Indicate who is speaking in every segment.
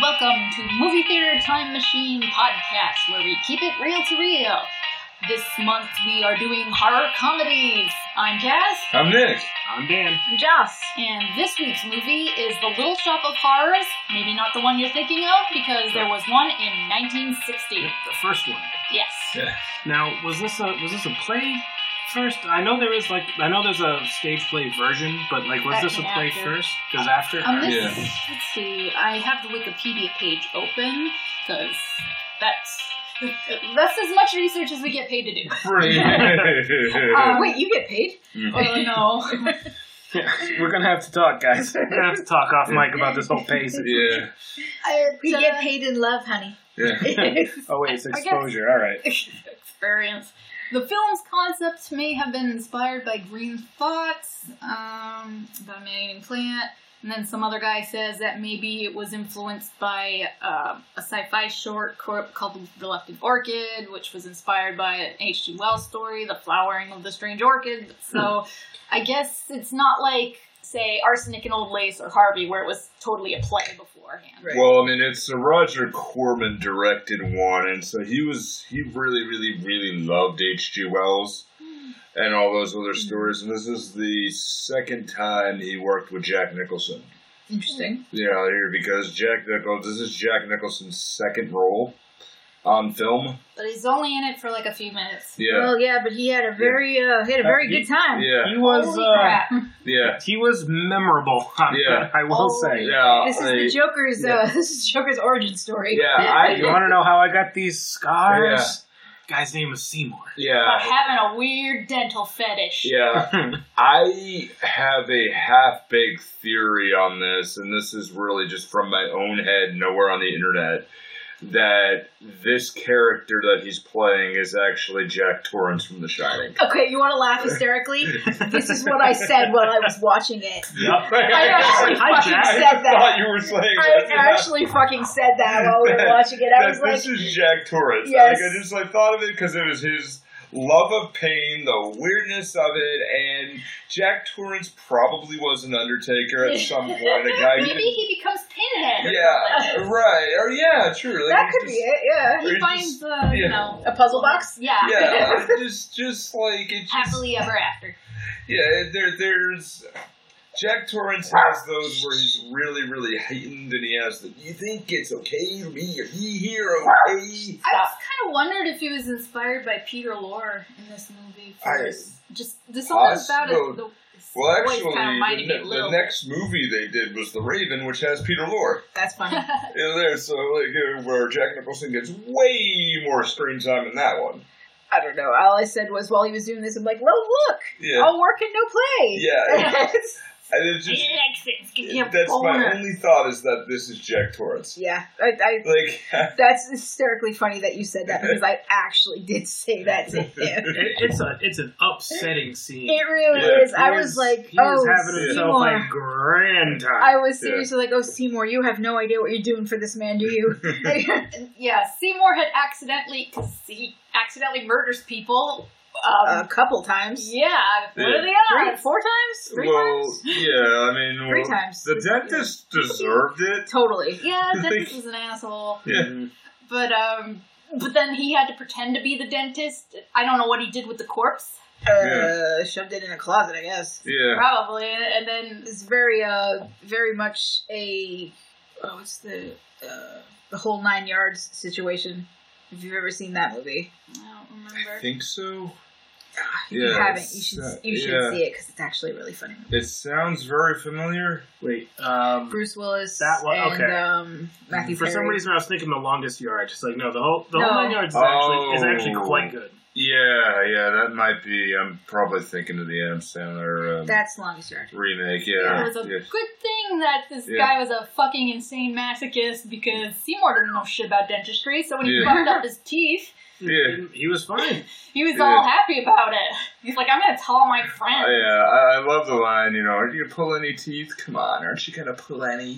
Speaker 1: welcome to Movie Theater Time Machine Podcast, where we keep it real to real. This month we are doing horror comedies. I'm Jazz,
Speaker 2: I'm Nick.
Speaker 3: I'm Dan.
Speaker 4: Joss.
Speaker 1: and this week's movie is The Little Shop of Horrors. Maybe not the one you're thinking of, because there was one in 1960.
Speaker 3: Yep, the first one.
Speaker 1: Yes.
Speaker 3: Now, was this a was this a play first? I know there is like I know there's a stage play version, but like was
Speaker 1: That
Speaker 3: this a
Speaker 1: came
Speaker 3: play
Speaker 1: after.
Speaker 3: first? Because after
Speaker 1: Um, this,
Speaker 2: Yeah.
Speaker 1: Let's see. I have the Wikipedia page open because that's that's as much research as we get paid to do.
Speaker 2: Free.
Speaker 1: Uh,
Speaker 4: wait, you get paid?
Speaker 2: Mm-hmm.
Speaker 1: Oh no!
Speaker 3: we're gonna have to talk, guys. we're gonna have to talk off mic about this whole pace.
Speaker 2: yeah.
Speaker 4: We get paid in love, honey.
Speaker 2: Yeah.
Speaker 3: Oh wait, it's
Speaker 1: guess-
Speaker 3: exposure. All right.
Speaker 1: experience. The film's concept may have been inspired by green thoughts um, about a man eating plant, and then some other guy says that maybe it was influenced by uh, a sci-fi short cor- called *The Reluctant Orchid*, which was inspired by an H.G. Wells story, *The Flowering of the Strange Orchid*. So, I guess it's not like say *Arsenic and Old Lace* or *Harvey*, where it was totally a play beforehand.
Speaker 4: Right.
Speaker 2: Well, I mean, it's a Roger Corman directed one, and so he was he really, really, really loved H.G. Wells and all those other stories. And this is the second time he worked with Jack Nicholson.
Speaker 1: Hmm.
Speaker 4: Interesting.
Speaker 2: Yeah, here because Jack Nichol. This is Jack Nicholson's second role on film.
Speaker 1: But he's only in it for like a few minutes.
Speaker 2: Yeah.
Speaker 4: Well, yeah, but he had a very uh, he had a
Speaker 3: Uh,
Speaker 4: very
Speaker 3: he-
Speaker 4: good time.
Speaker 2: Yeah.
Speaker 3: He was
Speaker 1: Holy
Speaker 3: uh,
Speaker 1: crap!
Speaker 2: Yeah.
Speaker 3: he was memorable.
Speaker 2: Yeah.
Speaker 3: I will
Speaker 4: Oh,
Speaker 3: say.
Speaker 2: Yeah.
Speaker 4: This is
Speaker 2: I-
Speaker 4: the Joker's. Uh,
Speaker 3: yeah.
Speaker 4: this is Joker's origin story.
Speaker 2: Yeah, I-
Speaker 3: You want to know how I got these scars? Guy's name was Seymour.
Speaker 2: Yeah.
Speaker 1: about having a weird dental fetish.
Speaker 2: Yeah. I have a half baked theory on this, and this is really just from my own head, nowhere on the internet, that this character that he's playing is actually Jack Torrance from The Shining.
Speaker 4: Okay, you want to laugh hysterically? this is what I said while I was watching it. I actually
Speaker 3: Hi,
Speaker 4: fucking
Speaker 3: Jack.
Speaker 4: said
Speaker 2: thought
Speaker 4: that.
Speaker 2: you were saying
Speaker 4: I
Speaker 2: that.
Speaker 4: actually fucking said that while we were watching it. I
Speaker 2: That
Speaker 4: was
Speaker 2: this
Speaker 4: like,
Speaker 2: is Jack Torrance.
Speaker 4: Yes.
Speaker 2: Like, I just like thought of it because it was his love of pain, the weirdness of it, and Jack Torrance probably was an undertaker at some point. A guy
Speaker 1: Maybe he becomes Pinhead. or
Speaker 2: Yeah,
Speaker 1: something.
Speaker 2: right. Or yeah, true. Like,
Speaker 4: that
Speaker 2: it's
Speaker 4: could be
Speaker 2: just-
Speaker 4: it. Yeah,
Speaker 2: Or
Speaker 1: He
Speaker 2: you
Speaker 1: finds
Speaker 2: just-
Speaker 1: the you
Speaker 2: yeah.
Speaker 1: know
Speaker 4: a puzzle box.
Speaker 1: Yeah.
Speaker 2: Yeah, like, just just like it. Just,
Speaker 1: Happily ever after.
Speaker 2: Yeah, there there's. Jack Torrance has those where he's really, really heightened, and he has the. You think it's okay to be a he here, okay?
Speaker 1: I was kind of wondered if he was inspired by Peter Lore in this movie. For
Speaker 2: I-
Speaker 1: his- just there's something about it. The, his
Speaker 2: Well,
Speaker 1: voice
Speaker 2: actually,
Speaker 1: kinda
Speaker 2: the,
Speaker 1: reminded me a
Speaker 2: ne- the
Speaker 1: little
Speaker 2: next movie they did was The Raven, which has Peter Lorre
Speaker 4: That's funny.
Speaker 1: bit.
Speaker 2: in there. So, like, uh, where Jack Nicholson gets way more screen time in that one.
Speaker 4: I don't know. All I said was while he was doing this, I'm like, well, look,
Speaker 2: Yeah,
Speaker 4: all work and no play.
Speaker 2: yeah. and it's just
Speaker 1: He likes it. It's giving him
Speaker 2: that's my
Speaker 1: boner.
Speaker 2: only thought is that this is Jack Torrance.
Speaker 4: yeah. I, I,
Speaker 2: Like,
Speaker 4: that's hysterically funny that you said that because I actually did say that to him.
Speaker 3: It- it's a it's an upsetting scene.
Speaker 4: It really
Speaker 2: Yeah,
Speaker 4: is. I
Speaker 3: He
Speaker 4: was like,
Speaker 3: he
Speaker 4: oh,
Speaker 3: was having himself
Speaker 4: Seymour.
Speaker 3: a grand time.
Speaker 4: I was seriously like, oh, Seymour, you have no idea what you're doing for this man, do you?
Speaker 1: Yeah, Seymour had accidentally because he accidentally murders people. Um,
Speaker 2: Uh,
Speaker 4: a couple times.
Speaker 1: yeah, what are the
Speaker 4: Three,
Speaker 1: odds?
Speaker 4: four times? Three
Speaker 2: well,
Speaker 4: times?
Speaker 2: yeah, I mean,
Speaker 4: Three
Speaker 2: well,
Speaker 4: times.
Speaker 2: the dentist deserved it.
Speaker 4: Totally.
Speaker 1: Yeah, Dennis is an asshole.
Speaker 2: Yeah.
Speaker 1: But um, but then he had to pretend to be the dentist. I don't know what he did with the corpse,
Speaker 4: Uh, shoved it in a closet, I guess.
Speaker 2: Yeah,
Speaker 1: probably. And then
Speaker 4: It's very, uh, very much a, oh, what's the, uh, the whole nine yards situation. If you've ever seen that movie,
Speaker 1: I don't
Speaker 2: I
Speaker 1: remember.
Speaker 2: think so.
Speaker 4: if you
Speaker 2: Yeah,
Speaker 4: haven't, you
Speaker 2: it's,
Speaker 4: should
Speaker 2: uh,
Speaker 4: you should
Speaker 2: yeah.
Speaker 4: see it because it's actually a really funny. movie.
Speaker 2: It sounds very familiar.
Speaker 3: Wait, um,
Speaker 4: Bruce Willis
Speaker 3: That one-
Speaker 4: and
Speaker 3: okay.
Speaker 4: um, Matthew
Speaker 3: for some
Speaker 4: Perry.
Speaker 3: reason I was thinking the longest yard. It's like no, the whole the
Speaker 4: No.
Speaker 3: whole nine yards is actually is
Speaker 2: Oh.
Speaker 3: actually quite good.
Speaker 2: Yeah, yeah, that might be. I'm probably thinking of the Adam Sandler um,
Speaker 4: That's longest yard.
Speaker 2: remake.
Speaker 1: It
Speaker 2: Yeah,
Speaker 1: was a
Speaker 2: yeah.
Speaker 1: good thing that this
Speaker 2: Yeah.
Speaker 1: guy was a fucking insane masochist because Seymour didn't know shit about dentistry. So when he
Speaker 2: Yeah.
Speaker 1: fucked up his teeth,
Speaker 2: Yeah.
Speaker 3: He was fine.
Speaker 1: he was
Speaker 2: Yeah.
Speaker 1: all happy about it. He's like, "I'm gonna tell my
Speaker 2: Oh,
Speaker 1: friends."
Speaker 2: yeah, I, I love the line. You know, are you gonna pull any teeth? Come on, aren't you gonna pull any?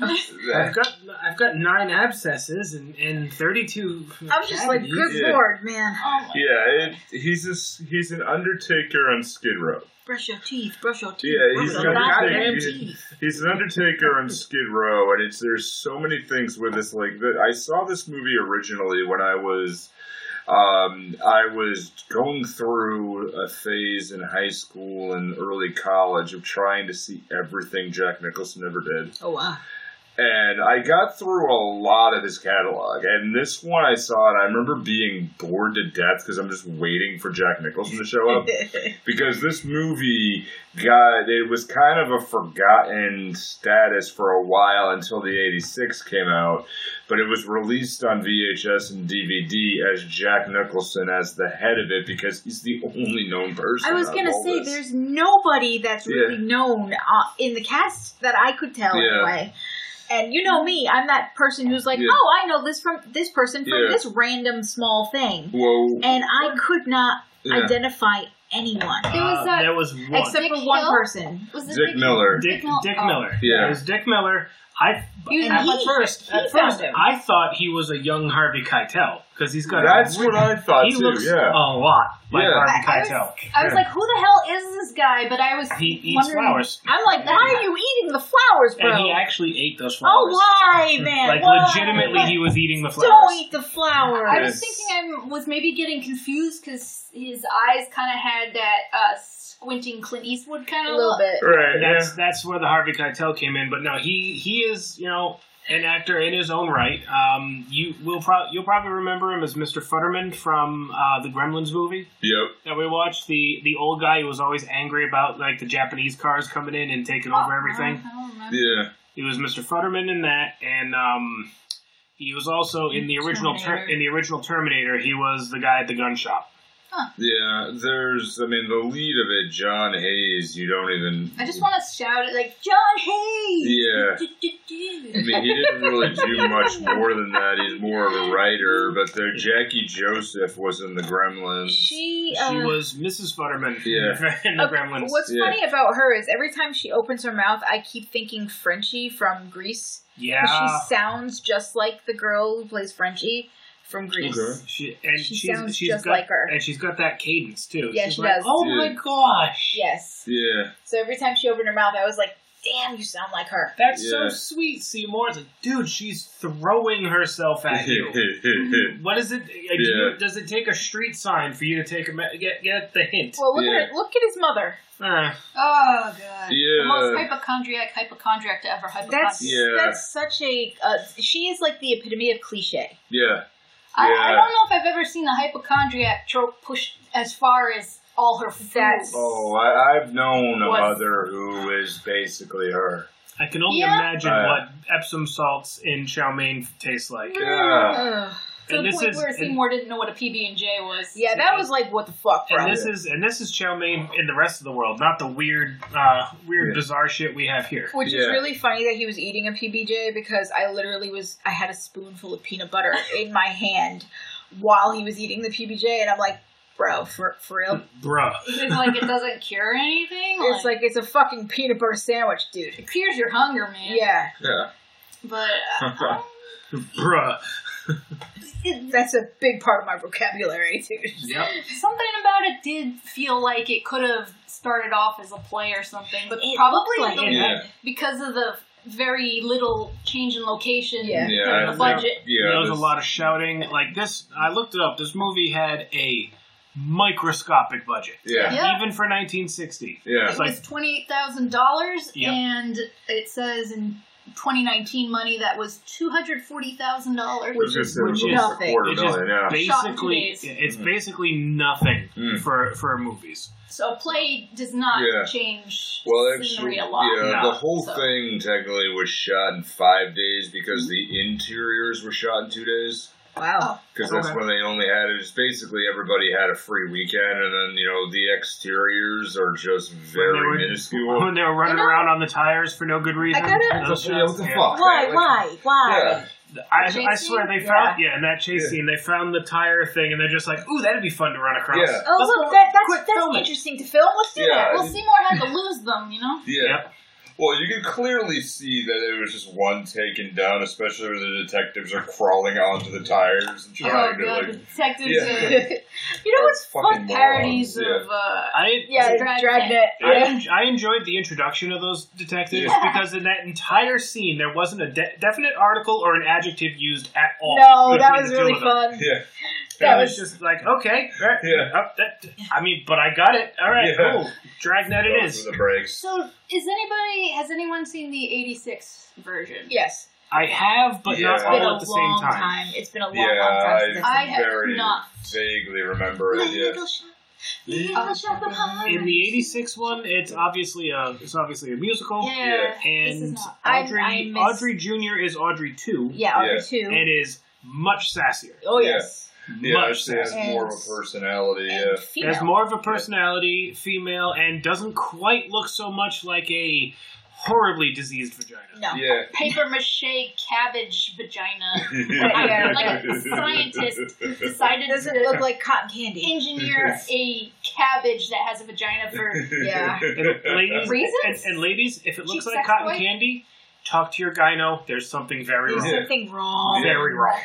Speaker 3: I've got I've got nine abscesses and, and thirty two.
Speaker 4: I was just like, good
Speaker 2: Yeah.
Speaker 4: lord, man.
Speaker 1: Oh,
Speaker 2: Yeah, it, he's a, s- he's an undertaker on Skid Row.
Speaker 4: Brush your teeth, brush your teeth.
Speaker 2: Yeah,
Speaker 4: brush
Speaker 2: he's
Speaker 4: your
Speaker 2: an
Speaker 4: goddamn
Speaker 2: undertaker. He's an undertaker on Skid Row, and it's there's so many things with this. Like that, I saw this movie originally when I was. Um, I was going through a phase in high school and early college of trying to see everything Jack Nicholson ever did.
Speaker 4: Oh, wow.
Speaker 2: and I got through a lot of his catalog. And this one I saw, and I remember being bored to death because I'm just waiting for Jack Nicholson to show up. because this movie got it was kind of a forgotten status for a while until the 86 came out but it was released on VHS and DVD as Jack Nicholson as the head of it because he's the only known person
Speaker 4: I was
Speaker 2: out of
Speaker 4: gonna
Speaker 2: all
Speaker 4: say
Speaker 2: this.
Speaker 4: there's nobody that's
Speaker 2: Yeah.
Speaker 4: really known uh, in the cast that I could tell
Speaker 2: Yeah.
Speaker 4: anyway. And you know me, I'm that person who's like,
Speaker 2: Yeah.
Speaker 4: oh, I know this from this person from
Speaker 2: Yeah.
Speaker 4: this random small thing,
Speaker 2: whoa
Speaker 4: and I could not
Speaker 2: yeah.
Speaker 4: identify anyone
Speaker 1: There was that-
Speaker 3: there Uh, was one.
Speaker 4: except
Speaker 1: Dick
Speaker 4: for one
Speaker 1: Hill?
Speaker 4: person.
Speaker 1: Was it
Speaker 2: Dick Miller.
Speaker 3: Dick,
Speaker 1: Mil-
Speaker 3: Dick
Speaker 1: oh.
Speaker 3: Miller.
Speaker 2: Yeah.
Speaker 3: It was Dick Miller. I
Speaker 1: He was
Speaker 3: at
Speaker 1: an idiot.
Speaker 3: first,
Speaker 4: He
Speaker 3: at first,
Speaker 4: found him.
Speaker 3: I thought he was a young Harvey Keitel because he's got. a
Speaker 2: that's what I thought
Speaker 3: he
Speaker 2: too
Speaker 3: looks
Speaker 2: yeah
Speaker 3: a lot like
Speaker 2: Yeah.
Speaker 1: I
Speaker 3: Harvey
Speaker 1: was-
Speaker 3: Keitel.
Speaker 1: Oh. I was like, who the hell is this guy? But I was
Speaker 3: He eats
Speaker 1: wondering,
Speaker 3: flowers.
Speaker 4: I'm like, why are you eating the flowers,
Speaker 3: and
Speaker 4: bro?
Speaker 3: he actually ate those flowers.
Speaker 4: Oh, why, man?
Speaker 3: Like
Speaker 4: Why?
Speaker 3: legitimately, he was eating the flowers.
Speaker 4: don't eat the flowers.
Speaker 1: I
Speaker 2: Yeah.
Speaker 1: was thinking I was maybe getting confused because his eyes kind of had that uh, squinting Clint Eastwood kind of
Speaker 4: A little
Speaker 1: look.
Speaker 4: bit.
Speaker 2: right
Speaker 3: And that's that's where the Harvey Keitel came in. But no, he he is you know an actor in his own right. Um, you will pro- you'll probably remember him as Mr. Futterman from uh, the Gremlins movie
Speaker 2: yeah. yep
Speaker 3: that we watched. The the old guy who was always angry about like the Japanese cars coming in and taking over
Speaker 4: Uh-huh.
Speaker 3: everything.
Speaker 1: Oh, I don't remember.
Speaker 2: yeah
Speaker 3: He was Mr. Futterman in that, and um, he was also in the original ter-
Speaker 1: Terminator.
Speaker 3: in the original Terminator. He was the guy at the gun shop.
Speaker 2: Yeah, there's. I mean, the lead of it, John Hayes. You don't even.
Speaker 1: I just want to shout it like John Hayes.
Speaker 2: Yeah, I mean, he didn't really do much more than that. He's more of a writer, but there, Jackie Joseph was in the Gremlins.
Speaker 4: She,
Speaker 3: She
Speaker 4: uh,
Speaker 3: was Mrs. Futterman
Speaker 2: Yeah.
Speaker 3: in the
Speaker 4: Okay,
Speaker 3: Gremlins.
Speaker 4: What's
Speaker 2: Yeah.
Speaker 4: funny about her is every time she opens her mouth, I keep thinking Frenchie from Greece. 'cause
Speaker 3: Yeah,
Speaker 4: She sounds just like the girl who plays Frenchie from Greece.
Speaker 2: Okay.
Speaker 3: She and
Speaker 4: She
Speaker 3: she's,
Speaker 4: sounds
Speaker 3: she's
Speaker 4: just
Speaker 3: got,
Speaker 4: like her.
Speaker 3: and she's got that cadence too.
Speaker 4: Yeah,
Speaker 3: she's
Speaker 4: she
Speaker 3: like,
Speaker 4: does.
Speaker 3: Oh
Speaker 2: Yeah.
Speaker 3: my gosh,
Speaker 4: Yes.
Speaker 2: Yeah,
Speaker 4: So every time she opened her mouth, I was like, damn, you sound like her.
Speaker 3: that's
Speaker 2: Yeah.
Speaker 3: so sweet, Seymour. It's like, dude, she's throwing herself at you. what is it? uh, do you-
Speaker 2: Yeah.
Speaker 3: does it take a street sign for you to take a me- get get the hint?
Speaker 4: Well, look
Speaker 2: Yeah.
Speaker 4: at her, look at his mother.
Speaker 3: Uh,
Speaker 1: Oh god. The most
Speaker 2: yeah.
Speaker 1: hypochondriac hypochondriac to ever hypochondriac.
Speaker 4: That's
Speaker 2: Yeah.
Speaker 4: that's such a uh, she is like the epitome of cliche.
Speaker 2: Yeah,
Speaker 1: I, I
Speaker 2: Yeah.
Speaker 1: don't know if I've ever seen the hypochondriac trope pushed as far as all her food.
Speaker 4: That's-
Speaker 2: oh, I, I've known a
Speaker 4: Was-
Speaker 2: mother who is basically her.
Speaker 3: I can only
Speaker 1: Yeah.
Speaker 3: imagine
Speaker 2: Uh,
Speaker 3: what Epsom salts in chow mein taste like.
Speaker 2: Yeah,
Speaker 4: Ugh.
Speaker 1: to
Speaker 3: and
Speaker 1: the
Speaker 3: this
Speaker 1: point
Speaker 3: is
Speaker 1: where
Speaker 3: and-
Speaker 1: Seymour didn't know what a PB and J was.
Speaker 4: Yeah, that was like what the fuck, bro.
Speaker 3: And this is and this is chow mein in the rest of the world, not the weird, uh, weird,
Speaker 2: Yeah.
Speaker 3: bizarre shit we have here.
Speaker 4: Which
Speaker 2: Yeah.
Speaker 4: is really funny that he was eating a PBJ because I literally was I had a spoonful of peanut butter in my hand while he was eating the PBJ and I'm like, bro, for for real?
Speaker 3: Bruh.
Speaker 1: It's like it doesn't cure anything.
Speaker 4: It's like it's a fucking peanut butter sandwich, dude.
Speaker 1: it cures your hunger, man.
Speaker 4: Yeah.
Speaker 2: yeah.
Speaker 1: But uh,
Speaker 3: Bruh.
Speaker 4: That's a big part of my vocabulary, dude.
Speaker 3: Yep.
Speaker 1: something about it did feel like it could have started off as a play or something, but
Speaker 4: It
Speaker 1: probably
Speaker 4: looked like
Speaker 1: the-
Speaker 3: it.
Speaker 2: Yeah.
Speaker 1: because of the very little change in location
Speaker 2: Yeah,
Speaker 4: Yeah.
Speaker 1: and the
Speaker 2: I think-
Speaker 1: budget.
Speaker 2: yeah,
Speaker 3: there was
Speaker 2: this-
Speaker 3: a lot of shouting. Like this, I looked it up. This movie had a microscopic budget,
Speaker 2: Yeah,
Speaker 1: Yeah.
Speaker 3: even for 1960.
Speaker 2: yeah,
Speaker 1: It was twenty eight thousand dollars,
Speaker 3: Yep.
Speaker 1: and it says in 2019 money that was two hundred forty thousand dollars.
Speaker 4: Which
Speaker 2: It's
Speaker 4: is
Speaker 2: almost a
Speaker 4: nothing.
Speaker 2: quarter
Speaker 3: Which is
Speaker 2: million, yeah.
Speaker 1: Shot in two
Speaker 3: basically,
Speaker 1: days.
Speaker 3: it's basically nothing
Speaker 2: Mm.
Speaker 3: for for movies.
Speaker 1: So a play does not
Speaker 2: Yeah.
Speaker 1: change
Speaker 2: Well,
Speaker 1: scenery
Speaker 2: actually,
Speaker 1: a lot.
Speaker 2: yeah, the
Speaker 3: No,
Speaker 2: whole
Speaker 1: so-
Speaker 2: thing technically was shot in five days because the interiors were shot in two days.
Speaker 4: Wow.
Speaker 2: Because that's
Speaker 3: Okay.
Speaker 2: when they only had it was basically everybody had a free weekend, and then you know the exteriors are just
Speaker 3: When they
Speaker 2: very
Speaker 3: were-
Speaker 2: minuscule.
Speaker 3: When they were running
Speaker 4: I know.
Speaker 3: around on the tires for no good reason.
Speaker 4: gotta-
Speaker 3: Those
Speaker 2: Yeah, what
Speaker 3: shots,
Speaker 2: the
Speaker 3: yeah.
Speaker 2: fuck?
Speaker 4: Why,
Speaker 2: Like,
Speaker 4: Oh, why, why?
Speaker 2: Yeah.
Speaker 3: I,
Speaker 1: Chase
Speaker 3: I swear
Speaker 4: scene?
Speaker 3: they found yeah. in that chase
Speaker 2: Yeah.
Speaker 3: scene they found the tire thing and they're just like ooh that'd be fun to run across.
Speaker 2: Yeah.
Speaker 4: Oh
Speaker 3: Let's
Speaker 4: look,
Speaker 3: go-
Speaker 4: that that's
Speaker 3: quick,
Speaker 4: that's
Speaker 3: film it.
Speaker 4: interesting to film. Let's do
Speaker 2: Yeah.
Speaker 4: that.
Speaker 1: Well, Seymour had to lose them, you know.
Speaker 2: Yeah,
Speaker 3: Yep.
Speaker 2: Well, you can clearly see that it was just one take and done, especially where the detectives are crawling onto the tires and
Speaker 1: Oh
Speaker 2: trying to
Speaker 1: god, the
Speaker 2: like.
Speaker 1: detectives
Speaker 2: Yeah.
Speaker 1: are- You know what's fun
Speaker 2: Fucking
Speaker 1: parodies
Speaker 2: morons,
Speaker 1: of uh
Speaker 3: I
Speaker 4: Yeah,
Speaker 1: Dragnet.
Speaker 4: Dragnet.
Speaker 3: I,
Speaker 4: Yeah.
Speaker 3: en- I enjoyed the introduction of those detectives
Speaker 1: Yeah.
Speaker 3: because in that entire scene there wasn't a de- definite article or an adjective used at all.
Speaker 4: No, that
Speaker 3: between
Speaker 4: was
Speaker 3: the two
Speaker 4: really
Speaker 3: of them.
Speaker 4: fun.
Speaker 2: Yeah,
Speaker 4: That
Speaker 3: it
Speaker 4: was
Speaker 3: was just like okay, right,
Speaker 2: Yeah.
Speaker 3: oh, that- I mean, but I got it. All right,
Speaker 2: Yeah.
Speaker 3: cool. Dragnet it
Speaker 2: those
Speaker 3: is.
Speaker 2: were the breaks.
Speaker 1: So, is anybody has anyone seen the '86 version?
Speaker 4: yes.
Speaker 3: I have, but
Speaker 2: Yeah.
Speaker 3: not
Speaker 4: It's
Speaker 2: All
Speaker 4: been
Speaker 3: all
Speaker 4: a
Speaker 3: at the same
Speaker 4: long
Speaker 3: time.
Speaker 4: It's been a long,
Speaker 2: Yeah,
Speaker 4: long time since
Speaker 1: I
Speaker 4: I've seen
Speaker 1: have
Speaker 4: it.
Speaker 2: very
Speaker 1: not.
Speaker 2: vaguely remember it.
Speaker 4: My
Speaker 2: Yeah.
Speaker 4: little shop, little shop of horrors.
Speaker 3: In the '86 one, it's obviously a it's obviously a musical,
Speaker 1: Yeah. This is
Speaker 3: and
Speaker 1: not.
Speaker 4: I-
Speaker 3: Audrey
Speaker 4: I miss-
Speaker 3: Audrey Junior is Audrey too,
Speaker 4: Yeah, Audrey
Speaker 2: Yeah.
Speaker 4: too.
Speaker 3: and is much sassier.
Speaker 4: oh
Speaker 2: Yeah.
Speaker 4: yes.
Speaker 2: Yeah,
Speaker 3: much
Speaker 2: she has
Speaker 3: sassier.
Speaker 4: And-
Speaker 2: more of a personality.
Speaker 4: And
Speaker 2: Yeah.
Speaker 4: female.
Speaker 3: Has more of a personality, female, and doesn't quite look so much like a horribly diseased vagina.
Speaker 4: No.
Speaker 2: Yeah.
Speaker 1: Paper mache cabbage vagina.
Speaker 4: Yeah.
Speaker 1: Like a scientist
Speaker 4: It
Speaker 1: Decided
Speaker 4: doesn't
Speaker 1: to
Speaker 4: look like cotton candy.
Speaker 1: engineer a cabbage that has a vagina for.
Speaker 4: Yeah.
Speaker 3: And ladies,
Speaker 1: Reasons?
Speaker 3: and, and ladies, if it looks
Speaker 1: Cheap
Speaker 3: like
Speaker 1: sex
Speaker 3: cotton
Speaker 1: toy?
Speaker 3: candy, talk to your gyno. There's something very
Speaker 4: There's
Speaker 3: wrong.
Speaker 2: Yeah.
Speaker 4: something wrong.
Speaker 3: Very wrong.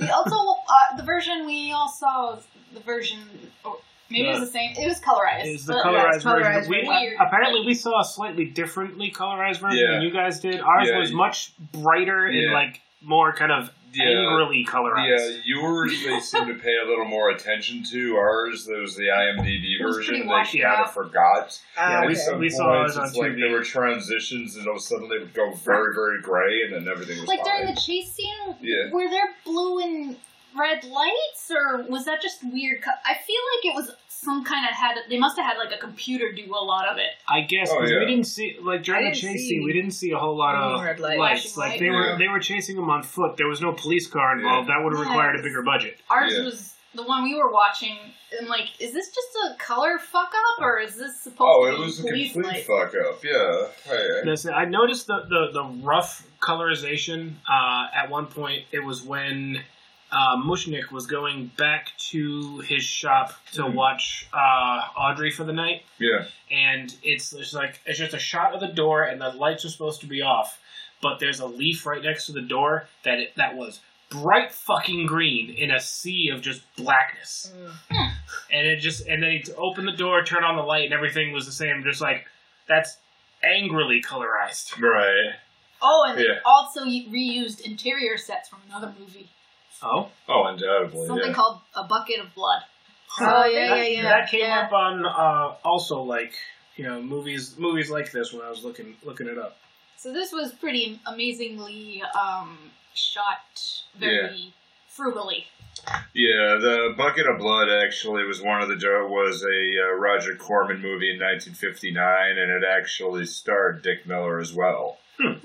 Speaker 1: We also, uh, the version we all saw, was the version, or maybe it was the same. It was colorized.
Speaker 3: Is the
Speaker 1: but-
Speaker 3: colorized,
Speaker 4: it's colorized
Speaker 3: version? We,
Speaker 1: Oh,
Speaker 3: uh,
Speaker 1: version.
Speaker 3: apparently, we saw a slightly differently colorized version
Speaker 2: Yeah.
Speaker 3: than you guys did. Ours
Speaker 2: Yeah,
Speaker 3: was
Speaker 2: you-
Speaker 3: much brighter and
Speaker 2: Yeah.
Speaker 3: like more kind of
Speaker 2: Yeah.
Speaker 3: angrily
Speaker 1: uh,
Speaker 3: colorized.
Speaker 2: Yeah, uh, yours they seem to pay a little more attention to. Ours, there was the IMDb
Speaker 1: It was pretty
Speaker 2: version. They
Speaker 1: washed
Speaker 2: kind of
Speaker 1: out.
Speaker 2: forgot.
Speaker 4: Ah,
Speaker 3: Yeah, we
Speaker 4: okay.
Speaker 3: saw-
Speaker 2: we
Speaker 3: saw ours on
Speaker 2: it's like
Speaker 3: TV.
Speaker 2: there were transitions, and all suddenly it would go very, very gray, and then everything was
Speaker 1: Like during
Speaker 2: fine.
Speaker 1: the chase scene,
Speaker 2: Yeah.
Speaker 1: were there blue and red lights, or was that just weird? co- I feel like it was some kind of had. They must have had like a computer do a lot of it.
Speaker 3: I guess
Speaker 2: Oh,
Speaker 3: 'cause
Speaker 2: yeah.
Speaker 3: we didn't see like
Speaker 4: I
Speaker 3: during the
Speaker 4: didn't
Speaker 3: chase
Speaker 4: see
Speaker 3: scene, we didn't see a whole lot
Speaker 4: any
Speaker 3: of
Speaker 4: red lights.
Speaker 3: lights. Like they were
Speaker 2: Yeah.
Speaker 3: they were chasing him on foot. There was no police car involved. That would have
Speaker 1: Yeah.
Speaker 3: required a bigger budget.
Speaker 1: Ours
Speaker 2: Yeah.
Speaker 1: was the one we were watching, and like, is this just a color fuck up, or is this supposed
Speaker 2: Oh,
Speaker 1: to be
Speaker 2: it was a
Speaker 1: police
Speaker 2: complete
Speaker 1: light?
Speaker 2: fuck up. Yeah. Hey.
Speaker 3: Listen, I noticed the the, the rough colorization uh, at one point. It was when uh, Mushnik was going back to his shop to
Speaker 2: Mhm.
Speaker 3: watch uh, Audrey for the night,
Speaker 2: Yeah.
Speaker 3: and it's just like it's just a shot of the door, and the lights are supposed to be off, but there's a leaf right next to the door that it, that was bright fucking green in a sea of just blackness.
Speaker 4: Mm.
Speaker 3: and it just and then he opened the door, turned on the light, and everything was the same. Just like that's angrily colorized.
Speaker 2: Right.
Speaker 1: Oh, and
Speaker 2: Yeah.
Speaker 1: they also y- reused interior sets from another movie.
Speaker 3: Oh,
Speaker 2: Oh, undoubtedly.
Speaker 1: Something
Speaker 2: yeah.
Speaker 1: called a bucket of blood.
Speaker 4: Oh, yeah,
Speaker 3: that,
Speaker 4: yeah, yeah.
Speaker 3: that came
Speaker 4: yeah.
Speaker 3: up on uh, also like you know movies movies like this when I was looking looking it up.
Speaker 1: So this was pretty amazingly um, shot very frugally.
Speaker 2: Yeah, the Bucket of Blood actually was one of the jo- was a uh, Roger Corman movie in 1959, and it actually starred Dick Miller as well,
Speaker 1: Hmm.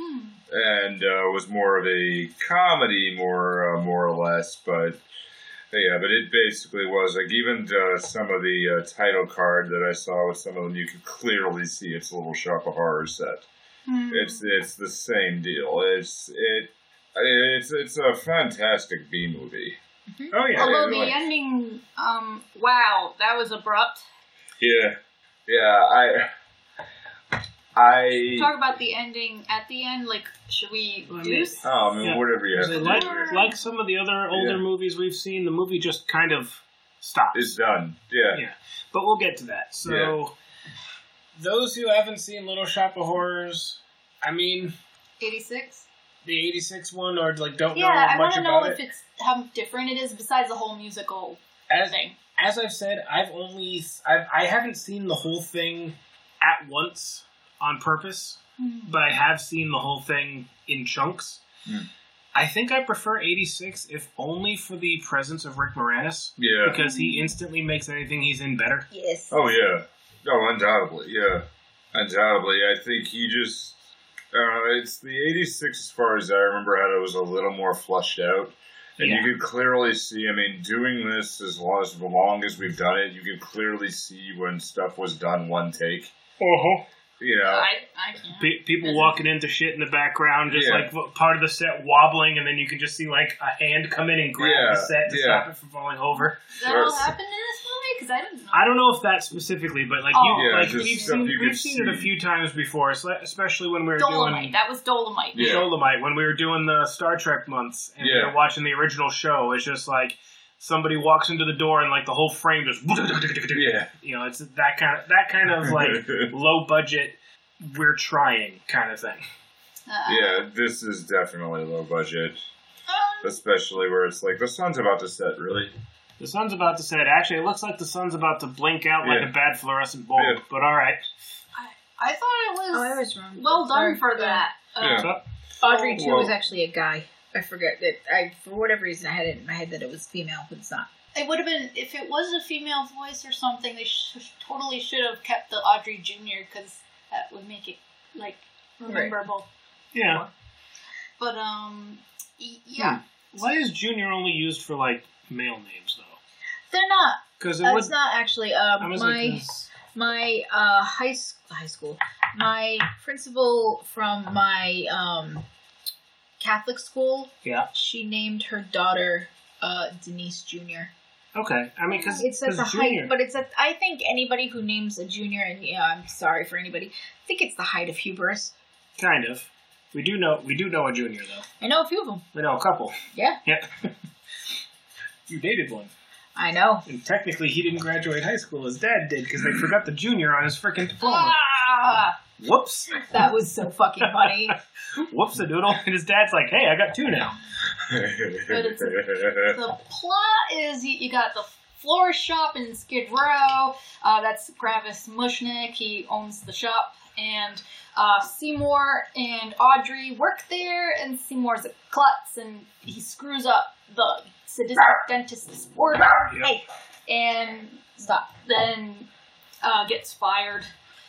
Speaker 2: and uh, was more of a comedy, more uh, more or less. But yeah, but it basically was like even uh, some of the uh, title card that I saw with some of them, you could clearly see it's a little shop of horror set.
Speaker 1: Hmm.
Speaker 2: It's it's the same deal. It's it it's it's a fantastic B movie.
Speaker 3: Oh yeah,
Speaker 1: Mm-hmm. Although
Speaker 2: yeah,
Speaker 1: the uh,
Speaker 2: like-
Speaker 1: ending, um, wow, that was abrupt.
Speaker 2: Yeah, yeah. I I
Speaker 1: Talk about the ending. At the end, like, should we
Speaker 3: Well, I
Speaker 1: do?
Speaker 3: mean-
Speaker 1: s-
Speaker 2: oh, I mean,
Speaker 3: Yeah.
Speaker 2: whatever you have to
Speaker 3: So
Speaker 2: do,
Speaker 3: like
Speaker 1: Yeah.
Speaker 3: like some of the other older
Speaker 2: Yeah.
Speaker 3: movies we've seen, the movie just kind of stops.
Speaker 2: it's done. Yeah,
Speaker 3: but we'll get to that. So, those who haven't seen Little Shop of Horrors, I mean,
Speaker 1: 86?
Speaker 3: the '86 one, or like don't
Speaker 1: Yeah, I
Speaker 3: know
Speaker 1: want
Speaker 3: much
Speaker 1: to know
Speaker 3: about
Speaker 1: if
Speaker 3: it.
Speaker 1: it's how different it is besides the whole musical
Speaker 3: As
Speaker 1: thing.
Speaker 3: as I've said, I've only I've, I haven't seen the whole thing at once on purpose, but I have seen the whole thing in chunks.
Speaker 2: Hmm.
Speaker 3: I think I prefer '86, if only for the presence of Rick Moranis,
Speaker 2: yeah.
Speaker 3: because he instantly makes anything he's in better.
Speaker 4: Yes.
Speaker 2: Oh yeah. Oh, undoubtedly. Yeah, undoubtedly. I think he just. I don't know, it's the '86 as far as I remember. How it was a little more flushed out, and
Speaker 3: Yeah.
Speaker 2: you could clearly see. I mean, doing this as long as, long as we've done it, you could clearly see when stuff was done one take.
Speaker 3: Uh-huh.
Speaker 2: You know,
Speaker 1: I, I can't.
Speaker 3: Pe- people walking into shit in the background, just
Speaker 2: Yeah.
Speaker 3: like w- part of the set wobbling, and then you can just see like a hand come in and grab
Speaker 2: Yeah,
Speaker 3: the set to
Speaker 2: yeah.
Speaker 3: stop it from falling over.
Speaker 1: That all
Speaker 2: Sure.
Speaker 1: happened in this movie? Because I didn't know.
Speaker 3: I don't know if that specifically, but like
Speaker 1: Oh.
Speaker 3: you,
Speaker 2: Yeah,
Speaker 3: like
Speaker 2: just
Speaker 3: we've
Speaker 2: stuff
Speaker 3: seen,
Speaker 2: you
Speaker 3: we've
Speaker 2: could
Speaker 3: seen it a
Speaker 2: see.
Speaker 3: few times before, so- especially when we were
Speaker 1: Dolomite.
Speaker 3: doing
Speaker 1: That was Dolomite.
Speaker 2: Yeah.
Speaker 3: Dolomite when we were doing the Star Trek months and we
Speaker 2: Yeah.
Speaker 3: were watching the original show. It's just like somebody walks into the door and like the whole frame just
Speaker 2: Yeah.
Speaker 3: you know it's that kind of that kind of like low budget we're trying kind of thing.
Speaker 1: Uh,
Speaker 2: yeah, this is definitely low budget,
Speaker 1: um,
Speaker 2: especially where it's like the sun's about to set. Really,
Speaker 3: The sun's about to set. Actually, it looks like the sun's about to blink out like
Speaker 2: Yeah.
Speaker 3: a bad fluorescent bulb.
Speaker 2: Yeah.
Speaker 3: But all right,
Speaker 1: I thought it was,
Speaker 4: Oh, I was wrong.
Speaker 1: well done
Speaker 4: Sorry.
Speaker 1: for that. Uh,
Speaker 2: Yeah.
Speaker 3: so,
Speaker 4: Audrey too
Speaker 2: Whoa.
Speaker 4: was actually a guy. I forget that. I for whatever reason I had it in my head that it was female, but it's not.
Speaker 1: It would have been if it was a female voice or something. They sh- totally should have kept the Audrey Junior because that would make it like rememberable.
Speaker 3: yeah.
Speaker 1: But um, y- yeah,
Speaker 3: Why is Junior only used for like male names though?
Speaker 4: They're not.
Speaker 3: Because it
Speaker 4: That's
Speaker 3: was
Speaker 4: not actually. Um,
Speaker 3: I was
Speaker 4: my
Speaker 3: like, this-
Speaker 4: my uh, high school, high school, my principal from my um, Catholic school.
Speaker 3: Yeah.
Speaker 4: She named her daughter uh, Denise Junior.
Speaker 3: okay. I mean, because
Speaker 4: it's at the
Speaker 3: Junior,
Speaker 4: height, but it's at. I think anybody who names a junior, and yeah, I'm sorry for anybody. I think it's the height of hubris.
Speaker 3: kind of. We do know we do know a Junior though.
Speaker 4: I know a few of them.
Speaker 3: We know a couple.
Speaker 4: Yeah,
Speaker 3: Yeah. you dated one.
Speaker 4: I know.
Speaker 3: And technically, he didn't graduate high school. His dad did because they forgot the junior on his freaking diploma.
Speaker 4: Ah,
Speaker 3: Whoops.
Speaker 4: that was so fucking funny.
Speaker 3: Whoops a doodle. And his dad's like, hey, I got two now.
Speaker 1: it's the plot is you, you got the floor shop in Skid Row. Uh, that's Gravis Mushnick. He owns the shop, and uh, Seymour and Audrey work there. And Seymour's a klutz, and he screws up the sadistic dentist's order.
Speaker 3: Yep.
Speaker 1: Hey, and stop. Then uh, gets fired,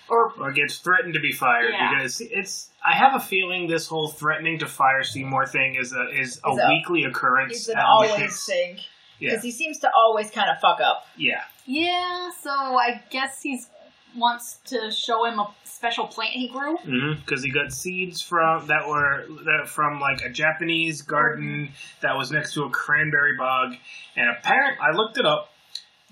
Speaker 1: or
Speaker 3: Or gets threatened to be fired
Speaker 1: Yeah.
Speaker 3: because it's. I have a feeling this whole threatening to fire Seymour thing is a is a
Speaker 4: Is a-
Speaker 3: weekly occurrence.
Speaker 4: It's an
Speaker 3: at
Speaker 4: always
Speaker 3: Mushnick's.
Speaker 4: thing
Speaker 3: Yeah,
Speaker 4: because he seems to always kind of fuck up.
Speaker 3: yeah.
Speaker 1: yeah. So I guess he's wants to show him a special plant he grew.
Speaker 3: Because Mm-hmm. he got seeds from that were that from like a Japanese garden
Speaker 4: Mm-hmm.
Speaker 3: that was next to a cranberry bog, and apparent I looked it up.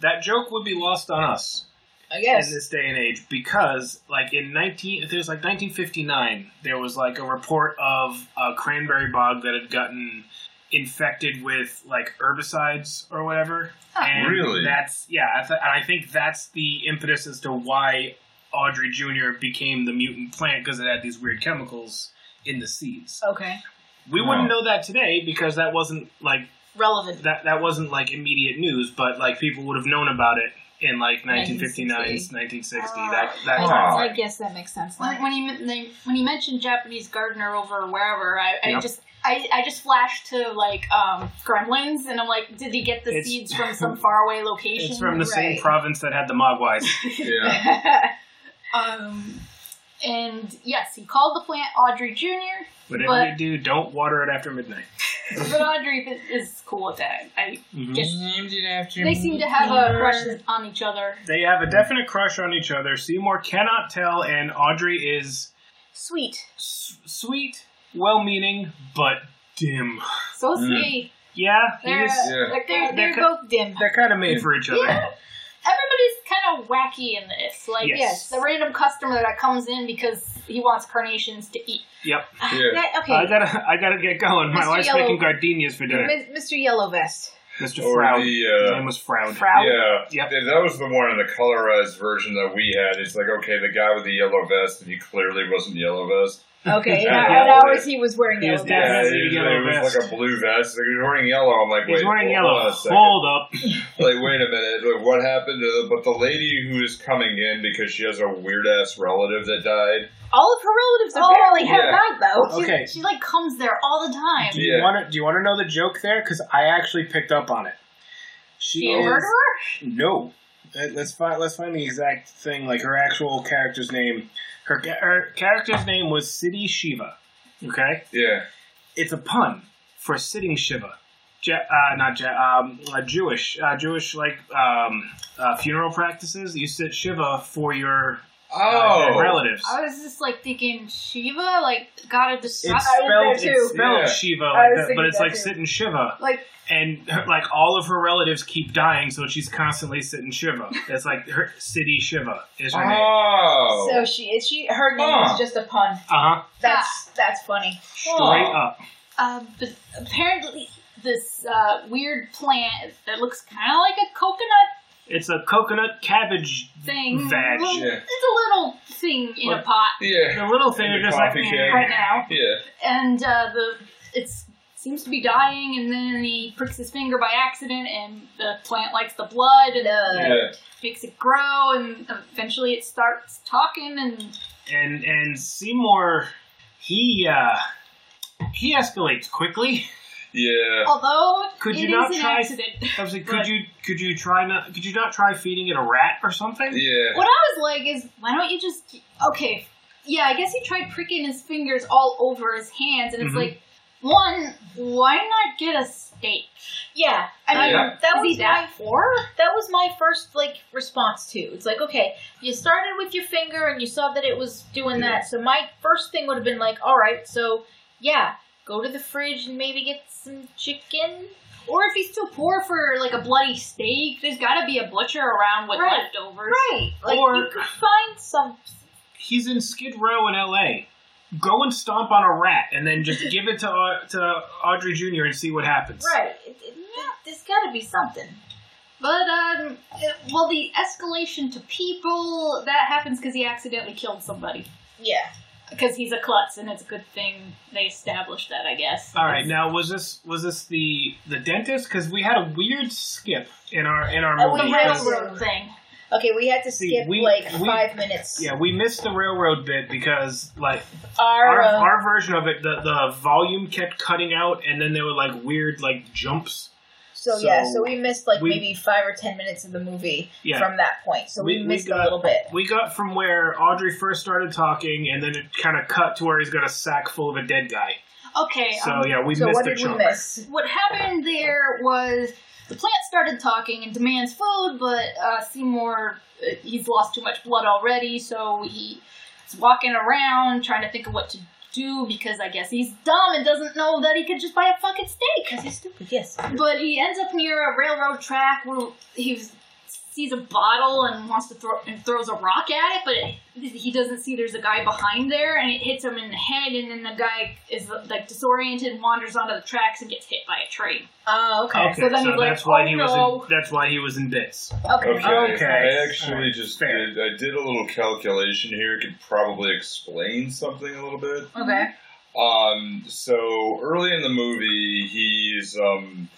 Speaker 3: That joke would be lost on us.
Speaker 4: I guess.
Speaker 3: in this day and age because like in 19 there's like 1959 there was like a report of a cranberry bog that had gotten infected with like herbicides or whatever
Speaker 1: Huh.
Speaker 3: and
Speaker 2: Really?
Speaker 3: that's yeah I, th- I think that's the impetus as to why audrey jr became the mutant plant because it had these weird chemicals in the seeds
Speaker 4: okay.
Speaker 3: we wouldn't know that today because that wasn't like
Speaker 4: Relevant.
Speaker 3: that that wasn't like immediate news, but like people would have known about it in like 1959, 1960.
Speaker 4: 1960.
Speaker 1: Oh.
Speaker 3: That that
Speaker 2: Oh.
Speaker 3: time.
Speaker 4: I guess that makes sense. now.
Speaker 1: When, when he men- they- when he mentioned Japanese gardener over wherever, I, I
Speaker 3: Yep.
Speaker 1: just I, I just flashed to like um, Gremlins, and I'm like, did he get the
Speaker 3: It's-
Speaker 1: seeds from some faraway location?
Speaker 3: It's from the
Speaker 4: Right.
Speaker 3: same province that had the Mogwais.
Speaker 2: yeah.
Speaker 1: um, and yes, he called the plant Audrey Junior,
Speaker 3: Whatever
Speaker 1: But-
Speaker 3: you do, don't water it after midnight.
Speaker 1: but Audrey is- is cool with that. I
Speaker 3: Mhm.
Speaker 1: just they seem to have
Speaker 3: Mm-hmm.
Speaker 1: a crush on each other.
Speaker 3: They have a definite crush on each other. Seymour cannot tell, and Audrey is
Speaker 1: Sweet,
Speaker 3: s- sweet, well-meaning, but dim.
Speaker 1: so
Speaker 2: Mm.
Speaker 1: sweet.
Speaker 3: Yeah, he
Speaker 1: They're
Speaker 3: is-
Speaker 2: Yeah.
Speaker 1: like they're,
Speaker 3: They're
Speaker 1: they're
Speaker 3: co-
Speaker 1: both dim.
Speaker 3: they're kind of made for each other.
Speaker 1: Yeah. Everybody's kind of wacky in this. Like,
Speaker 3: Yes.
Speaker 1: yes, the random customer that comes in because he wants carnations to eat.
Speaker 3: Yep.
Speaker 2: Yeah.
Speaker 4: That- okay.
Speaker 3: I gotta, I gotta get going. My
Speaker 4: Mr.
Speaker 3: wife's
Speaker 4: Yellow-
Speaker 3: making gardenias for dinner.
Speaker 4: Mi- Mr. Yellow Vest.
Speaker 3: Mr.
Speaker 2: Or
Speaker 3: Froud. His
Speaker 2: the
Speaker 3: name was Froud.
Speaker 2: uh,
Speaker 4: Froud.
Speaker 2: yeah,
Speaker 3: Yep.
Speaker 2: Th- that was the one in the colorized version that we had. It's like okay, the guy with the yellow vest, and he clearly wasn't yellow vest.
Speaker 4: Okay. In
Speaker 2: Yeah.
Speaker 4: our odd hours, he was wearing
Speaker 3: He
Speaker 4: yellow
Speaker 3: was
Speaker 4: vest.
Speaker 2: yeah,
Speaker 3: definitely
Speaker 2: it,
Speaker 3: the yellow
Speaker 2: it was
Speaker 3: vest.
Speaker 2: like a blue vest. Like, he's wearing yellow. I'm like, wait,
Speaker 3: He's wearing
Speaker 2: hold on
Speaker 3: yellow.
Speaker 2: a second.
Speaker 3: Hold up.
Speaker 2: like, wait a minute, like, what happened to the, but the lady who is coming in because she has a weird ass relative that died?
Speaker 4: All of her relatives
Speaker 1: Oh,
Speaker 4: apparently
Speaker 2: yeah.
Speaker 4: have died, though.
Speaker 1: She-
Speaker 3: Okay.
Speaker 1: She, like comes there all the time.
Speaker 3: Do
Speaker 1: She
Speaker 2: Yeah.
Speaker 3: you want to? Do you want to know the joke there? Because I actually picked up on it. She
Speaker 1: a
Speaker 3: is
Speaker 1: murderer?
Speaker 3: no. Let- Let's find. Let's find the exact thing. Like her actual character's name. Her ca- her character's name was Siddhi Shiva. Okay,
Speaker 2: Yeah.
Speaker 3: it's a pun for sitting Shiva. Je- uh, not Je- um, uh, Jewish, uh, Jewish like um, uh, funeral practices. You sit Shiva for your uh,
Speaker 2: Oh,
Speaker 3: relatives.
Speaker 1: I was just like thinking Shiva, like god of
Speaker 3: It's
Speaker 1: destruction.
Speaker 4: I was
Speaker 3: spelled,
Speaker 4: there
Speaker 3: it's
Speaker 4: too.
Speaker 3: spelled
Speaker 2: Yeah.
Speaker 3: Shiva,
Speaker 4: I
Speaker 3: like
Speaker 4: was
Speaker 3: that,
Speaker 4: thinking
Speaker 3: but it's
Speaker 4: that
Speaker 3: like
Speaker 4: too.
Speaker 3: Sit and Shiva.
Speaker 1: like
Speaker 3: and her, like all of her relatives keep dying, so she's constantly sitting Shiva. That's like her city Shiva is her name.
Speaker 2: oh,
Speaker 4: So she is she her name
Speaker 2: Huh.
Speaker 4: is just a pun.
Speaker 2: Oh. Uh-huh.
Speaker 3: Uh huh.
Speaker 4: That's that's funny.
Speaker 3: Straight up.
Speaker 1: uh, but apparently this uh, weird plant that looks kind of like a coconut
Speaker 3: It's a coconut cabbage.
Speaker 1: thing.
Speaker 3: Vag,
Speaker 1: Little-
Speaker 2: yeah.
Speaker 1: It's a little thing in a
Speaker 3: What?
Speaker 1: pot
Speaker 2: yeah,
Speaker 3: The little thing
Speaker 2: And
Speaker 3: are
Speaker 2: the
Speaker 3: just like
Speaker 2: coffee
Speaker 3: "Mm."
Speaker 1: right now,
Speaker 2: yeah.
Speaker 1: and uh, the it's seems to be dying, and then he pricks his finger by accident, and the plant likes the blood and uh,
Speaker 2: Yeah.
Speaker 1: makes it grow, and eventually it starts talking and
Speaker 3: and and Seymour, he uh he escalates quickly.
Speaker 2: Yeah.
Speaker 1: oh, Although
Speaker 3: Could you
Speaker 1: it
Speaker 3: not
Speaker 1: is an
Speaker 3: try-
Speaker 1: accident.
Speaker 3: I was like,
Speaker 1: Right.
Speaker 3: could you could you try not could you not try feeding it a rat or something?
Speaker 2: Yeah.
Speaker 1: What I was like is, why don't you just okay? Yeah, I guess he tried pricking his fingers all over his hands, and it's
Speaker 3: Mhm.
Speaker 1: like, one, why not get a steak?
Speaker 4: Yeah. I mean
Speaker 2: Yeah.
Speaker 4: that
Speaker 1: Is he
Speaker 4: was
Speaker 1: that
Speaker 4: my
Speaker 1: for?
Speaker 4: that was my first like response too. It's like, okay, you started with your finger and you saw that it was doing
Speaker 2: Yeah.
Speaker 4: that. So my first thing would have been like, all right, so yeah, go to the fridge and maybe get some chicken.
Speaker 1: Or if he's too poor for like a bloody steak, there's got to be a butcher around with
Speaker 4: Right.
Speaker 1: leftovers.
Speaker 4: Right. Like you
Speaker 3: Or-
Speaker 4: could find some
Speaker 3: He's in Skid Row in L.A. Go and stomp on a rat, and then just give it to Au- to Audrey Jr. and see what happens.
Speaker 4: Right. It, it, There's gotta be something.
Speaker 1: But um, it- well, the escalation to people that happens because he accidentally killed somebody
Speaker 4: Yeah.
Speaker 1: because he's a klutz, and it's a good thing they established that, I guess.
Speaker 3: All right, now was this was this the the dentist? Because we had a weird skip in our in our
Speaker 4: Oh, we
Speaker 1: the
Speaker 3: movie.
Speaker 4: had a
Speaker 3: 'cause-
Speaker 4: little-
Speaker 1: railroad thing.
Speaker 4: Okay, we had to
Speaker 3: See,
Speaker 4: skip
Speaker 3: we-
Speaker 4: like
Speaker 3: we-
Speaker 4: five minutes.
Speaker 3: yeah, we missed the railroad bit because like
Speaker 4: Our,
Speaker 3: our
Speaker 4: uh,
Speaker 3: our version of it, the the volume kept cutting out, and then there were like weird like jumps.
Speaker 4: so,
Speaker 3: so
Speaker 4: yeah, so we missed like
Speaker 3: we-
Speaker 4: maybe five or ten minutes of the movie
Speaker 3: Yeah.
Speaker 4: from that point. So we,
Speaker 3: We- we
Speaker 4: missed
Speaker 3: got-
Speaker 4: a little bit.
Speaker 3: We got from where Audrey first started talking, and then it kind of cut to where he's got a sack full of a dead guy.
Speaker 1: Okay.
Speaker 3: So
Speaker 1: um,
Speaker 3: yeah, we
Speaker 4: so
Speaker 3: missed
Speaker 4: what
Speaker 3: a
Speaker 4: did we
Speaker 3: chunk.
Speaker 4: miss?
Speaker 1: What happened there was the plant started talking and demands food, but uh, Seymour, uh, he's lost too much blood already, so he's walking around trying to think of what to do because I guess he's dumb and doesn't know that he could just buy a fucking steak.
Speaker 4: Because he's stupid. Yes.
Speaker 1: But he ends up near a railroad track where he was- sees a bottle and wants to throw and throws a rock at it, but it, he doesn't see there's a guy behind there, and it hits him in the head, and then the guy is like disoriented, and wanders onto the tracks, and gets hit by a train.
Speaker 4: Oh, okay.
Speaker 3: Okay,
Speaker 1: So
Speaker 3: so,
Speaker 1: then he's like,
Speaker 3: that's why
Speaker 1: "Oh,
Speaker 3: he
Speaker 1: no."
Speaker 3: was in, that's why he was in bits.
Speaker 1: Okay.
Speaker 2: Okay.
Speaker 3: Oh, Okay.
Speaker 2: I actually just
Speaker 3: Fair.
Speaker 2: did. I did a little calculation here. Could probably explain something a little bit.
Speaker 4: Okay. Mm-hmm.
Speaker 2: Um. So early in the movie, he's um.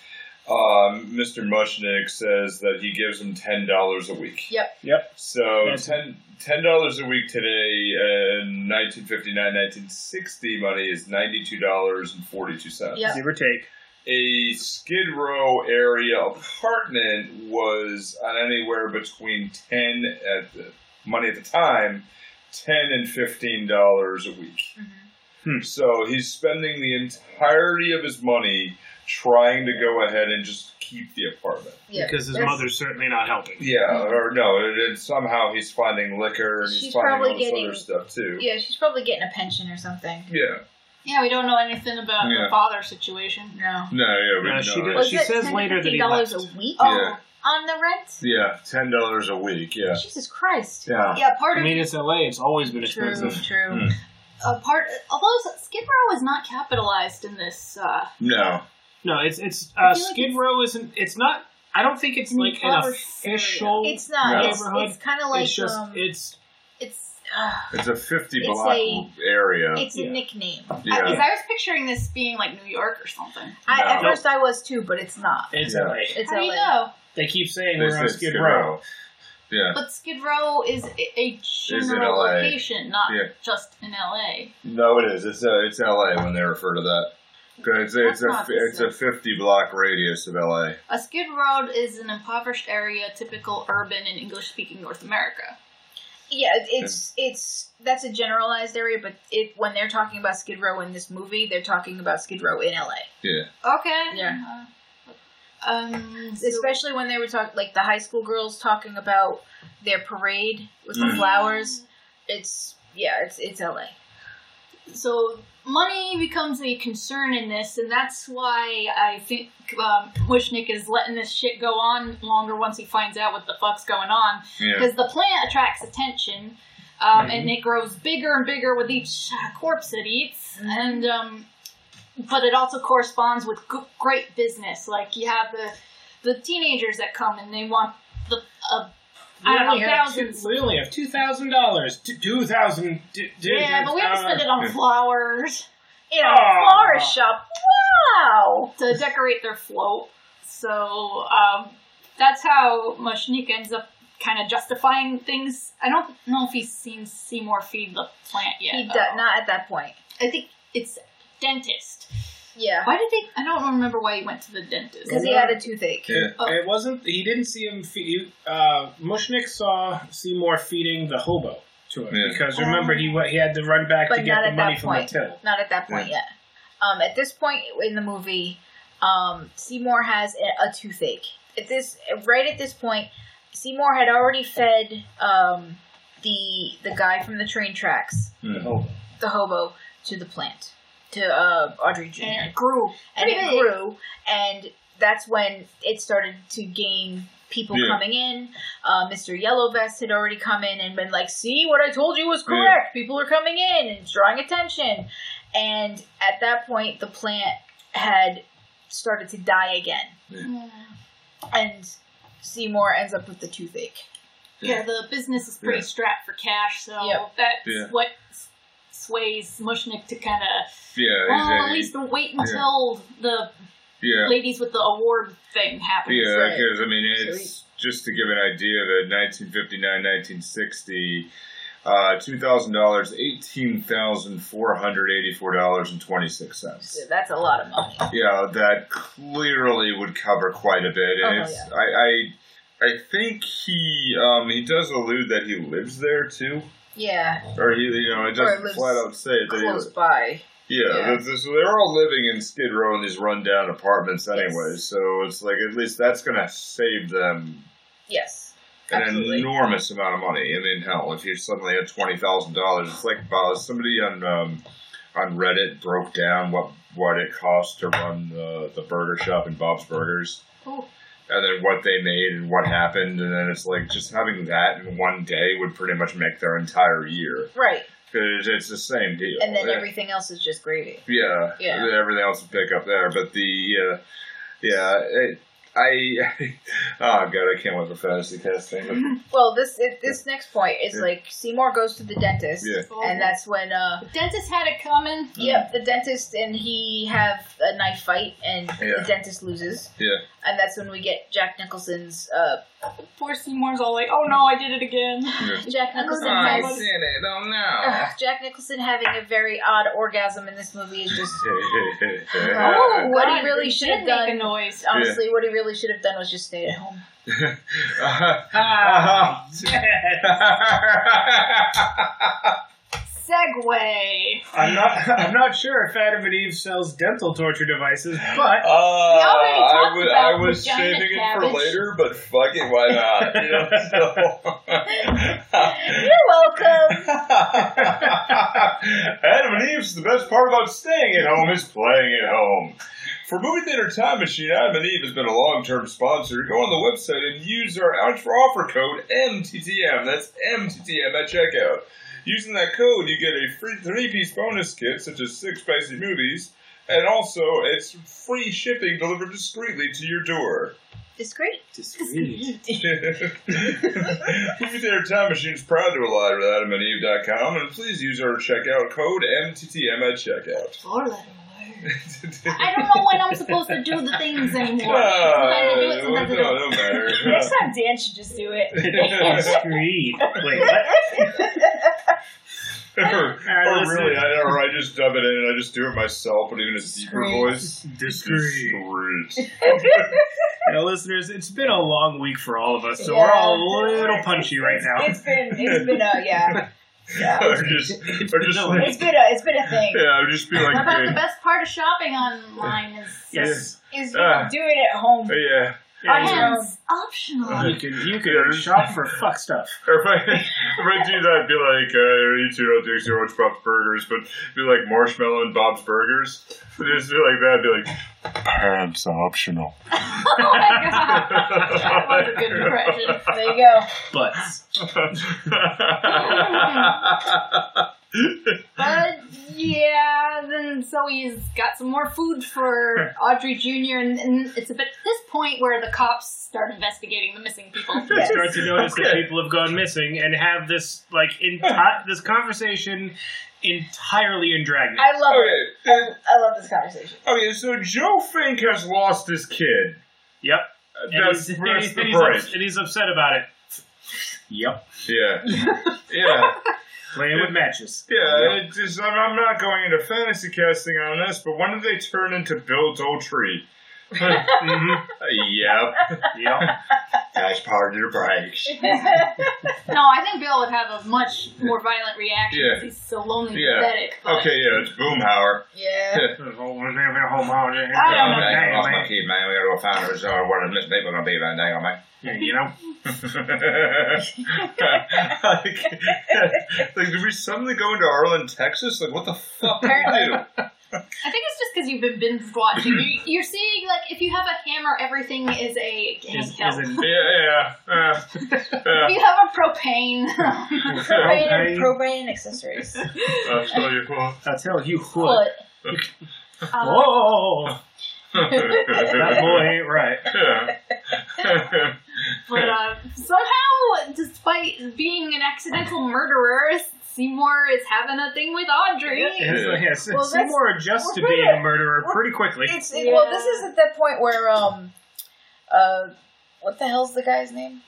Speaker 2: Um, Mr. Mushnick says that he gives him ten dollars a week.
Speaker 4: Yep.
Speaker 3: Yep.
Speaker 2: So
Speaker 3: That's-
Speaker 2: ten ten dollars a week today uh, in 1959, 1960 money is ninety two dollars and forty two cents.
Speaker 4: Yep.
Speaker 3: Give or take.
Speaker 2: a Skid Row area apartment was on anywhere between ten at the money at the time, ten and fifteen dollars a week.
Speaker 4: Mm-hmm.
Speaker 3: Hmm.
Speaker 2: So he's spending the entirety of his money trying to go ahead and just keep the apartment.
Speaker 4: Yeah.
Speaker 3: Because his
Speaker 4: That's-
Speaker 3: mother's certainly not helping.
Speaker 2: Yeah, or no, and, and somehow he's finding liquor and he's
Speaker 4: Hmm. She's
Speaker 2: finding all
Speaker 4: probably
Speaker 2: this
Speaker 4: getting-
Speaker 2: other stuff too.
Speaker 4: Yeah, she's probably getting a pension or something.
Speaker 2: Yeah.
Speaker 1: Yeah, we don't know anything about the
Speaker 2: Yeah.
Speaker 1: father situation.
Speaker 4: No.
Speaker 2: No, yeah, we
Speaker 3: No,
Speaker 2: know
Speaker 3: she
Speaker 2: that.
Speaker 3: did-
Speaker 4: Was
Speaker 3: she
Speaker 4: it
Speaker 3: says later that he left.
Speaker 4: $10 a week
Speaker 2: Yeah.
Speaker 4: Oh, on the rent?
Speaker 2: Yeah, ten dollars a week. Yeah,
Speaker 4: Jesus Christ.
Speaker 2: yeah.
Speaker 1: Yeah, part
Speaker 3: I
Speaker 1: of
Speaker 3: mean, it's LA. It's always been
Speaker 4: True,
Speaker 3: expensive.
Speaker 4: true.
Speaker 2: Hmm.
Speaker 1: a part. Although Skid Row is not capitalized in this. Uh,
Speaker 2: No,
Speaker 3: No, it's it's
Speaker 1: I
Speaker 3: uh,
Speaker 1: feel like
Speaker 3: Skid
Speaker 1: it's-
Speaker 3: Row isn't. It's not. I don't think it's
Speaker 1: An
Speaker 3: like an
Speaker 1: impoverished
Speaker 3: official.
Speaker 4: It's not.
Speaker 2: Yeah.
Speaker 4: It's,
Speaker 3: Neighborhood,
Speaker 4: it's kind of like
Speaker 3: it's just
Speaker 4: um,
Speaker 3: it's
Speaker 4: it's uh,
Speaker 2: it's a fifty
Speaker 4: It's
Speaker 2: block
Speaker 4: a-
Speaker 2: area.
Speaker 4: it's
Speaker 3: Yeah.
Speaker 4: a nickname.
Speaker 1: I, 'cause
Speaker 2: yeah,
Speaker 1: I was picturing this being like New York or something.
Speaker 4: I, at
Speaker 2: No.
Speaker 4: first, I was too, but it's not.
Speaker 3: it's
Speaker 2: Yeah.
Speaker 3: LA.
Speaker 4: It's
Speaker 1: How do you
Speaker 4: LA.
Speaker 1: know?
Speaker 3: They keep saying
Speaker 2: They
Speaker 3: we're on
Speaker 2: said
Speaker 3: Skid Row.
Speaker 2: Yeah,
Speaker 1: But Skid Row is a- a general
Speaker 2: LA.
Speaker 1: location, not
Speaker 2: Yeah.
Speaker 1: just in LA.
Speaker 2: no, it is. It's a, it's L.A. when they refer to that. 'Cause It's a, it's
Speaker 1: That's
Speaker 2: a
Speaker 1: not
Speaker 2: it's a
Speaker 1: business.
Speaker 2: fifty block radius of L.A.
Speaker 1: A skid road is an impoverished area, typical urban in English-speaking North America.
Speaker 4: Yeah, it- it's it's that's a generalized area, but it when they're talking about Skid Row in this movie, they're talking about Skid Row in LA.
Speaker 2: Yeah,
Speaker 1: Okay.
Speaker 4: Yeah.
Speaker 1: Uh, um. so-
Speaker 4: Especially when they were talking, like the high school girls talking about their parade with the
Speaker 2: Mm.
Speaker 4: flowers. It's yeah, it's it's LA.
Speaker 1: so money becomes a concern in this, and that's why I think um, Wishnick is letting this shit go on longer once he finds out what the fuck's going on.
Speaker 2: Yeah. Mm-hmm.
Speaker 1: because the plant attracts attention um, and it grows bigger and bigger with each uh, corpse it eats
Speaker 4: Mhm.
Speaker 1: and um, but it also corresponds with g- great business like you have the the teenagers that come and they want the uh, I don't know,
Speaker 3: We only have two-
Speaker 1: thousands.
Speaker 3: we only have two thousand dollars. Two thousand.
Speaker 1: yeah but we have to spend it on
Speaker 2: uh, yeah.
Speaker 1: flowers
Speaker 4: You know,
Speaker 3: Aw.
Speaker 4: flower shop. Wow.
Speaker 1: to decorate their float so um, that's how Mushnik ends up kind of justifying things I don't know if he's seen Seymour feed the plant yet
Speaker 4: He
Speaker 1: though.
Speaker 4: does not at that point.
Speaker 1: I think it's dentist.
Speaker 4: Yeah,
Speaker 1: Why did they? I don't remember why he went to the dentist.
Speaker 4: because he had a toothache.
Speaker 2: Yeah.
Speaker 3: It wasn't. He didn't see him. Feed, uh, Mushnick saw Seymour feeding the hobo to him
Speaker 2: Yeah.
Speaker 3: because remember he wa- he had to run back
Speaker 4: But
Speaker 3: to
Speaker 4: not
Speaker 3: get the
Speaker 4: at
Speaker 3: money
Speaker 4: that
Speaker 3: from the
Speaker 4: point.
Speaker 3: till.
Speaker 4: Not at that point yet. Um, at this point in the movie, um, Seymour has a, a toothache. At this, right at this point, Seymour had already fed um, the the guy from the train tracks,
Speaker 3: The
Speaker 2: Mm.
Speaker 3: hobo.
Speaker 4: the hobo, to the plant, to uh, Audrey Jr.
Speaker 1: And it grew.
Speaker 4: and it
Speaker 1: Pretty big.
Speaker 4: grew, and that's when it started to gain people
Speaker 2: Yeah.
Speaker 4: coming in. Uh, Mr. Yellow Vest had already come in and been like, "See, what I told you was
Speaker 2: Yeah.
Speaker 4: correct. People are coming in and it's drawing attention." And at that point, the plant had started to die again,
Speaker 1: Yeah.
Speaker 4: and Seymour ends up with the toothache.
Speaker 1: Yeah, the business is pretty
Speaker 2: Yeah.
Speaker 1: strapped for cash, so
Speaker 4: Yep.
Speaker 1: that's
Speaker 2: Yeah.
Speaker 1: what s- sways Mushnick to kind of.
Speaker 2: Yeah,
Speaker 1: Well, at
Speaker 2: exactly.
Speaker 1: least wait until the
Speaker 2: yeah,
Speaker 1: ladies with the award thing happens.
Speaker 2: yeah.
Speaker 4: right.
Speaker 2: Because I mean,
Speaker 4: So
Speaker 2: it's just to give an idea that 1959, 1960, uh, two thousand dollars, eighteen thousand four hundred eighty-four dollars and twenty-six cents.
Speaker 4: So that's a lot of money.
Speaker 2: Yeah, that clearly would cover quite a bit. And
Speaker 4: Oh,
Speaker 2: it's, I, I, I think he, um, he does allude that he lives there too,
Speaker 4: Yeah,
Speaker 2: or he, you know, it
Speaker 4: Or
Speaker 2: doesn't
Speaker 4: lives
Speaker 2: flat out say it. That he,
Speaker 4: close by.
Speaker 2: Yeah,
Speaker 4: Yeah.
Speaker 2: that's- so they're all living in Skid Row in these rundown apartments anyway,
Speaker 4: Yes.
Speaker 2: so it's like at least that's going to save them
Speaker 4: Yes,
Speaker 2: an
Speaker 4: Absolutely.
Speaker 2: enormous amount of money. I mean, hell, if you suddenly had twenty thousand dollars, it's like uh, somebody on um, on Reddit broke down what what it costs to run the the burger shop in Bob's Burgers.
Speaker 1: Cool.
Speaker 2: And then what they made and what happened, and then it's like just having that in one day would pretty much make their entire year
Speaker 4: right.
Speaker 2: because it's the same deal.
Speaker 4: And then
Speaker 2: Yeah.
Speaker 4: everything else is just gravy.
Speaker 2: Yeah,
Speaker 4: Yeah.
Speaker 2: Everything else would pick up there, but the uh, yeah, it, I oh god, I can't wait for fantasy casting. But
Speaker 4: Well, this it, this next point is
Speaker 2: Yeah.
Speaker 4: like Seymour goes to the dentist,
Speaker 2: Yeah.
Speaker 4: and that's when uh,
Speaker 1: The dentist had it coming.
Speaker 4: yep, the dentist and he have a knife fight, and
Speaker 2: Yeah.
Speaker 4: the dentist loses,
Speaker 2: yeah,
Speaker 4: and that's when we get Jack Nicholson's uh,
Speaker 1: Poor Seymour's all like, "Oh no, I did it again."
Speaker 2: yeah.
Speaker 4: Jack Nicholson
Speaker 1: Oh, I
Speaker 4: has
Speaker 1: see.
Speaker 2: it. Oh
Speaker 4: Ugh, Jack Nicholson having a very odd orgasm in this movie is just
Speaker 1: Oh,
Speaker 4: What he
Speaker 1: God,
Speaker 4: really
Speaker 1: they
Speaker 4: should
Speaker 1: did
Speaker 4: have
Speaker 1: make a
Speaker 4: done-
Speaker 1: noise.
Speaker 4: honestly what he really should have done was just stay at home.
Speaker 3: Ah,
Speaker 1: Segway.
Speaker 3: I'm not. I'm not sure if Adam and Eve sells dental torture devices,
Speaker 1: already
Speaker 3: but
Speaker 2: Uh, I
Speaker 1: talked
Speaker 2: was,
Speaker 1: about
Speaker 2: I was
Speaker 1: vagina
Speaker 2: saving it for
Speaker 1: cabbage.
Speaker 2: later, but fuck it, why not? You know, so-
Speaker 4: You're welcome.
Speaker 2: Adam and Eve's the best part about staying at home is playing at home. For Movie Theater Time Machine, Adam and Eve has been a long-term sponsor. Go on the website and use our offer offer code MTTM. That's MTTM at checkout. Using that code, you get a free three-piece bonus kit, such as six spicy movies, and also it's free shipping delivered discreetly to your door.
Speaker 4: It's great.
Speaker 2: Movie Theater Time Machine is proud to ally with AdamandEve.com, and please use our checkout code MTTM at checkout.
Speaker 1: Four letter word. I don't know when I'm supposed to do the things anymore. Sometimes I do it, sometimes I
Speaker 2: no,
Speaker 1: don't.
Speaker 2: no matter.
Speaker 4: Next time Dan should just do it.
Speaker 3: discreet. Wait, what?
Speaker 2: or,
Speaker 3: All right,
Speaker 2: or really, I, or I just dub it in and I just do it myself, but even a deeper
Speaker 4: Scream.
Speaker 2: voice. Screech.
Speaker 3: Now, listeners, it's been a long week for all of us, so we're all a little punchy right now.
Speaker 4: It's been it's been a yeah. yeah.
Speaker 2: Or just, or just
Speaker 3: no,
Speaker 2: like,
Speaker 4: It's been a it's been a thing.
Speaker 2: yeah, I would just be like,
Speaker 1: What about the
Speaker 2: yeah,
Speaker 1: best part of shopping online is
Speaker 3: yes.
Speaker 4: Is
Speaker 2: Ah.
Speaker 4: doing it at home.
Speaker 2: yeah.
Speaker 3: Yeah,
Speaker 1: Our
Speaker 3: you
Speaker 4: hand.
Speaker 1: hands optional. Oh
Speaker 3: can- You can you can
Speaker 2: Yeah.
Speaker 3: shop for fuck stuff.
Speaker 2: Or if I, if I do that, I'd be like, uh, you two don't drink so much Bob's Burgers, but it'd be like marshmallow and Bob's Burgers. But just be like that, be like, pants optional.
Speaker 1: oh my god. That was a good impression.
Speaker 4: There you go.
Speaker 3: But
Speaker 1: But yeah, then Zoe's got some more food for Audrey Jr. And, and it's at this point where the cops start investigating the missing people.
Speaker 3: they start to notice that people have gone missing and have this like enti- this conversation entirely in dragnet.
Speaker 4: I love it.
Speaker 2: okay, and-
Speaker 4: I love this conversation.
Speaker 2: okay, so Joe Fink has lost his kid.
Speaker 3: yep. And
Speaker 2: That's,
Speaker 3: he's,
Speaker 2: that's
Speaker 3: and he's-
Speaker 2: the
Speaker 3: and he's
Speaker 2: break.
Speaker 3: ups- and he's upset about it. Yep.
Speaker 2: Yeah. Yeah.
Speaker 3: Playing with matches.
Speaker 2: Yeah, it just, I'm, I'm not going into fantasy casting on this, but when did they turn into Bill Doltry?
Speaker 3: Mhm.
Speaker 2: yep.
Speaker 3: Yep.
Speaker 2: That's part of the breaks.
Speaker 1: No, I think Bill would have a much more violent reaction.
Speaker 2: Yeah.
Speaker 1: 'cause He's so lonely
Speaker 2: Yeah.
Speaker 1: and pathetic. but-
Speaker 2: Okay, yeah, it's Boomhauer.
Speaker 4: yeah.
Speaker 1: I don't know.
Speaker 2: I lost my
Speaker 3: Yeah,
Speaker 2: kid, man. We gotta go find her. So what are missing people gonna be right now, man?
Speaker 3: You know,
Speaker 2: like, like, did we suddenly go into Arlen, Texas? Like, what the fuck? did we do?
Speaker 1: I think it's just because you've been binge watching. You, you're seeing, like, if you have a hammer, everything is a
Speaker 3: is,
Speaker 1: handheld.
Speaker 3: is an
Speaker 2: Yeah, yeah.
Speaker 1: If
Speaker 2: yeah.
Speaker 1: you have a propane, uh,
Speaker 4: Propane and
Speaker 3: Okay.
Speaker 4: propane and accessories.
Speaker 2: Uh, I'll tell you what.
Speaker 3: I tell you what.
Speaker 4: But
Speaker 1: um,
Speaker 3: Oh, Whoa, that boy
Speaker 2: yeah.
Speaker 3: ain't right.
Speaker 1: But uh, somehow, despite being an accidental murderer, Seymour is having a thing with Audrey.
Speaker 3: Yes, yes.
Speaker 4: Well, that's-
Speaker 3: Seymour adjusts to
Speaker 4: we're
Speaker 3: being
Speaker 4: gonna-
Speaker 3: a murderer
Speaker 4: we're-
Speaker 3: pretty quickly.
Speaker 4: it's it, well, this
Speaker 1: Yeah.
Speaker 4: is at that point where um, uh, what the hell's the guy's name?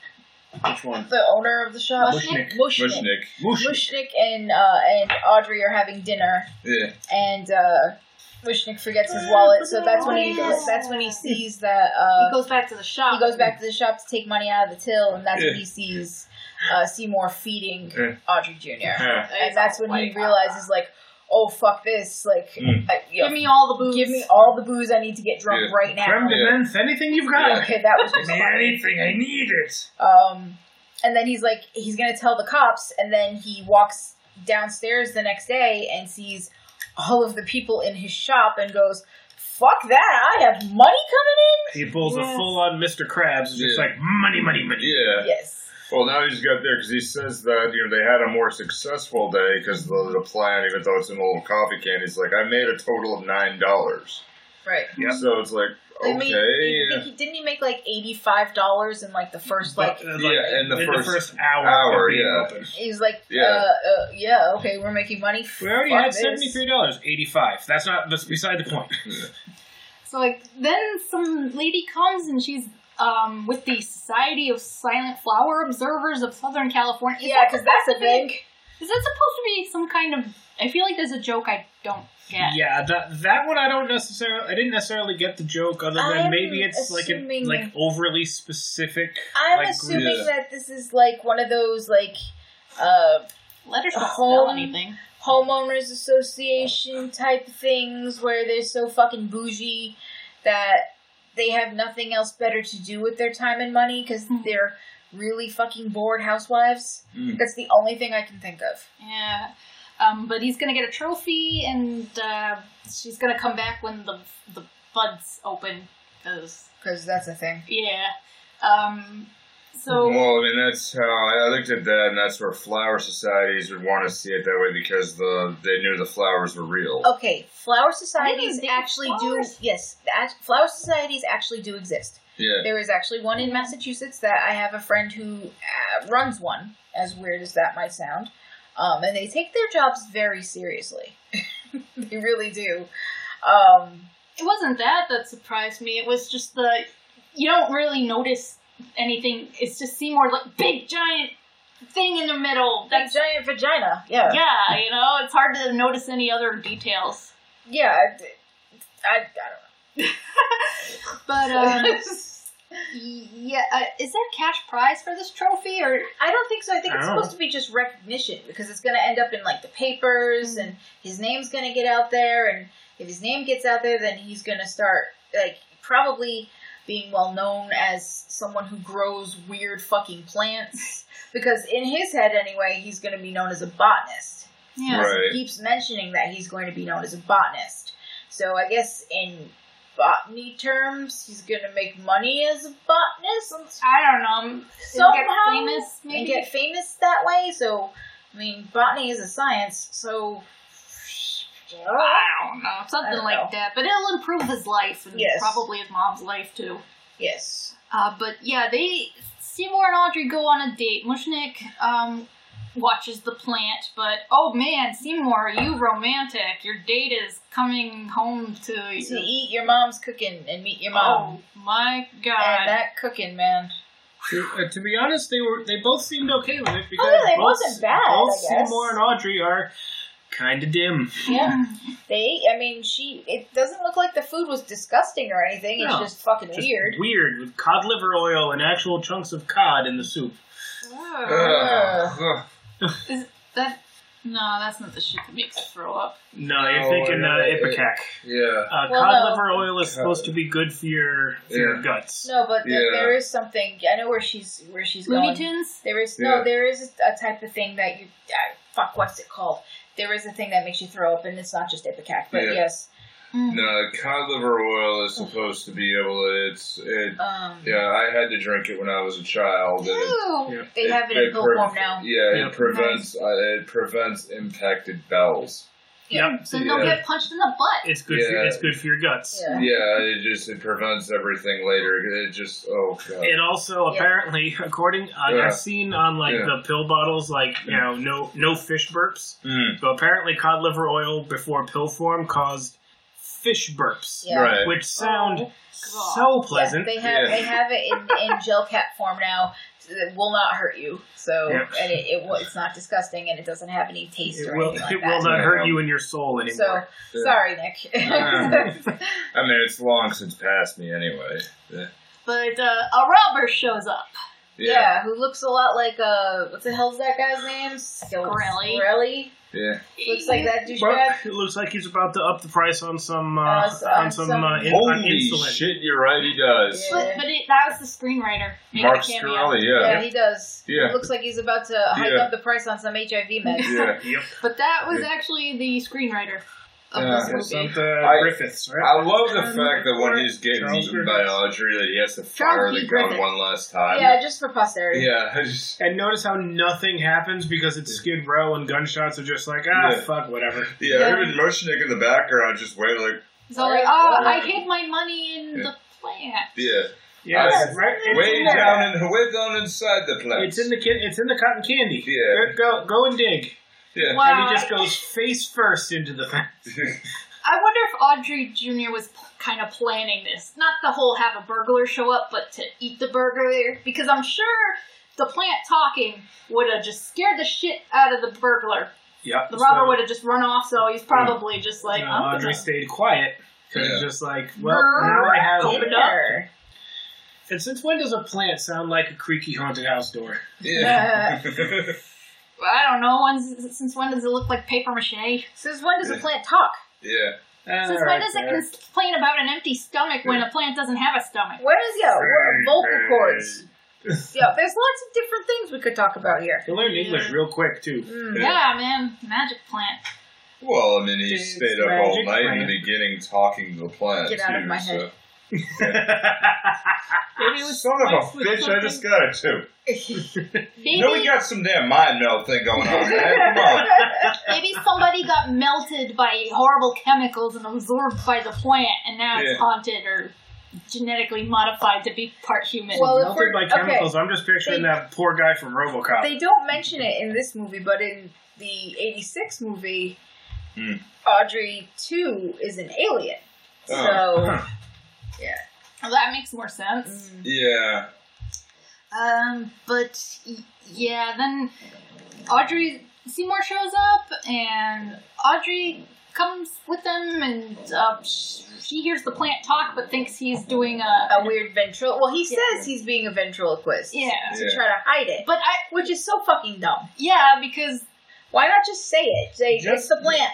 Speaker 3: Which one?
Speaker 4: The owner of the shop,
Speaker 3: Mushnick.
Speaker 4: Mushnick.
Speaker 2: Mushnik.
Speaker 3: Mush.
Speaker 4: Mushnick and uh, and Audrey are having dinner,
Speaker 2: Yeah.
Speaker 4: and uh, Mushnick forgets his wallet, so that's when he goes. That's when he sees that uh,
Speaker 1: He goes back to the shop.
Speaker 4: he goes back to the shop to take money out of the till, and that's when
Speaker 2: Yeah.
Speaker 4: he sees uh, Seymour feeding
Speaker 2: Yeah.
Speaker 4: Audrey Jr.
Speaker 2: Yeah.
Speaker 4: And that's when he realizes, like, oh fuck this, like,
Speaker 2: Mm.
Speaker 4: I, you
Speaker 1: Give
Speaker 4: know,
Speaker 1: me all the booze.
Speaker 4: give me all the booze I need to get drunk
Speaker 2: Yeah.
Speaker 4: right now.
Speaker 3: Creme de
Speaker 2: Yeah.
Speaker 3: menthe, anything you've got.
Speaker 4: Okay, that was just funny.
Speaker 2: anything, I need it.
Speaker 4: Um, and then he's like, he's gonna tell the cops, and then he walks downstairs the next day and sees all of the people in his shop and goes, fuck that, I have money coming
Speaker 3: He pulls
Speaker 1: Yes.
Speaker 3: a full-on Mr. Krabs, and just
Speaker 2: Yeah.
Speaker 3: like money, money, money.
Speaker 2: Yeah.
Speaker 4: in? Yes.
Speaker 2: Well, now he's got there because he says that you know they had a more successful day because the, the plan, even though it's in a little coffee can, he's like, I made a total of nine dollars.
Speaker 4: Right.
Speaker 3: Yep.
Speaker 2: So it's like,
Speaker 4: I
Speaker 2: okay,
Speaker 4: mean, he-
Speaker 2: yeah.
Speaker 4: he- didn't he make like eighty-five dollars in like the first like?
Speaker 3: But, uh,
Speaker 2: Yeah, in the first
Speaker 3: hour,
Speaker 2: hour,
Speaker 3: of being
Speaker 2: yeah.
Speaker 3: open.
Speaker 4: He was like,
Speaker 2: Yeah.
Speaker 4: Uh, uh, yeah, okay, we're making money.
Speaker 3: We already
Speaker 4: Fuck
Speaker 3: had
Speaker 4: this.
Speaker 3: seventy-three dollars eighty-five. That's not. That's beside the point.
Speaker 1: So like then some lady comes and she's um with the Society of Silent Flower Observers of Southern California. Is
Speaker 4: Yeah,
Speaker 1: that
Speaker 4: because that's a
Speaker 1: supposed to be-
Speaker 4: thing.
Speaker 1: Is that supposed to be some kind of? I feel like there's a joke I don't get.
Speaker 3: Yeah, that that one I don't necessarily. I didn't necessarily get the joke, other than
Speaker 4: I'm
Speaker 3: maybe it's like an
Speaker 4: assuming-
Speaker 3: like overly specific.
Speaker 4: I'm
Speaker 3: like, group.
Speaker 4: assuming
Speaker 2: Yeah.
Speaker 4: that this is like one of those like uh,
Speaker 1: Letters don't spell
Speaker 4: Home-
Speaker 1: anything.
Speaker 4: homeowners association type things where they're so fucking bougie that they have nothing else better to do with their time and money because
Speaker 3: Hmm.
Speaker 1: Mhm.
Speaker 4: they're really fucking bored housewives.
Speaker 2: Mm.
Speaker 4: That's the only thing I can think of.
Speaker 1: Yeah. Um, but he's gonna get a trophy, and uh, she's gonna come back when the the buds open. Cause
Speaker 4: Because that's a thing.
Speaker 1: yeah. Um. So
Speaker 2: Well, I mean, that's how I looked at that, and that's where flower societies would want to see it that way because the they knew the flowers were real.
Speaker 4: Okay, flower societies
Speaker 1: they have
Speaker 4: actually
Speaker 1: flowers?
Speaker 4: do. Yes, act- flower societies actually do exist.
Speaker 2: Yeah,
Speaker 4: There is actually one in Massachusetts that I have a friend who uh, runs one, as weird as that might sound. Um, and they take their jobs very seriously. they really do. Um,
Speaker 1: it wasn't that that surprised me. It was just the you don't really notice anything. It's just Seymour like big giant thing in the middle.
Speaker 4: that
Speaker 1: That's
Speaker 4: giant vagina. Yeah. Yeah.
Speaker 1: yeah, you know, it's hard to notice any other details.
Speaker 4: I, I, I
Speaker 1: But
Speaker 4: don't
Speaker 1: um,
Speaker 4: know.
Speaker 1: yeah, uh, is there cash prize for this trophy or
Speaker 4: I don't think so. I think
Speaker 3: I
Speaker 4: it's
Speaker 3: don't
Speaker 4: supposed to be just recognition because it's going to end up in like the
Speaker 1: Hmm.
Speaker 4: papers and his name's going to get out there. And if his name gets out there, then he's going to start like probably being well known as someone who grows weird fucking plants. because in his head, anyway, he's going to be known as a botanist.
Speaker 1: Yeah.
Speaker 2: Right.
Speaker 4: He keeps mentioning that he's going to be known as a botanist. So I guess in botany terms, he's going to make money as a botanist
Speaker 1: I don't know. um,
Speaker 4: Somehow,
Speaker 1: get famous, maybe.
Speaker 4: and get famous that way. So, I mean, botany is a science, so
Speaker 1: I don't know, Oh, something
Speaker 4: I don't
Speaker 1: like
Speaker 4: know.
Speaker 1: that. But it'll improve his life and
Speaker 4: Yes.
Speaker 1: probably his mom's life too.
Speaker 4: yes,
Speaker 1: Uh, but yeah, they Seymour and Audrey go on a date. Mushnik um, watches the plant, but oh man, Seymour, you romantic. Your date is coming home to,
Speaker 4: to eat your mom's cooking and meet your mom.
Speaker 1: Oh my
Speaker 4: and
Speaker 1: god!
Speaker 4: that cooking, man.
Speaker 3: To, uh, to be honest, they were they both seemed okay with it because
Speaker 4: Oh, they
Speaker 3: both,
Speaker 4: wasn't bad, I
Speaker 3: Both
Speaker 4: guess.
Speaker 3: Seymour and Audrey are kind of dim.
Speaker 4: Yeah, they. I mean, she. It doesn't look like the food was disgusting or anything. It's
Speaker 3: No,
Speaker 4: just fucking
Speaker 3: Just
Speaker 4: weird.
Speaker 3: weird with cod liver oil and actual chunks of cod in the soup.
Speaker 1: Ugh.
Speaker 2: Ugh. Ugh.
Speaker 1: Is that no, that's not the shit that makes you throw up.
Speaker 3: No, you're
Speaker 2: No,
Speaker 3: thinking uh,
Speaker 2: it- it-
Speaker 3: ipecac.
Speaker 2: Yeah.
Speaker 3: Uh,
Speaker 4: Well,
Speaker 3: cod
Speaker 4: no.
Speaker 3: liver oil is supposed to be good for your for your
Speaker 2: Yeah.
Speaker 3: guts.
Speaker 4: No, but there-
Speaker 2: Yeah.
Speaker 4: there is something. I know where she's where she's
Speaker 1: Looney
Speaker 4: going.
Speaker 1: Tunes.
Speaker 4: There is
Speaker 2: Yeah.
Speaker 4: no. There is a type of thing that you. I, fuck, what's it called? There is a thing that makes you throw up, and it's not just ipecac. But
Speaker 2: Yeah.
Speaker 4: yes,
Speaker 1: Mm.
Speaker 2: No, cod liver oil is supposed to be able to. It's it.
Speaker 4: um,
Speaker 2: Yeah, I had to drink it when I was a child. And it,
Speaker 1: Ew.
Speaker 3: Yeah.
Speaker 4: they have it in pill
Speaker 2: pre-
Speaker 4: form now.
Speaker 2: Yeah,
Speaker 3: Yeah.
Speaker 2: it prevents uh, it prevents impacted bowels.
Speaker 4: Yeah.
Speaker 3: Yep.
Speaker 1: So they'll
Speaker 2: Yeah.
Speaker 1: get punched in the butt.
Speaker 3: It's good. For,
Speaker 2: Yeah.
Speaker 3: it's good for your guts.
Speaker 4: Yeah.
Speaker 2: Yeah, it just it prevents everything later. It just oh god.
Speaker 3: It also
Speaker 4: Yeah.
Speaker 3: apparently, according I
Speaker 2: Yeah.
Speaker 3: I've seen on like
Speaker 2: Yeah.
Speaker 3: the pill bottles, like you
Speaker 2: Yeah.
Speaker 3: know, no no fish burps.
Speaker 2: Mm,
Speaker 3: So apparently, cod liver oil before pill form caused fish burps,
Speaker 4: Yeah.
Speaker 2: Right.
Speaker 3: which sound
Speaker 1: Oh,
Speaker 3: so pleasant.
Speaker 4: Yeah, they have
Speaker 2: Yeah.
Speaker 4: they have it in, in gel cap form now. so It will not hurt you. So
Speaker 3: Yeah.
Speaker 4: and it, it will- it's not disgusting and it doesn't have any taste
Speaker 3: it
Speaker 4: or
Speaker 3: will,
Speaker 4: anything like
Speaker 3: it
Speaker 4: that.
Speaker 3: will not hurt
Speaker 2: Yeah.
Speaker 3: you in your soul
Speaker 4: so
Speaker 3: anymore.
Speaker 2: Yeah.
Speaker 4: sorry, Nick.
Speaker 3: Ah,
Speaker 2: Yeah. I mean, it's long since past me anyway. Yeah.
Speaker 1: But uh, a robber shows up.
Speaker 4: yeah, who looks a lot like uh what the hell's that guy's name? Still
Speaker 1: Scarelli.
Speaker 4: Scarelli.
Speaker 2: Yeah.
Speaker 4: Looks like that douchebag.
Speaker 3: But it looks like he's about to up the price on some uh,
Speaker 4: Uh, so-
Speaker 3: on
Speaker 4: on
Speaker 3: some,
Speaker 4: some-
Speaker 3: uh, in, on
Speaker 2: Holy
Speaker 3: insulin.
Speaker 2: shit, you're right. He does.
Speaker 4: Yeah.
Speaker 1: But, but it, that was the screenwriter. making
Speaker 2: Mark
Speaker 1: a cameo.
Speaker 2: Scarelli.
Speaker 4: Yeah,
Speaker 2: Yeah.
Speaker 4: he does.
Speaker 2: Yeah.
Speaker 4: He looks like he's about to hike
Speaker 2: Yeah.
Speaker 4: up the price on some HIV meds.
Speaker 2: Yeah.
Speaker 3: Yep.
Speaker 1: But that was
Speaker 2: Yeah.
Speaker 1: actually the screenwriter of
Speaker 2: Yeah,
Speaker 1: this movie.
Speaker 3: Something
Speaker 2: I-
Speaker 3: Griffiths, right?
Speaker 2: I love the
Speaker 4: Um,
Speaker 2: fact that when he's getting
Speaker 3: Charles
Speaker 2: eaten by
Speaker 3: Griffiths.
Speaker 2: Audrey, that he has to fire
Speaker 1: P.
Speaker 2: the gun
Speaker 1: Griffiths.
Speaker 2: one last time.
Speaker 4: Yeah, just for posterity.
Speaker 2: Yeah, I just-
Speaker 3: and notice how nothing happens because it's Skid Row and gunshots are just like ah
Speaker 2: Yeah.
Speaker 3: fuck whatever.
Speaker 2: yeah.
Speaker 1: Yeah.
Speaker 2: Even Moshnik in the background just waiting, like,
Speaker 1: So like, oh,
Speaker 4: Yeah.
Speaker 1: I hid my money in the plant.
Speaker 2: yeah,
Speaker 3: Yeah,
Speaker 2: Uh,
Speaker 3: it's right. It's
Speaker 2: way
Speaker 3: in there.
Speaker 2: down and way down inside the plant.
Speaker 3: It's in the kid. It's in the cotton candy.
Speaker 2: Yeah.
Speaker 3: Go, go, go and dig.
Speaker 2: yeah.
Speaker 1: Wow.
Speaker 3: And he just goes face first into the thing.
Speaker 1: I wonder if Audrey Jr. was p- kind of planning this. Not the whole have a burglar show up, but to eat the burglar. Because I'm sure the plant talking would have just scared the shit out of the burglar.
Speaker 3: Yep.
Speaker 1: The robber would have just run off, so he's probably just like,
Speaker 3: You know,
Speaker 1: I'm gonna-
Speaker 3: Audrey stayed quiet. Cause
Speaker 2: Yeah.
Speaker 3: just like, well,
Speaker 1: Brrr.
Speaker 3: now I have.
Speaker 1: Open up.
Speaker 4: Dinner.
Speaker 3: And since when does a plant sound like a creaky haunted house door?
Speaker 2: yeah.
Speaker 1: "Oh, I don't know, when's, since when does it look like paper mache?
Speaker 4: Since when does a plant talk?
Speaker 2: yeah.
Speaker 1: Since when does it complain about an empty stomach when a plant doesn't have a stomach?
Speaker 4: Where is yo? Where, vocal cords. Yo, there's lots of different things we could talk about here.
Speaker 3: He learned English
Speaker 1: Yeah.
Speaker 3: real quick too.
Speaker 4: Mm.
Speaker 1: Yeah, man, magic plant.
Speaker 2: Well, I mean, he
Speaker 3: It's
Speaker 2: stayed up all
Speaker 3: magic
Speaker 2: night in
Speaker 3: plant.
Speaker 2: the beginning talking to the plant.
Speaker 4: Get out of
Speaker 2: too,
Speaker 4: my head.
Speaker 2: So.
Speaker 1: Maybe it was
Speaker 2: Son of a
Speaker 1: spiced with
Speaker 2: bitch! I just
Speaker 1: something-
Speaker 2: got it too.
Speaker 1: Maybe,
Speaker 2: No, we got some damn mind meld thing going on. Man. Come on.
Speaker 1: maybe somebody got melted by horrible chemicals and absorbed by the plant, and now
Speaker 2: Yeah.
Speaker 1: it's haunted or genetically modified to be part human.
Speaker 4: Well, if
Speaker 3: Melted by
Speaker 4: we're-
Speaker 3: chemicals. I'm just picturing
Speaker 4: They-
Speaker 3: that poor guy from RoboCop.
Speaker 4: They don't mention it in this movie, but in the 86 movie,
Speaker 2: Hmm.
Speaker 4: Audrey 2 is an alien. So,
Speaker 2: Oh.
Speaker 1: Well, that makes more sense.
Speaker 4: mm,
Speaker 2: Yeah.
Speaker 1: Um, but y- yeah, then Audrey Seymour shows up, and Audrey comes with them, and uh, sh- she hears the plant talk, but thinks he's doing a.
Speaker 4: a weird ventrilo. Well, he says he's being a ventriloquist.
Speaker 1: Yeah.
Speaker 4: To
Speaker 2: Yeah.
Speaker 4: try to hide it.
Speaker 1: But I,
Speaker 4: Which is so fucking dumb.
Speaker 1: yeah, because
Speaker 4: Why not just say it? Say,
Speaker 2: Just-
Speaker 4: it's the plant.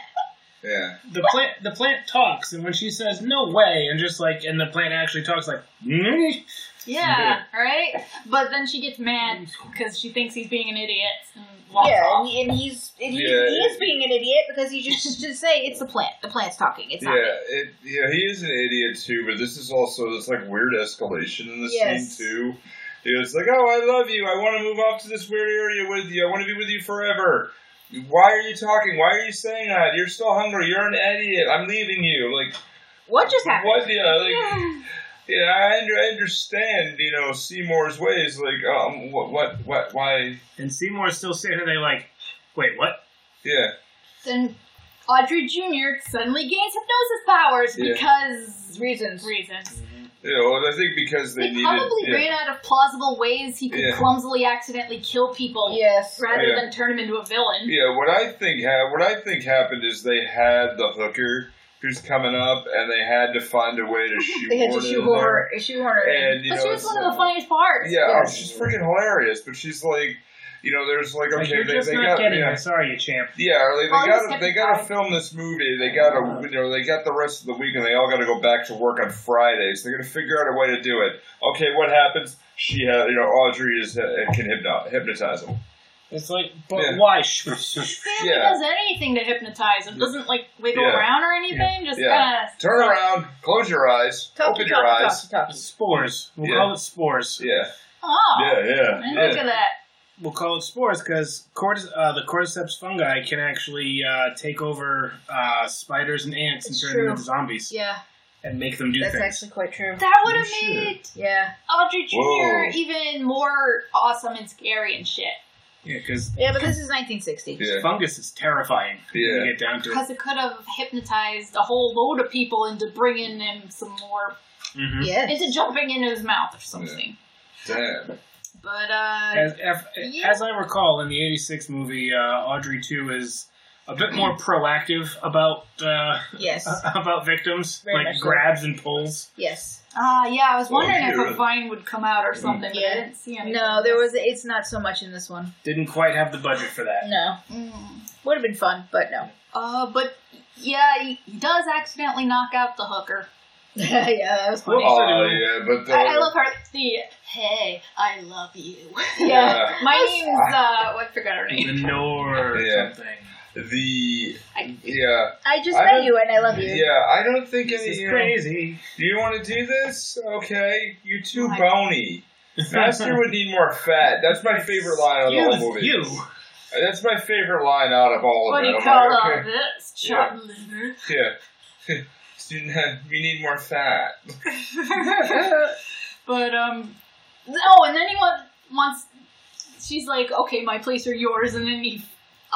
Speaker 2: Yeah.
Speaker 3: the plant the plant talks, and when she says "no way," and just like, and the plant actually talks like, "Mm."
Speaker 1: Yeah, right? But then she gets mad because she thinks he's being an idiot and walks
Speaker 4: Yeah, and,
Speaker 1: off.
Speaker 4: he, and he's and he,
Speaker 2: Yeah,
Speaker 4: he is
Speaker 2: it-
Speaker 4: being an idiot because he just should say it's the plant. The plant's talking. It's
Speaker 2: Yeah,
Speaker 4: not me.
Speaker 2: it, yeah, he is an idiot too, but this is also this like weird escalation in the
Speaker 4: Yes.
Speaker 2: scene too. You know, It's like, oh, I love you. I want to move off to this weird area with you. I want to be with you forever. Why are you talking? Why are you saying that? You're still hungry. You're an idiot. I'm leaving you. Like,
Speaker 4: What just happened?
Speaker 2: what? Yeah, like, yeah. I, under, I understand. You know, Seymour's ways. Like, um, what, what, what, why?
Speaker 3: and Seymour is still sitting there like, "Wait, what?"
Speaker 2: Yeah,
Speaker 1: Then Audrey Jr. suddenly gains hypnosis powers
Speaker 2: Yeah.
Speaker 1: because
Speaker 4: Reasons.
Speaker 1: reasons.
Speaker 2: you know. and I think because they
Speaker 1: He
Speaker 2: needed.
Speaker 1: probably
Speaker 2: yeah.
Speaker 1: ran out of plausible ways he could
Speaker 2: Yeah.
Speaker 1: clumsily accidentally kill people
Speaker 4: Yes.
Speaker 1: rather
Speaker 2: Yeah.
Speaker 1: than turn him into a villain.
Speaker 2: Yeah, what I think ha- what I think happened is they had the hooker who's coming up, and they had to find a way to shoehorn
Speaker 4: They had to
Speaker 2: it in
Speaker 4: shoehorn her,
Speaker 2: there.
Speaker 4: shoehorn her in.
Speaker 2: And you
Speaker 1: but
Speaker 2: know,
Speaker 1: she was
Speaker 2: it's
Speaker 1: one of
Speaker 2: like-
Speaker 1: the funniest parts.
Speaker 2: yeah,
Speaker 4: Yeah.
Speaker 2: oh, she's freaking hilarious. But she's like, you know, there's like
Speaker 3: like,
Speaker 2: okay,
Speaker 3: you're
Speaker 2: they,
Speaker 3: just
Speaker 2: they
Speaker 3: not
Speaker 2: got
Speaker 3: getting
Speaker 2: yeah.
Speaker 3: this, are you, champ?
Speaker 2: Yeah, like
Speaker 1: All
Speaker 2: they got
Speaker 1: these
Speaker 2: to they got to
Speaker 1: hypnotized-
Speaker 2: film this movie. They got to you know they got the rest of the week, and they all got to go back to work on Fridays. They're gonna figure out a way to do it. Okay, what happens? She had you know Audrey is uh, can hypno- hypnotize him.
Speaker 3: It's like, but
Speaker 2: Yeah.
Speaker 3: why?
Speaker 1: Family
Speaker 2: Yeah.
Speaker 1: does anything to hypnotize him. Doesn't like wiggle
Speaker 2: Yeah.
Speaker 1: around or anything. Just
Speaker 2: Yeah.
Speaker 1: kind of
Speaker 2: Turn around, close your eyes,
Speaker 4: Talkie,
Speaker 2: open your
Speaker 4: talkie,
Speaker 2: eyes.
Speaker 4: talkie, talkie.
Speaker 3: spores. We'll
Speaker 2: Yeah.
Speaker 3: call it spores.
Speaker 2: Yeah.
Speaker 1: Oh,
Speaker 2: Yeah, yeah.
Speaker 1: and
Speaker 2: yeah.
Speaker 1: look at that.
Speaker 3: We'll call it spores because uh, the cordyceps fungi can actually uh, take over uh, spiders and ants
Speaker 4: It's
Speaker 3: and turn
Speaker 4: true.
Speaker 3: them into zombies
Speaker 4: Yeah,
Speaker 3: and make them do
Speaker 4: that's
Speaker 3: things.
Speaker 4: actually quite true.
Speaker 1: That would have
Speaker 2: Shit.
Speaker 1: made
Speaker 4: Yeah.
Speaker 1: Audrey Jr.
Speaker 2: Whoa.
Speaker 1: even more awesome and scary and shit.
Speaker 3: yeah, because
Speaker 4: Yeah, but this is 1960.
Speaker 2: Yeah.
Speaker 3: fungus is terrifying.
Speaker 2: Yeah.
Speaker 3: When you get down to it.
Speaker 1: Because it could have hypnotized a whole load of people into bringing him some more,
Speaker 3: Mhm.
Speaker 4: Yes.
Speaker 1: into jumping into his mouth or something.
Speaker 2: Damn.
Speaker 1: But, uh,
Speaker 3: As, if,
Speaker 1: Yeah.
Speaker 3: as I recall, in the '86 movie, uh, Audrey Two is a bit more proactive about uh,
Speaker 4: Yes.
Speaker 3: about victims,
Speaker 4: Very much
Speaker 3: like
Speaker 4: so.
Speaker 3: grabs and pulls.
Speaker 4: Yes.
Speaker 1: ah, yeah, I was
Speaker 2: Well,
Speaker 1: wondering if
Speaker 2: here-
Speaker 1: a vine would come out or something, but
Speaker 4: Yeah.
Speaker 1: I didn't see anything.
Speaker 4: No, there was. It's not so much in this one.
Speaker 3: Didn't quite have the budget for that.
Speaker 4: No,
Speaker 1: Mm.
Speaker 4: would have been fun, but no.
Speaker 1: Uh, but, yeah, he, he does accidentally knock out the hooker.
Speaker 4: yeah, that was funny.
Speaker 3: Well,
Speaker 2: Oh yeah, but the,
Speaker 1: I, I love her. The, hey, I love you.
Speaker 2: Yeah.
Speaker 1: My name's, uh, I forgot her name.
Speaker 3: The Nor or
Speaker 2: Yeah.
Speaker 3: something.
Speaker 2: the
Speaker 1: I-
Speaker 2: yeah
Speaker 4: I just
Speaker 2: I
Speaker 4: met
Speaker 2: don't-
Speaker 4: you and I love you.
Speaker 2: yeah. I don't think
Speaker 3: This
Speaker 2: any.
Speaker 3: is
Speaker 2: You, know,
Speaker 3: crazy.
Speaker 2: do you want to do this? Okay, you're too
Speaker 1: Why?
Speaker 2: bony. Master would need more fat. That's my favorite line out of the whole
Speaker 3: you,
Speaker 2: movie.
Speaker 3: you.
Speaker 2: That's my favorite line out of all
Speaker 1: What
Speaker 2: of
Speaker 1: do
Speaker 2: it.
Speaker 1: you
Speaker 2: I'm
Speaker 1: call
Speaker 2: like,
Speaker 1: all
Speaker 2: okay,
Speaker 1: this? Chop liver.
Speaker 2: Yeah. Student, we need more fat.
Speaker 1: but um, oh, and then he wa- wants. She's like, okay, my place or yours, and then he,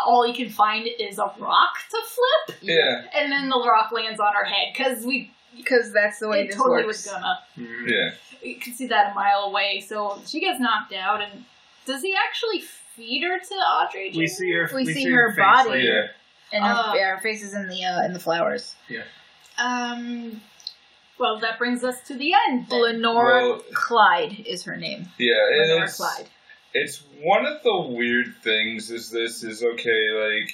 Speaker 1: all he can find is a rock to flip,
Speaker 2: Yeah,
Speaker 1: and then the rock lands on her head because we
Speaker 4: Because that's the way
Speaker 1: it
Speaker 4: this
Speaker 1: totally
Speaker 4: works.
Speaker 1: was gonna.
Speaker 4: Mm-hmm.
Speaker 2: yeah.
Speaker 1: You can see that a mile away, so she gets knocked out, and does he actually feed her to Audrey? Jr.?
Speaker 3: We see her.
Speaker 4: We see
Speaker 3: her,
Speaker 4: her
Speaker 3: face
Speaker 4: body.
Speaker 3: later.
Speaker 2: Yeah.
Speaker 4: And our-
Speaker 1: Ah.
Speaker 4: yeah, our faces in the uh, in the flowers.
Speaker 1: Um. Well, that brings us to the end. then.
Speaker 4: Lenora
Speaker 2: Well-
Speaker 4: Clyde is her name.
Speaker 2: Yeah, and
Speaker 4: Lenora
Speaker 2: it's,
Speaker 4: Clyde.
Speaker 2: it's one of the weird things is this is okay like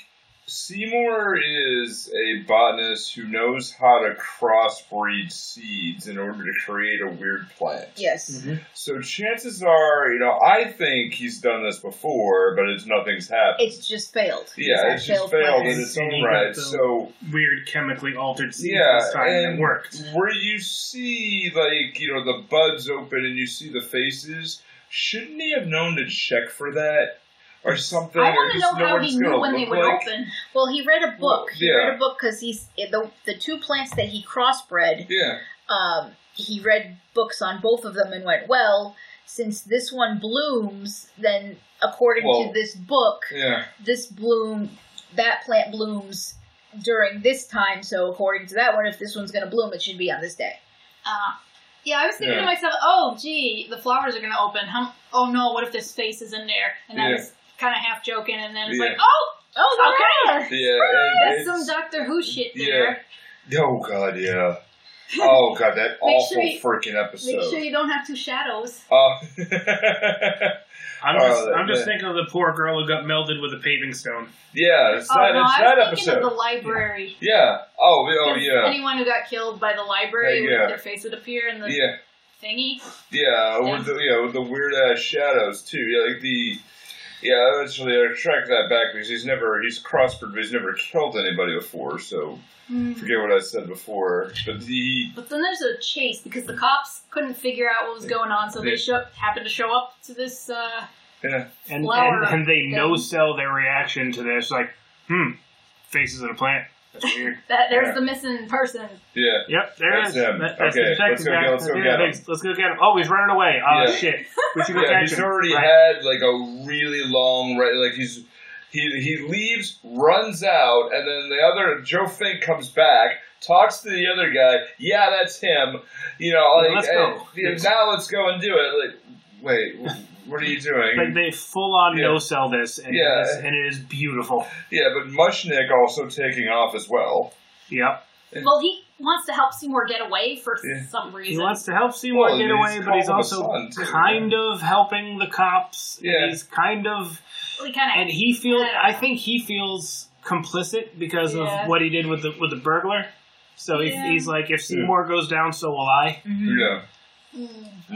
Speaker 2: seymour is a botanist who knows how to crossbreed seeds in order to create a weird plant
Speaker 4: Yes.
Speaker 2: so chances are you know i think he's done this before but it's nothing's happened
Speaker 4: It's just failed.
Speaker 2: yeah, it's just failed in
Speaker 3: plants.
Speaker 2: its own
Speaker 3: And he
Speaker 2: right.
Speaker 3: got the-
Speaker 2: So
Speaker 3: Weird chemically altered seeds
Speaker 2: Yeah,
Speaker 3: this time and
Speaker 2: and-
Speaker 3: it worked.
Speaker 2: where you see like you know the buds open and you see the faces shouldn't he have known to check for that or something
Speaker 1: I
Speaker 2: or
Speaker 1: want to
Speaker 2: just
Speaker 1: know how
Speaker 2: what
Speaker 1: he
Speaker 2: it's
Speaker 1: knew
Speaker 2: gonna
Speaker 1: when they
Speaker 2: look
Speaker 1: would
Speaker 2: like?
Speaker 1: open.
Speaker 4: Well, he read a book. He
Speaker 2: Yeah.
Speaker 4: read a book because he's the the two plants that he crossbred.
Speaker 2: yeah
Speaker 4: Um, he read books on both of them and went, well, since this one blooms, then according
Speaker 2: Well-
Speaker 4: to this book,
Speaker 2: yeah
Speaker 4: this bloom, that plant blooms during this time. So according to that one, if this one's going to bloom, it should be on this day.
Speaker 1: Uh, yeah, I was thinking
Speaker 2: Yeah.
Speaker 1: to myself, oh, gee, the flowers are going to open. How, oh, no, what if this face is in there? And I
Speaker 2: Yeah.
Speaker 1: was kind of half joking, and then it's
Speaker 2: Yeah.
Speaker 1: like, oh,
Speaker 4: Oh,
Speaker 1: okay.
Speaker 2: yeah
Speaker 1: That's
Speaker 2: and
Speaker 1: some
Speaker 2: it's-
Speaker 1: Doctor Who shit
Speaker 2: yeah.
Speaker 1: there.
Speaker 2: oh god yeah oh god that
Speaker 1: Make sure
Speaker 2: awful Uh,
Speaker 1: you-
Speaker 2: freaking episode
Speaker 1: Make sure you don't have two shadows.
Speaker 2: Uh,
Speaker 3: I'm just,
Speaker 2: Uh,
Speaker 3: I'm just
Speaker 2: yeah.
Speaker 3: thinking of the poor girl who got melded with a paving stone.
Speaker 2: Yeah, it's
Speaker 1: Oh,
Speaker 2: that,
Speaker 1: no,
Speaker 2: it's
Speaker 1: I was
Speaker 2: that
Speaker 1: thinking
Speaker 2: episode.
Speaker 1: of the library.
Speaker 2: Yeah. Oh, we- oh
Speaker 1: 'Cause
Speaker 2: yeah.
Speaker 1: Anyone who got killed by the library
Speaker 2: Hey,
Speaker 1: with
Speaker 2: yeah.
Speaker 1: their face would appear in the
Speaker 2: Yeah,
Speaker 1: thingy.
Speaker 2: yeah, with the yeah with the weird ass shadows too. Yeah, like the yeah. Eventually, I track that back because he's never he's crossbred, but he's never killed anybody before. So
Speaker 1: Hmm.
Speaker 2: forget what I said before. But the
Speaker 1: But then there's a chase because the cops couldn't figure out what was going on, so they
Speaker 2: Yeah.
Speaker 1: show, happened to show up to this. Uh,
Speaker 2: yeah,
Speaker 3: And,
Speaker 1: Flower
Speaker 3: and, and they
Speaker 1: thing.
Speaker 3: no sell their reaction to this. Like, hmm, faces of the plant. That's weird.
Speaker 1: that there's
Speaker 2: Yeah.
Speaker 1: the missing person.
Speaker 2: yeah.
Speaker 3: Yep, there it
Speaker 2: That's
Speaker 3: is.
Speaker 2: him.
Speaker 3: That- that's
Speaker 2: Okay,
Speaker 3: the detective
Speaker 2: let's go
Speaker 3: guy.
Speaker 2: get- let's go
Speaker 3: Yeah,
Speaker 2: get him.
Speaker 3: thanks. Let's go get him. Oh, he's running away. Oh,
Speaker 2: Yeah.
Speaker 3: shit. We should go
Speaker 2: yeah,
Speaker 3: catch
Speaker 2: he's
Speaker 3: him.
Speaker 2: already
Speaker 3: Right.
Speaker 2: had like a really long right. Like he's he he leaves, runs out, and then the other Joe Fink comes back, talks to the other guy. Yeah, that's him. You know, like
Speaker 3: let's go.
Speaker 2: and- yeah, now let's go and do it. Like, wait, wh- what are you doing?
Speaker 3: Like, they full on
Speaker 2: Yeah.
Speaker 3: no sell this, and,
Speaker 2: Yeah.
Speaker 3: it is, and it is beautiful.
Speaker 2: yeah, but Mushnick also taking off as well.
Speaker 3: Yeyp.
Speaker 1: Well, he wants to help Seymour get away for
Speaker 2: Yeah.
Speaker 1: some reason.
Speaker 3: He wants to help Seymour
Speaker 2: Well,
Speaker 3: get
Speaker 2: and
Speaker 3: away,
Speaker 2: he's
Speaker 3: but he's
Speaker 2: called the
Speaker 3: also
Speaker 2: son, too,
Speaker 3: kind of helping the cops. and
Speaker 2: Yeah.
Speaker 3: He's kind of.
Speaker 1: He kind of
Speaker 3: And he feels. I think he feels complicit because
Speaker 1: Yeah.
Speaker 3: of what he did with the with the burglar. So he-
Speaker 1: Yeah.
Speaker 3: he's like, if Seymour goes down, so will I.
Speaker 4: Mm-hmm.
Speaker 2: Yeah,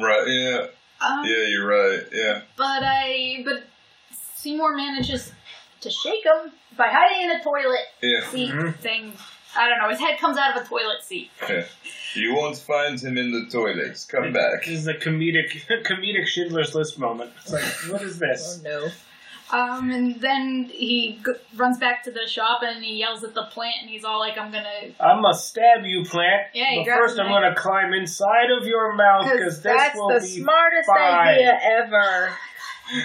Speaker 2: right. Yeah,
Speaker 1: Hmm. Um,
Speaker 2: yeah, you're right. Yeah,
Speaker 1: But I. But Seymour manages to shake him by hiding in a toilet
Speaker 2: yeah.
Speaker 1: seat
Speaker 3: Mhm.
Speaker 1: thing. I don't know. His head comes out of a toilet seat.
Speaker 2: You won't find him in the toilets. Come back.
Speaker 3: This is a comedic comedic Schindler's List moment. It's like, what is
Speaker 4: Oh
Speaker 3: this?
Speaker 4: no.
Speaker 1: Um, and then he g- runs back to the shop and he yells at the plant and he's all like, "I'm gonna."
Speaker 3: I'm gonna stab you, plant.
Speaker 1: Yeah, he
Speaker 3: but
Speaker 1: grabs
Speaker 3: first
Speaker 1: the
Speaker 3: I'm
Speaker 1: knife.
Speaker 3: gonna climb inside of your mouth because
Speaker 4: Because
Speaker 3: this
Speaker 4: that's
Speaker 3: will
Speaker 4: the
Speaker 3: be.
Speaker 4: smartest
Speaker 3: fine.
Speaker 4: idea ever.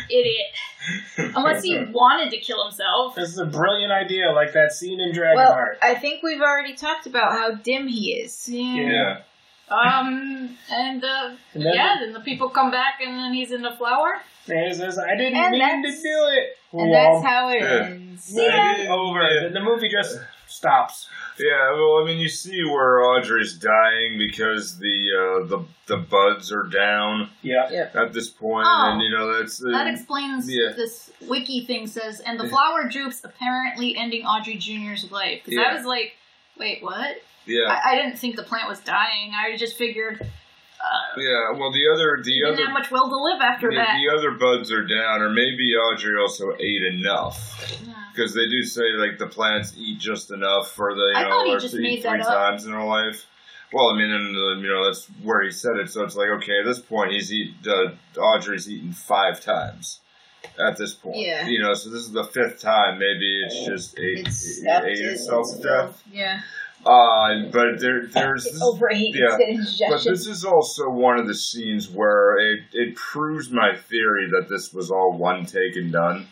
Speaker 1: Idiot. Unless he wanted to kill himself.
Speaker 3: this is a brilliant idea, like that scene in
Speaker 4: Well,
Speaker 3: Dragonheart.
Speaker 4: I think we've already talked about how dim he is.
Speaker 2: Yeah,
Speaker 1: Um, and, uh,
Speaker 3: And then-
Speaker 1: yeah, then the people come back and then he's in the flower.
Speaker 3: There's this, I didn't
Speaker 4: And
Speaker 3: mean to
Speaker 4: that's-
Speaker 3: do it.
Speaker 4: And that's
Speaker 3: Womp.
Speaker 4: how it
Speaker 2: Yeah.
Speaker 4: ends.
Speaker 3: Then
Speaker 2: Yeah.
Speaker 3: it's over.
Speaker 2: Yeah.
Speaker 3: Then the movie just stops.
Speaker 2: Yeah, well, I mean, you see where Audrey's dying because the uh, the the buds are down
Speaker 3: Yeah.
Speaker 2: at this point,
Speaker 1: Oh.
Speaker 2: and you know that's uh,
Speaker 1: That explains
Speaker 2: Yeah.
Speaker 1: this wiki thing says, and the
Speaker 2: Yeah.
Speaker 1: flower droops, apparently ending Audrey Jr.'s life. Because I
Speaker 2: Yeah.
Speaker 1: was like, wait, what?
Speaker 2: yeah,
Speaker 1: I, I didn't think the plant was dying. I just figured uh,
Speaker 2: yeah. Well, the other
Speaker 1: he
Speaker 2: the
Speaker 1: didn't
Speaker 2: other
Speaker 1: have much will to live after
Speaker 2: yeah,
Speaker 1: that.
Speaker 2: the other buds are down, or maybe Audrey also ate enough
Speaker 1: Yeah.
Speaker 2: because they do say like the plants eat just enough for the you
Speaker 1: I thought
Speaker 2: know
Speaker 1: he
Speaker 2: or
Speaker 1: just
Speaker 2: to eat
Speaker 1: made
Speaker 2: three
Speaker 1: that up.
Speaker 2: times in her life. Well, I mean, and uh, you know that's where he said it, so it's like okay, at this point, he's eat uh, Audrey's eaten five times. At this point,
Speaker 4: Yeah.
Speaker 2: you know, so this is the fifth time. Maybe it's just ate,
Speaker 4: It's
Speaker 2: it ate itself to death.
Speaker 4: Yeah.
Speaker 2: Uh, but there, there's this,
Speaker 4: Overheat
Speaker 2: yeah.
Speaker 4: instead of
Speaker 2: but
Speaker 4: ingestion.
Speaker 2: this is also one of the scenes where it, it proves my theory that this was all one take and done.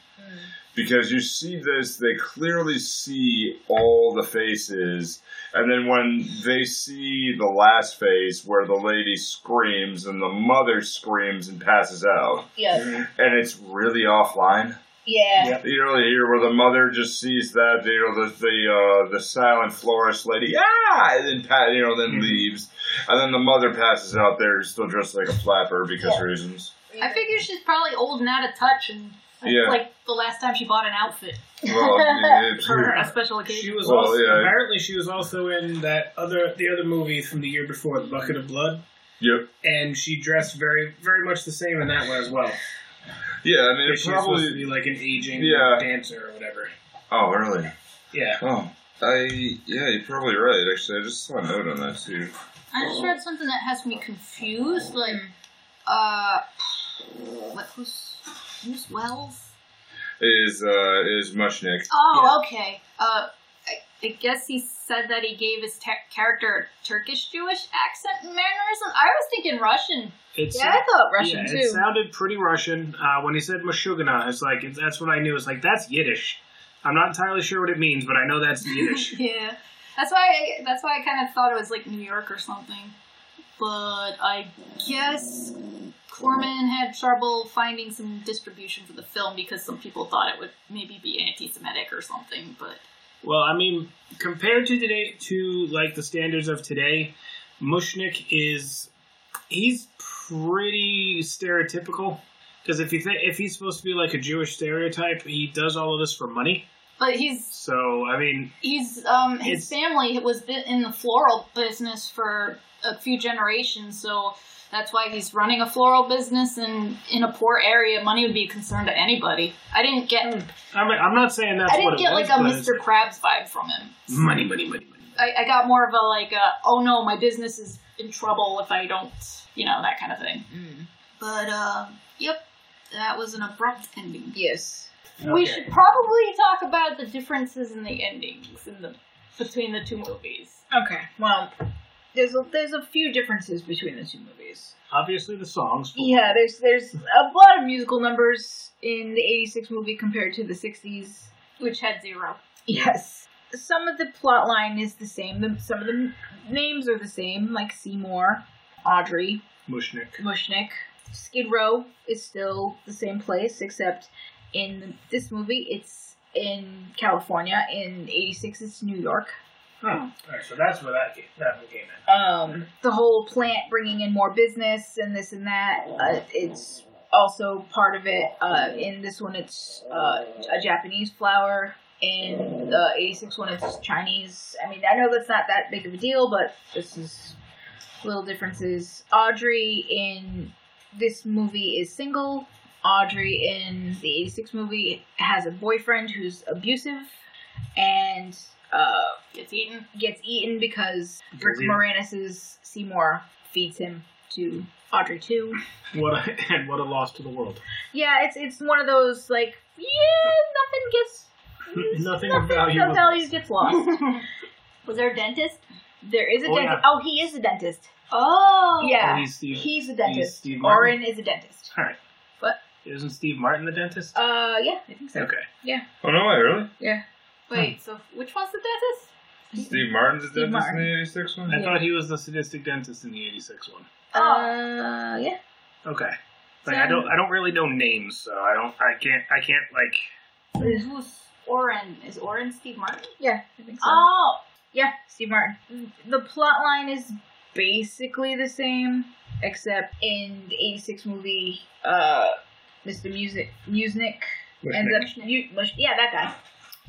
Speaker 2: Because you see this, they clearly see all the faces, and then when they see the last face where the lady screams and the mother screams and passes out,
Speaker 4: Yeah.
Speaker 2: and it's really offline.
Speaker 4: Yeah.
Speaker 3: Yeah.
Speaker 2: You know, here where the mother just sees that you know the the uh, the silent florist lady, ah, and then pat, you know, then
Speaker 3: Mhm.
Speaker 2: leaves, and then the mother passes out there, still dressed like a flapper because
Speaker 4: Yeah.
Speaker 2: reasons.
Speaker 1: I figure she's probably old and out of touch, and that's
Speaker 2: Yeah.
Speaker 1: like the last time she bought an outfit
Speaker 2: Well, it-
Speaker 1: for
Speaker 2: it-
Speaker 1: a special
Speaker 3: She
Speaker 1: occasion.
Speaker 3: was
Speaker 2: Well,
Speaker 3: also
Speaker 2: yeah.
Speaker 3: apparently she was also in that other the other movie from the year before, The Bucket of Blood,
Speaker 2: yep,
Speaker 3: and she dressed very very much the same in that one as well.
Speaker 2: yeah. I mean,
Speaker 3: Where
Speaker 2: it
Speaker 3: She was supposed to be
Speaker 2: probably.
Speaker 3: like an aging
Speaker 2: Yeah.
Speaker 3: dancer or whatever.
Speaker 2: Oh, really?
Speaker 3: Yeah.
Speaker 2: Oh, I yeah, you're probably right. Actually, I just saw a note on that too.
Speaker 1: I just read something that has me confused. Like, uh, what who's who's Wells?
Speaker 2: Is uh is Mushnick?
Speaker 1: Oh, okay. Uh, I, I guess he said that he gave his ta- character a Turkish Jewish accent and mannerism. I was thinking Russian.
Speaker 3: It's
Speaker 4: Yeah, I thought
Speaker 3: yeah,
Speaker 4: Russian
Speaker 3: It
Speaker 4: too.
Speaker 3: sounded pretty Russian. Uh, when he said Mashugana, it's like, it's, that's what I knew. It's like, that's Yiddish. I'm not entirely sure what it means, but I know that's Yiddish.
Speaker 1: Yeah, that's why. I, that's why I kind of thought it was like New York or something. But I guess Corman had trouble finding some distribution for the film because some people thought it would maybe be anti-Semitic or something. But
Speaker 3: well, I mean, compared to today, to like the standards of today, Mushnik is, he's pretty stereotypical. Because if you think if he's supposed to be like a Jewish stereotype, he does all of this for money.
Speaker 1: But he's
Speaker 3: So I mean,
Speaker 1: he's um his
Speaker 3: It's-
Speaker 1: family was bi- in the floral business for a few generations, so that's why he's running a floral business and in a poor area, money would be a concern to anybody. I didn't get
Speaker 3: I mean, I'm not saying that's
Speaker 1: I didn't
Speaker 3: what
Speaker 1: get
Speaker 3: it was,
Speaker 1: like a
Speaker 3: but it's
Speaker 1: Mr. Krabs vibe from him.
Speaker 3: money, money, money, money.
Speaker 1: I, I got more of a like, a, oh no, my business is in trouble if I don't, you know, that kind of thing.
Speaker 4: Mm.
Speaker 1: But uh, yep, that was an abrupt ending.
Speaker 4: Yes.
Speaker 1: We
Speaker 3: Okay.
Speaker 1: should probably talk about the differences in the endings in the between the two movies.
Speaker 4: Okay. Well, there's a, there's a few differences between the two movies.
Speaker 3: Obviously, the songs.
Speaker 4: Yeah, there's there's a lot of musical numbers in the '86 movie compared to the '60s.
Speaker 1: Which had zero.
Speaker 4: Yes. Some of the plot line is the same. The, some of the n- names are the same, like Seymour, Audrey,
Speaker 3: Mushnik.
Speaker 4: Mushnick. Skid Row is still the same place, except in this movie it's in California. In '86, it's New York.
Speaker 3: Huh. All right, so that's where that came, that one came in.
Speaker 4: um, the whole plant bringing in more business and this and that. Uh, it's also part of it. Uh, in this one, it's uh, a Japanese flower. In the 86 one, it's Chinese. I mean, I know that's not that big of a deal, but this is little differences. Audrey in this movie is single. Audrey in the 86 movie has a boyfriend who's abusive. And, uh,
Speaker 1: Gets eaten.
Speaker 4: gets eaten because Rick
Speaker 3: Eaten.
Speaker 4: Moranis's Seymour feeds him to Audrey too.
Speaker 3: What a, and what a loss to the world.
Speaker 4: Yeah, it's it's one of those like yeah, nothing gets
Speaker 3: Nothing of
Speaker 4: nothing
Speaker 3: value
Speaker 4: of
Speaker 3: was
Speaker 4: value
Speaker 3: lost.
Speaker 4: gets lost.
Speaker 1: was there a dentist?
Speaker 4: there is a
Speaker 3: Oh,
Speaker 4: dentist.
Speaker 3: yeah.
Speaker 4: Oh, he is a dentist.
Speaker 1: Oh
Speaker 4: Yeah,
Speaker 3: And he's Steve-
Speaker 4: he's a dentist.
Speaker 3: Steve Martin?
Speaker 4: Oren is a dentist.
Speaker 3: All right.
Speaker 4: What?
Speaker 3: Isn't Steve Martin the dentist?
Speaker 4: Uh, yeah, I think so.
Speaker 3: okay.
Speaker 2: Oh no, wait, really?
Speaker 1: Wait, so which one's the dentist?
Speaker 2: Steve Martin's the
Speaker 4: Steve
Speaker 2: dentist
Speaker 4: Martin.
Speaker 2: in the '86 one.
Speaker 3: I thought he was the sadistic dentist in the '86 one.
Speaker 4: Uh, yeah.
Speaker 3: Okay. Like I don't, I don't really know names, so I don't, I can't, I can't like.
Speaker 1: Who's who's Oren? Is Oren Steve Martin?
Speaker 4: Yeah, I think so. Mm.
Speaker 1: Oh
Speaker 4: Yeah, Steve Martin. The plot line is basically the same, except in the '86 movie, uh, Mr. Music Musnick ends up, you, Mush- yeah, that guy.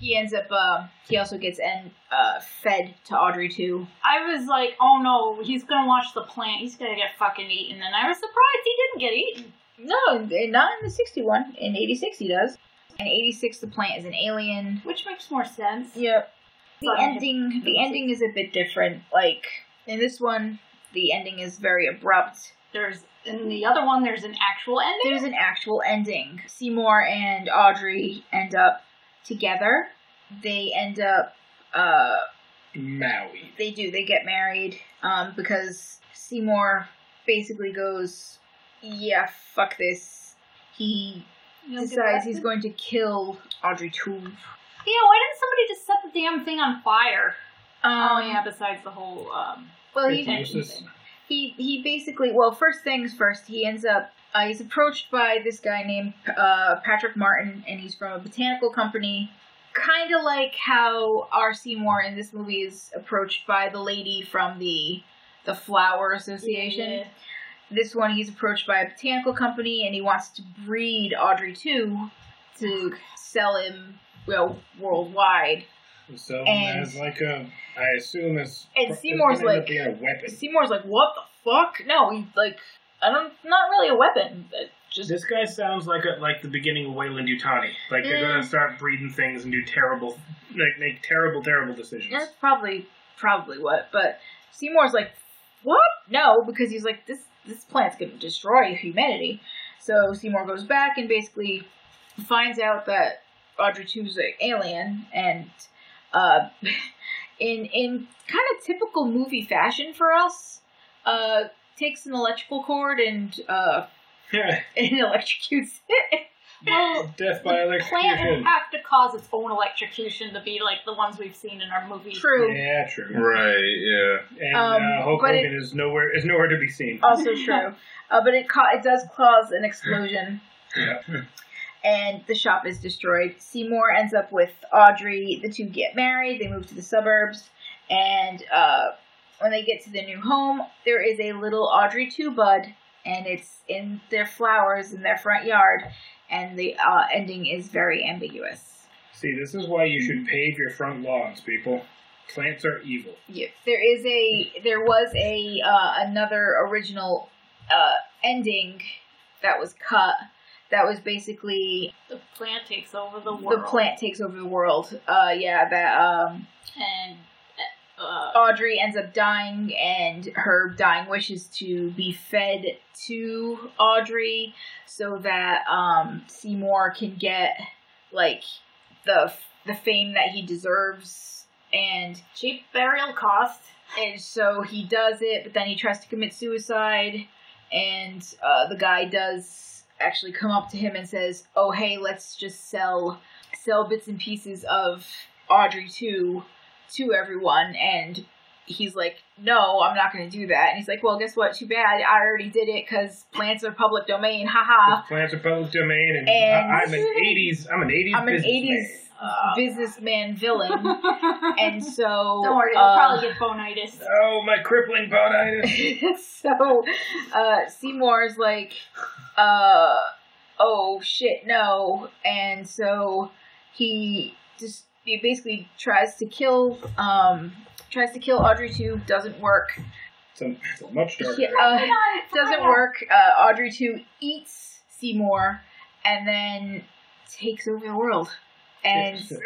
Speaker 4: He ends up. Uh, he also gets and uh, fed to Audrey too.
Speaker 1: I was like, oh no, he's gonna watch the plant. He's gonna get fucking eaten. And I was surprised he didn't get eaten.
Speaker 4: No, in- not in the '61. In '86, he does. In '86, the plant is an alien.
Speaker 1: Which makes more sense.
Speaker 4: Yep. The
Speaker 1: Sorry.
Speaker 4: ending the ending is a bit different. Like in this one, the ending is very abrupt.
Speaker 1: There's in the other one there's an actual ending.
Speaker 4: there's an actual ending. Seymour and Audrey end up together. They end up uh
Speaker 3: Maui.
Speaker 4: they do, they get married, um, because Seymour basically goes, Yeah, fuck this. He decides he's going to kill Audrey too.
Speaker 1: Yeah, why didn't somebody just set the damn thing on fire?
Speaker 4: Um,
Speaker 1: oh yeah, besides the whole um
Speaker 4: Well
Speaker 3: Rick
Speaker 4: he,
Speaker 3: Moranis.
Speaker 4: he he basically well first things first, he ends up uh, he's approached by this guy named uh, Patrick Martin, and he's from a botanical company kind of like how R. Seymour in this movie is approached by the lady from the the flower association.
Speaker 1: Yeah.
Speaker 4: This one, he's approached by a botanical company, and he wants to breed Audrey too to sell him well worldwide.
Speaker 3: So
Speaker 4: And-
Speaker 3: as like a, I assume it's.
Speaker 4: And
Speaker 3: it's
Speaker 4: Seymour's
Speaker 3: gonna end
Speaker 4: like-
Speaker 3: up being a weapon.
Speaker 4: Seymour's like, "What the fuck? No, he's like, I don't, not really a weapon. It Just
Speaker 3: This guy sounds like a, like the beginning of Wayland Utani. Like they're
Speaker 4: Yeah.
Speaker 3: gonna start breeding things and do terrible, like make terrible, terrible decisions.
Speaker 4: That's probably probably what. But Seymour's like, what? No, because he's like, this this plant's gonna destroy humanity. So Seymour goes back and basically finds out that Audrey Two's an alien, and uh, in in kind of typical movie fashion for us, uh, takes an electrical cord and uh, and electrocutes it.
Speaker 1: Well,
Speaker 2: Death by
Speaker 1: plant would have to cause its own electrocution to be like the ones we've seen in our movies.
Speaker 4: True.
Speaker 3: yeah, true.
Speaker 2: Right.
Speaker 3: And
Speaker 4: Um,
Speaker 3: uh, Hulk
Speaker 4: but it-
Speaker 3: Hogan is nowhere is nowhere to be seen.
Speaker 4: Also true. Uh, but it ca- it does cause an explosion.
Speaker 3: Yeah.
Speaker 4: and the shop is destroyed. Seymour ends up with Audrey. The two get married. They move to the suburbs, and uh, when they get to the new home, there is a little Audrey two bud and it's in their flowers in their front yard, and the uh, ending is very ambiguous.
Speaker 3: See, this is why you
Speaker 4: Mm-hmm.
Speaker 3: should pave your front lawns, people. Plants are evil.
Speaker 1: Yeah.
Speaker 4: There is a there was a uh, another original uh, ending that was cut. That was basically
Speaker 1: The plant takes over the world.
Speaker 4: the plant takes over the world. Uh, yeah, that um,
Speaker 1: And uh,
Speaker 4: Audrey ends up dying, and her dying wish is to be fed to Audrey so that um, Seymour can get like the the fame that he deserves. And
Speaker 1: cheap burial cost.
Speaker 4: and so he does it, but then he tries to commit suicide, and uh, the guy does actually come up to him and says, "Oh hey, let's just sell sell bits and pieces of Audrey too to everyone." And he's like, "No, I'm not going to do that." And he's like, "Well, guess what? Too bad. I already did it because plants are public domain. Haha."
Speaker 3: Plants are public domain, and,
Speaker 4: Uh, And-
Speaker 3: I, am an '80s. I'm an '80s.
Speaker 4: I'm an
Speaker 3: businessman.
Speaker 4: '80s businessman villain, and so
Speaker 1: Don't worry, you'll
Speaker 4: uh,
Speaker 1: probably get bonitis.
Speaker 3: Oh, my crippling bonitis.
Speaker 4: so uh, Seymour's like, uh, oh shit, no. And so he just he basically tries to kill um tries to kill Audrey too, doesn't work.
Speaker 3: It's a, it's a much darker.
Speaker 4: He- uh, doesn't
Speaker 1: Fire.
Speaker 4: work. Uh, Audrey too eats Seymour and then takes over the world. And
Speaker 3: It's a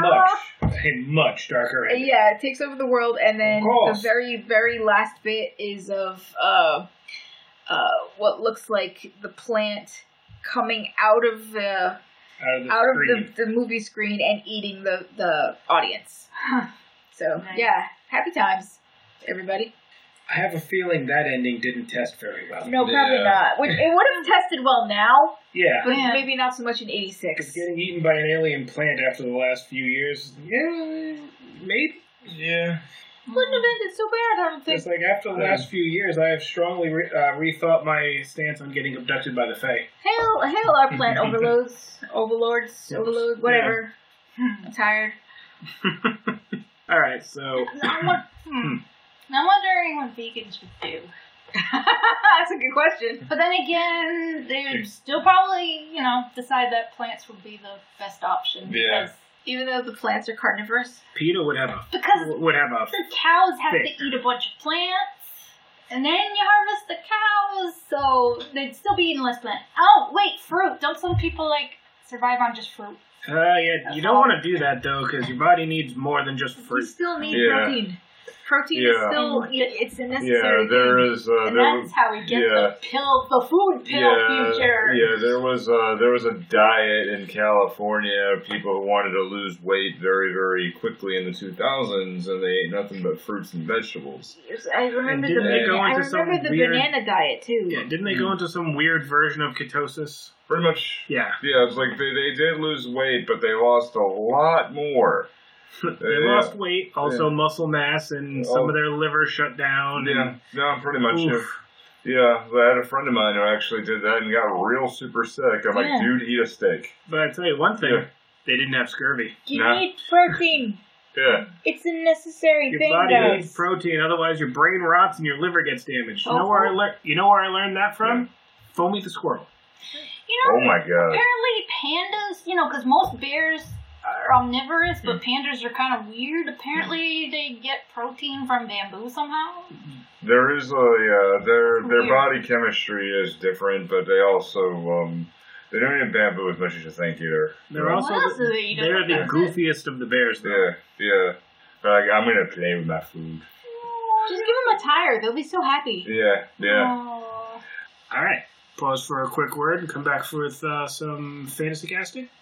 Speaker 3: much, a much darker. ending.
Speaker 4: yeah, it takes over the world, and then
Speaker 3: Of course.
Speaker 4: the very, very last bit is of uh, uh, what looks like the plant coming out of the
Speaker 3: Out of the
Speaker 4: out
Speaker 3: screen.
Speaker 4: of the, the movie screen and eating the the audience. So
Speaker 1: Nice.
Speaker 4: yeah, happy times, everybody.
Speaker 3: I have a feeling that ending didn't test very well.
Speaker 4: No, probably
Speaker 2: Yeah.
Speaker 4: not. Which it would have tested well now,
Speaker 3: Yeah.
Speaker 4: but
Speaker 1: Yeah.
Speaker 4: maybe not so much in
Speaker 3: Because
Speaker 4: '86.
Speaker 3: getting eaten by an alien plant after the last few years, yeah, maybe.
Speaker 2: Yeah.
Speaker 1: Hmm.
Speaker 4: Wouldn't have ended so bad. I don't think.
Speaker 3: It's like after the
Speaker 2: Um,
Speaker 3: last few years, I have strongly re- uh, rethought my stance on getting abducted by the Fae.
Speaker 4: Hail, hail our plant overloads, overlords,
Speaker 3: Yep.
Speaker 4: overload, whatever. I'm tired.
Speaker 3: All right, so
Speaker 1: I won- hmm. I'm wondering what vegans would do.
Speaker 4: That's a good question.
Speaker 1: But then again, they'd still probably, you know, decide that plants would be the best option.
Speaker 2: Yeah.
Speaker 1: Because,
Speaker 4: Even though the plants are carnivorous,
Speaker 3: PETA would have a
Speaker 1: because
Speaker 3: would have a
Speaker 1: the cows have
Speaker 3: Thick.
Speaker 1: to eat a bunch of plants, and then you harvest the cows, so they'd still be eating less plant. Oh, wait, fruit. Don't some people, like, survive on just fruit?
Speaker 3: Uh, yeah, you don't want to do that though, because your body needs more than just
Speaker 4: you
Speaker 3: fruit.
Speaker 4: still need
Speaker 2: Yeah.
Speaker 4: protein. Protein is
Speaker 2: Yeah.
Speaker 4: still it's a necessary
Speaker 2: Yeah, there
Speaker 4: thing.
Speaker 2: is. Uh,
Speaker 1: And
Speaker 2: there
Speaker 1: that's how we get
Speaker 2: yeah.
Speaker 1: the pill, the food pill
Speaker 2: yeah,
Speaker 1: future.
Speaker 2: yeah. There was uh, there was a diet in California of people who wanted to lose weight very very quickly in the 2000s, and they ate nothing but fruits and vegetables.
Speaker 4: I remember
Speaker 3: And
Speaker 4: the
Speaker 3: didn't
Speaker 2: they
Speaker 4: banana,
Speaker 2: go
Speaker 4: I
Speaker 3: into some
Speaker 4: remember the
Speaker 3: weird-
Speaker 4: banana diet too.
Speaker 3: Yeah, didn't they go
Speaker 2: Mm.
Speaker 3: into some weird version of ketosis?
Speaker 2: Pretty much.
Speaker 3: Yeah,
Speaker 2: Yeah, it's like they, they did lose weight, but they lost a lot more.
Speaker 3: they
Speaker 2: Yeah.
Speaker 3: lost weight, also muscle mass, and some
Speaker 2: Oh.
Speaker 3: of their liver shut down.
Speaker 2: Yeah, no, pretty much.
Speaker 3: and,
Speaker 2: yeah.
Speaker 3: Oh, Oof.
Speaker 2: Yeah, I had a friend of mine who actually did that and got real super sick. I'm
Speaker 4: Yeah.
Speaker 2: like, dude, eat a steak.
Speaker 3: But I tell you one thing,
Speaker 2: Yeah.
Speaker 3: they didn't have scurvy.
Speaker 4: You
Speaker 2: Nah.
Speaker 4: need protein.
Speaker 2: Yeah,
Speaker 4: It's a necessary
Speaker 3: Your
Speaker 4: thing,
Speaker 3: body
Speaker 4: guys.
Speaker 3: needs protein, otherwise your brain rots and your liver gets damaged. You know
Speaker 1: Oh.
Speaker 3: where I learned? You know where I learned that from? Foamy the squirrel.
Speaker 1: You know,
Speaker 2: oh my god.
Speaker 1: Apparently, pandas, you know, because most bears are omnivorous, but
Speaker 3: Mm.
Speaker 1: pandas are kind of weird. Apparently, they get protein from bamboo somehow.
Speaker 2: There is a uh, their their
Speaker 1: Weird.
Speaker 2: body chemistry is different, but they also um, they don't eat bamboo as much as you think either.
Speaker 3: They're also
Speaker 1: else do
Speaker 3: the,
Speaker 1: they eat
Speaker 3: they are
Speaker 1: other
Speaker 3: the
Speaker 1: than
Speaker 3: goofiest of the bears. Though.
Speaker 2: Yeah, yeah. They're Like I'm gonna play with my food.
Speaker 4: Just give them a tire; they'll be so happy.
Speaker 2: Yeah, yeah.
Speaker 1: Aw.
Speaker 3: All right. Pause for a quick word and come back with uh, some fantasy casting.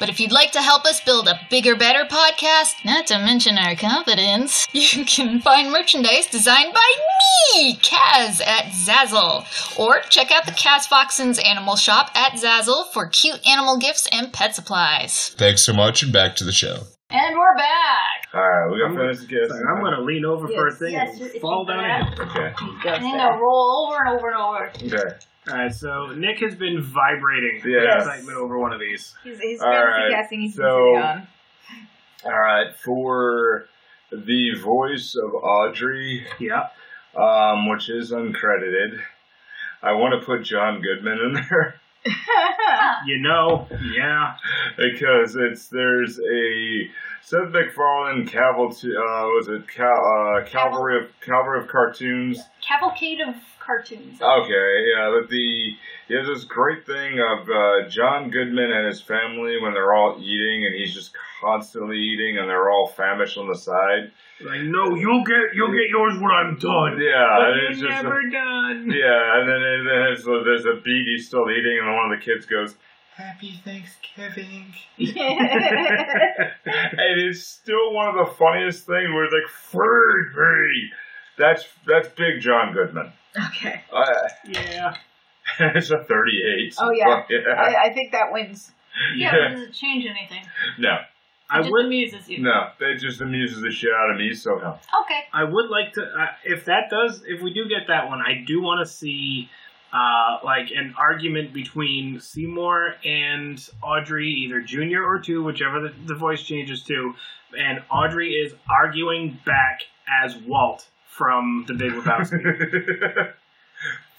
Speaker 5: But if you'd like to help us build a bigger, better podcast, not to mention our confidence, you can find merchandise designed by me, Kaz, at Zazzle. Or check out the Kaz Foxen's Animal Shop at Zazzle for cute animal gifts and pet supplies.
Speaker 6: Thanks so much, and back to the show.
Speaker 1: And we're back.
Speaker 2: All right, we got to finish the kiss.
Speaker 3: Sorry, I'm gonna lean over for a
Speaker 4: Yes,
Speaker 3: thing
Speaker 4: yes,
Speaker 3: and
Speaker 4: it's
Speaker 3: fall down a hill.
Speaker 2: Okay.
Speaker 4: Goes
Speaker 1: And then
Speaker 4: there.
Speaker 1: they'll roll over and over and over.
Speaker 2: Okay.
Speaker 3: Alright, so Nick has been vibrating with
Speaker 2: Yeah.
Speaker 3: excitement over one of these.
Speaker 4: He's, he's
Speaker 2: All
Speaker 4: fantasy
Speaker 2: right,
Speaker 4: casting. He's
Speaker 2: so-
Speaker 4: been sitting on.
Speaker 2: All right. For the voice of Audrey,
Speaker 3: Yeah.
Speaker 2: um, which is uncredited, I want to put John Goodman in there
Speaker 3: You know, yeah.
Speaker 2: because it's there's a Seth MacFarlane cavalry uh, was it Cal- uh, Calvary of Calvary of cartoons.
Speaker 1: Cavalcade of cartoons.
Speaker 2: Okay, yeah, but the there's this great thing of uh, John Goodman and his family when they're all eating, and he's just constantly eating, and they're all famished on the side.
Speaker 3: Like, no, you'll get you'll get yours when I'm done.
Speaker 2: Oh, Yeah,
Speaker 3: But
Speaker 2: and
Speaker 3: you're
Speaker 2: it's just
Speaker 3: never
Speaker 2: a,
Speaker 3: done.
Speaker 2: yeah, and then, and then it's, so there's a beat he's still eating, and one of the kids goes, "Happy Thanksgiving," and it's still one of the funniest things where it's like, "Furry, that's that's big John Goodman."
Speaker 4: okay.
Speaker 2: Uh,
Speaker 3: yeah.
Speaker 2: it's a 38.
Speaker 4: Oh, yeah.
Speaker 2: Fuck yeah.
Speaker 4: I, I think that wins.
Speaker 1: Yeah,
Speaker 2: Yeah.
Speaker 1: but it doesn't change anything. It
Speaker 2: no.
Speaker 3: I
Speaker 1: just
Speaker 3: would
Speaker 1: amuses you.
Speaker 2: No, that just amuses the shit out of me. So no.
Speaker 1: Okay.
Speaker 3: I would like to. Uh, if that does, if we do get that one, I do want to see uh, like an argument between Seymour and Audrey, either Junior or Two, whichever the, the voice changes to, and Audrey is arguing back as Walt from The Big
Speaker 2: feed
Speaker 3: Lebowski.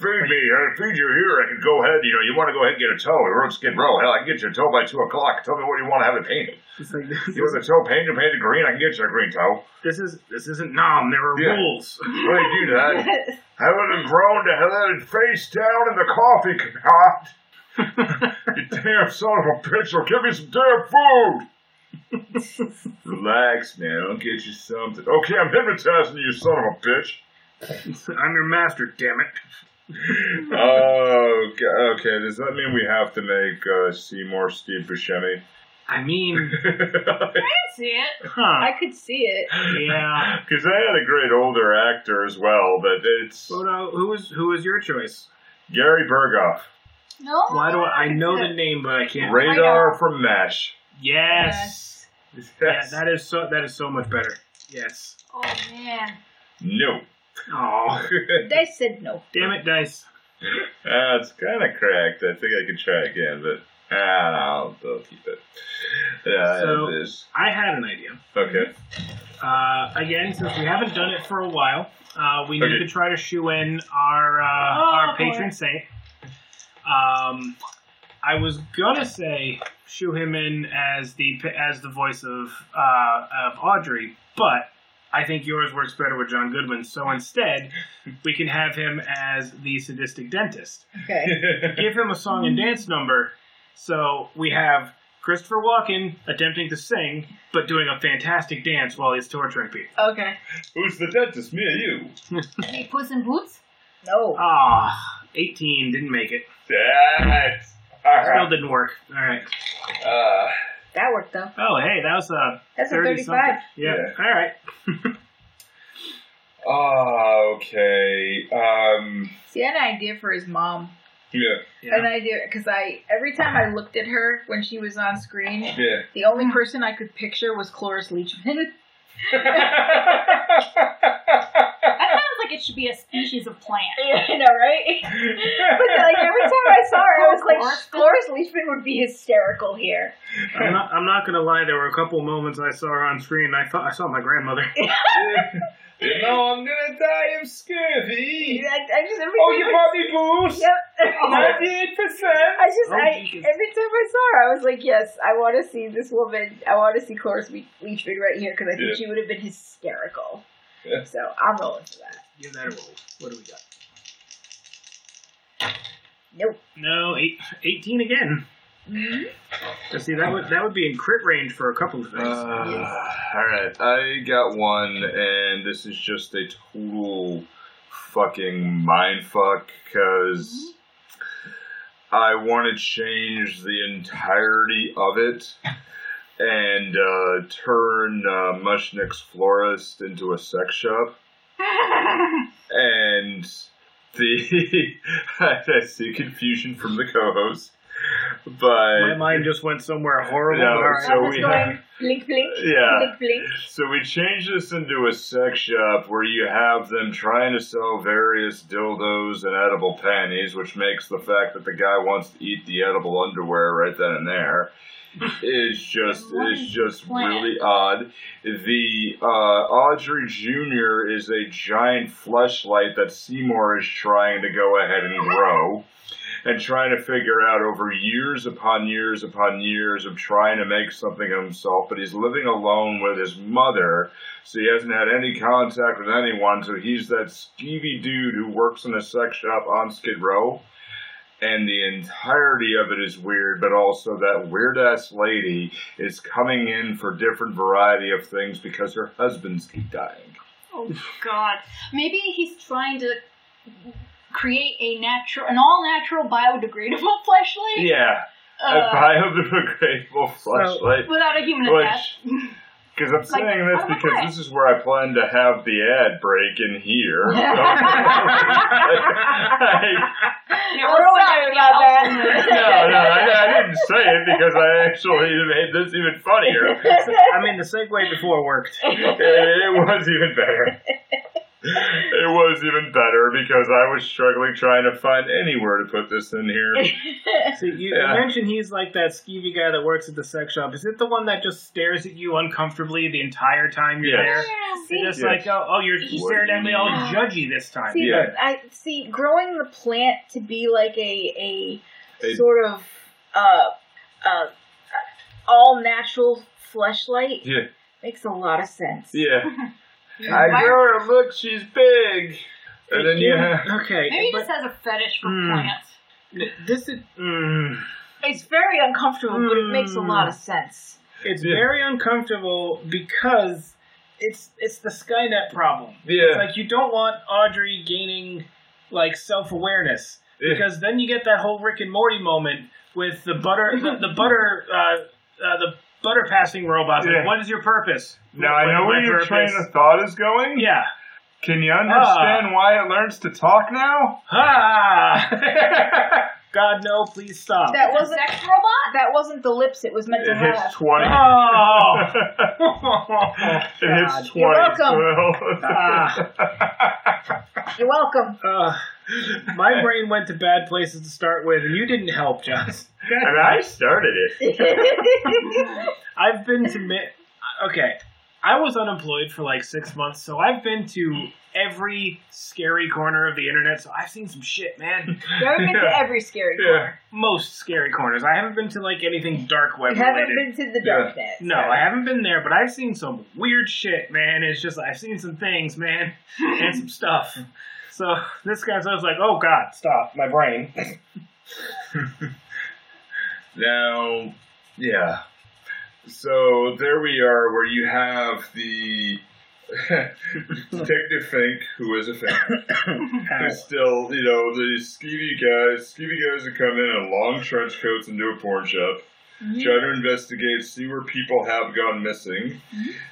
Speaker 2: me. I feed you here. I can go ahead. You know, you want to go ahead and get a toe. We wrote Skid Row. Hell, I can get you a toe by two o'clock. Tell me what you want to have it painted.
Speaker 3: It's like,
Speaker 2: You want the toe painted, painted green. I can get you a green toe.
Speaker 3: this is this isn't nom. There are
Speaker 2: Yeah.
Speaker 3: rules.
Speaker 2: What do you do that? Have it grown to have it face down in the coffee pot. you damn son of a bitch! Or give me some damn food. Relax, man. I'll get you something. Okay, I'm hypnotizing you, son of a bitch.
Speaker 3: I'm your master, damn it.
Speaker 2: Oh, okay. okay. Does that mean we have to make uh, Seymour Steve Buscemi?
Speaker 3: I mean,
Speaker 1: I can see it.
Speaker 3: huh?
Speaker 4: I could see it.
Speaker 3: Yeah.
Speaker 2: Because I had a great older actor as well, but it's
Speaker 3: Photo. Who is who is your choice?
Speaker 2: Gary Berghoff,
Speaker 1: No.
Speaker 3: Why do I, I
Speaker 1: can
Speaker 3: know
Speaker 1: see
Speaker 3: the
Speaker 1: it.
Speaker 3: name, but I can't.
Speaker 2: Radar from MASH.
Speaker 3: Yes.
Speaker 2: Yes.
Speaker 3: Yeah, that is so. That is so much better. Yes.
Speaker 1: Oh man.
Speaker 2: no.
Speaker 3: Oh,
Speaker 4: They said no.
Speaker 3: damn it, dice.
Speaker 2: Uh, it's kind of cracked. I think I could try again, but I don't know. I'll keep it. Yeah,
Speaker 3: So-
Speaker 2: it is.
Speaker 3: I had an idea.
Speaker 2: Okay.
Speaker 3: Uh, again, since we haven't done it for a while, uh, we need
Speaker 2: Okay.
Speaker 3: to try to shoe in our uh,
Speaker 1: Oh,
Speaker 3: our patron
Speaker 1: boy.
Speaker 3: saint. Um, I was gonna say shoe him in as the as the voice of uh, of Audrey, but I think yours works better with John Goodman. So instead, we can have him as the sadistic dentist.
Speaker 4: Okay.
Speaker 3: give him a song and dance number. So we have Christopher Walken attempting to sing, but doing a fantastic dance while he's torturing people.
Speaker 4: Okay.
Speaker 2: Who's the dentist? Me or you?
Speaker 1: Hey, Puss in Boots.
Speaker 4: No.
Speaker 3: Ah, 18, didn't make it.
Speaker 2: That. All
Speaker 3: Still
Speaker 2: right.
Speaker 3: didn't work. All right.
Speaker 2: Uh,
Speaker 4: That worked though.
Speaker 3: Oh, hey, that was a
Speaker 4: That's a
Speaker 3: 30 something.
Speaker 4: 35.
Speaker 3: Yeah.
Speaker 2: Yeah.
Speaker 3: All
Speaker 2: Ah,
Speaker 3: right.
Speaker 2: okay. Um,
Speaker 4: See, I had an idea for his mom.
Speaker 2: yeah,
Speaker 3: Yeah.
Speaker 4: An idea because I every time I looked at her when she was on screen,
Speaker 2: yeah.
Speaker 4: the only person I could picture was Cloris Leachman.
Speaker 1: That sounds like it should be a species of plant.
Speaker 4: you know, right? But like every time I saw her, I was like, Cloris Leachman would be hysterical here.
Speaker 3: I'm not, I'm not going to lie. There were a couple moments I saw her on screen. and I thought I saw my grandmother.
Speaker 2: you know I'm gonna die of scurvy.
Speaker 4: I, I just every
Speaker 2: Oh,
Speaker 4: time
Speaker 2: you
Speaker 4: I-
Speaker 2: bought me booze.
Speaker 4: Yep.
Speaker 2: Ninety-eight percent.
Speaker 4: I just,
Speaker 3: Oh,
Speaker 4: I, every
Speaker 3: Jesus.
Speaker 4: time I saw her, I was like, yes, I want to see this woman. I want to see Cloris Le- Leachman right here because I think
Speaker 2: Yeah.
Speaker 4: she would have been hysterical.
Speaker 2: Yeah.
Speaker 4: So I'm rolling for that.
Speaker 3: Give that a roll. What do we got?
Speaker 4: Nope.
Speaker 3: No, eight, 18 again.
Speaker 1: Mm-hmm.
Speaker 3: So see, that would that would be in crit range for a couple of things.
Speaker 2: Uh, all right, I got one, and this is just a total fucking mind fuck because I want to change the entirety of it and uh, turn uh, Mushnick's florist into a sex shop. and the I see confusion from the co-host,
Speaker 3: My
Speaker 2: but
Speaker 3: mind just went somewhere horrible.
Speaker 2: No,
Speaker 3: All right.
Speaker 2: so
Speaker 4: That was
Speaker 2: we
Speaker 4: going
Speaker 2: have- Uh,
Speaker 4: blink, blink,
Speaker 2: Yeah.
Speaker 4: blink, blink.
Speaker 2: So we change this into a sex shop where you have them trying to sell various dildos and edible panties, which makes the fact that the guy wants to eat the edible underwear right then and there is just
Speaker 1: What
Speaker 2: is
Speaker 1: is
Speaker 2: just
Speaker 1: the plan?
Speaker 2: really odd. The uh, Audrey Junior is a giant fleshlight that Seymour is trying to go ahead and grow and trying to figure out over years upon years upon years of trying to make something of himself, but he's living alone with his mother, so he hasn't had any contact with anyone, so he's that skeevy dude who works in a sex shop on Skid Row. And the entirety of it is weird, but also that weird ass lady is coming in for different variety of things because her husbands keep dying.
Speaker 1: Oh God! Maybe he's trying to create a natural, an all-natural biodegradable fleshlight.
Speaker 2: Yeah, a
Speaker 1: Uh,
Speaker 2: biodegradable flashlight.
Speaker 1: without a human
Speaker 2: Which-
Speaker 1: attachment.
Speaker 2: Because I'm saying
Speaker 1: I
Speaker 2: this
Speaker 1: don't
Speaker 2: because
Speaker 1: know.
Speaker 2: this is where I plan to have the ad break in here.
Speaker 1: Yeah,
Speaker 4: We're
Speaker 1: we're
Speaker 4: sorry
Speaker 1: not-
Speaker 4: about
Speaker 2: no, no,
Speaker 4: that.
Speaker 2: I, I didn't say it because I actually made this even funnier.
Speaker 3: I mean, the segue before worked.
Speaker 2: It, it was even better. It was even better because I was struggling trying to find anywhere to put this in here.
Speaker 3: So you
Speaker 2: Yeah.
Speaker 3: mentioned he's like that skeevy guy that works at the sex shop. Is it the one that just stares at you uncomfortably the entire time you're
Speaker 2: Yes.
Speaker 3: there?
Speaker 4: See,
Speaker 3: It's
Speaker 2: Yes.
Speaker 3: like, oh, oh, you're staring at me all judgy this time.
Speaker 4: see,
Speaker 2: Yeah.
Speaker 4: I see. Growing the plant to be like a a,
Speaker 2: A-
Speaker 4: sort of uh uh all natural fleshlight
Speaker 2: Yeah,
Speaker 4: makes a lot of sense.
Speaker 2: yeah. I grew her. Look, she's big. And then you have.
Speaker 3: Okay,
Speaker 1: Maybe he
Speaker 3: but
Speaker 1: just has a fetish for
Speaker 3: Hmm.
Speaker 1: plants.
Speaker 3: this is. Mm,
Speaker 4: It's very uncomfortable, but it makes a lot of
Speaker 2: Hmm.
Speaker 4: sense.
Speaker 3: it's
Speaker 2: Yeah.
Speaker 3: very uncomfortable because it's it's the Skynet problem. It's
Speaker 2: Yeah.
Speaker 3: like you don't want Audrey gaining like self awareness because then you get that whole Rick and Morty moment with the butter the, the butter uh, uh, the butter passing robots.
Speaker 2: Yeah.
Speaker 3: Like, what is your purpose?
Speaker 2: Now I
Speaker 3: What is
Speaker 2: know
Speaker 3: my
Speaker 2: where your
Speaker 3: purpose?
Speaker 2: train of thought is going.
Speaker 3: Yeah.
Speaker 2: Can you understand why it learns to talk now?
Speaker 3: Ah! God no, please stop.
Speaker 4: That
Speaker 1: A
Speaker 4: wasn't
Speaker 1: sex robot?
Speaker 4: that wasn't the lips it was meant to
Speaker 2: It
Speaker 4: have.
Speaker 2: hits 20.
Speaker 3: oh.
Speaker 2: Oh, it hits 20.
Speaker 4: You're welcome.
Speaker 2: Well- Ah.
Speaker 4: You're welcome.
Speaker 3: Uh, my brain went to bad places to start with, and you didn't help, Joss.
Speaker 2: and I started it.
Speaker 3: I've been to mi- okay. I was unemployed for like six months, so I've been to every scary corner of the internet. So I've seen some shit, man.
Speaker 4: You've been to
Speaker 2: Yeah.
Speaker 4: every scary
Speaker 2: Yeah.
Speaker 4: corner.
Speaker 3: Most scary corners. I haven't been to like anything dark web
Speaker 4: You haven't
Speaker 3: related.
Speaker 4: been to the
Speaker 2: Yeah.
Speaker 4: darkness.
Speaker 3: No, I haven't been there, but I've seen some weird shit, man. It's just I've seen some things, man, and some stuff. So this guy's I was like, oh god, stop, my brain.
Speaker 2: Now, yeah. So there we are, where you have the Detective Fink, who is a Fink, who's still, you know, the skeevy guys. Skeevy guys who come in in long trench coats into a porn shop, try to investigate, see where people have gone missing,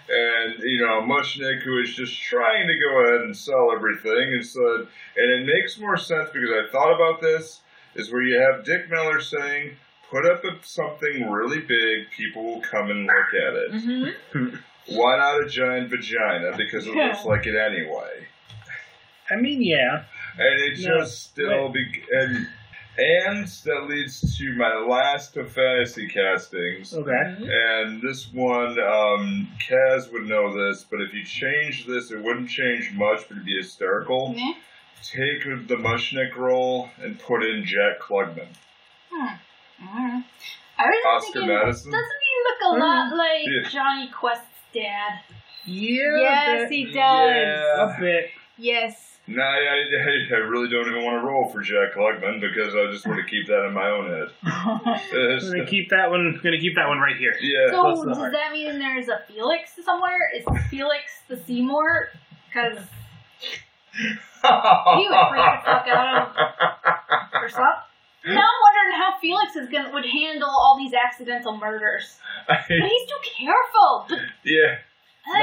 Speaker 2: and you know, Mushnick, who is just trying to go ahead and sell everything, and said, and it makes more sense because I thought about this. Is where you have Dick Miller saying, put up a, something really big, people will come and look at it.
Speaker 4: Mhm.
Speaker 2: Why not a giant vagina? Because it
Speaker 1: Yeah.
Speaker 2: looks like it anyway.
Speaker 3: I mean, yeah.
Speaker 2: And it
Speaker 3: No,
Speaker 2: just still be- and and that leads to my last of fantasy castings.
Speaker 3: Okay.
Speaker 2: And this one, um, Kaz would know this, but if you change this, it wouldn't change much, but it'd be hysterical.
Speaker 1: Meh.
Speaker 2: Take the Mushnick roll and put in Jack Klugman.
Speaker 1: Mm. I was just
Speaker 2: Oscar
Speaker 1: thinking,
Speaker 2: Madison?
Speaker 1: doesn't he look a
Speaker 4: Hmm.
Speaker 1: lot like
Speaker 2: Yeah.
Speaker 1: Johnny Quest's dad?
Speaker 3: Yeah.
Speaker 4: Yes, he does.
Speaker 2: Yeah.
Speaker 3: A bit.
Speaker 4: Yes.
Speaker 2: No, I, I, I really don't even want to roll for Jack Klugman because I just want to keep that in my own head. Uh,
Speaker 3: I'm
Speaker 2: so-
Speaker 3: gonna keep that one. Gonna keep that one right here.
Speaker 2: yeah.
Speaker 3: close
Speaker 1: So
Speaker 3: to the heart.
Speaker 1: does that mean there's a Felix somewhere? Is Felix the Seymour? Because
Speaker 2: he
Speaker 1: would freak the fuck out
Speaker 2: of
Speaker 1: or something? Now I'm wondering how Felix is gonna would handle all these accidental murders. But he's too careful. But
Speaker 2: yeah.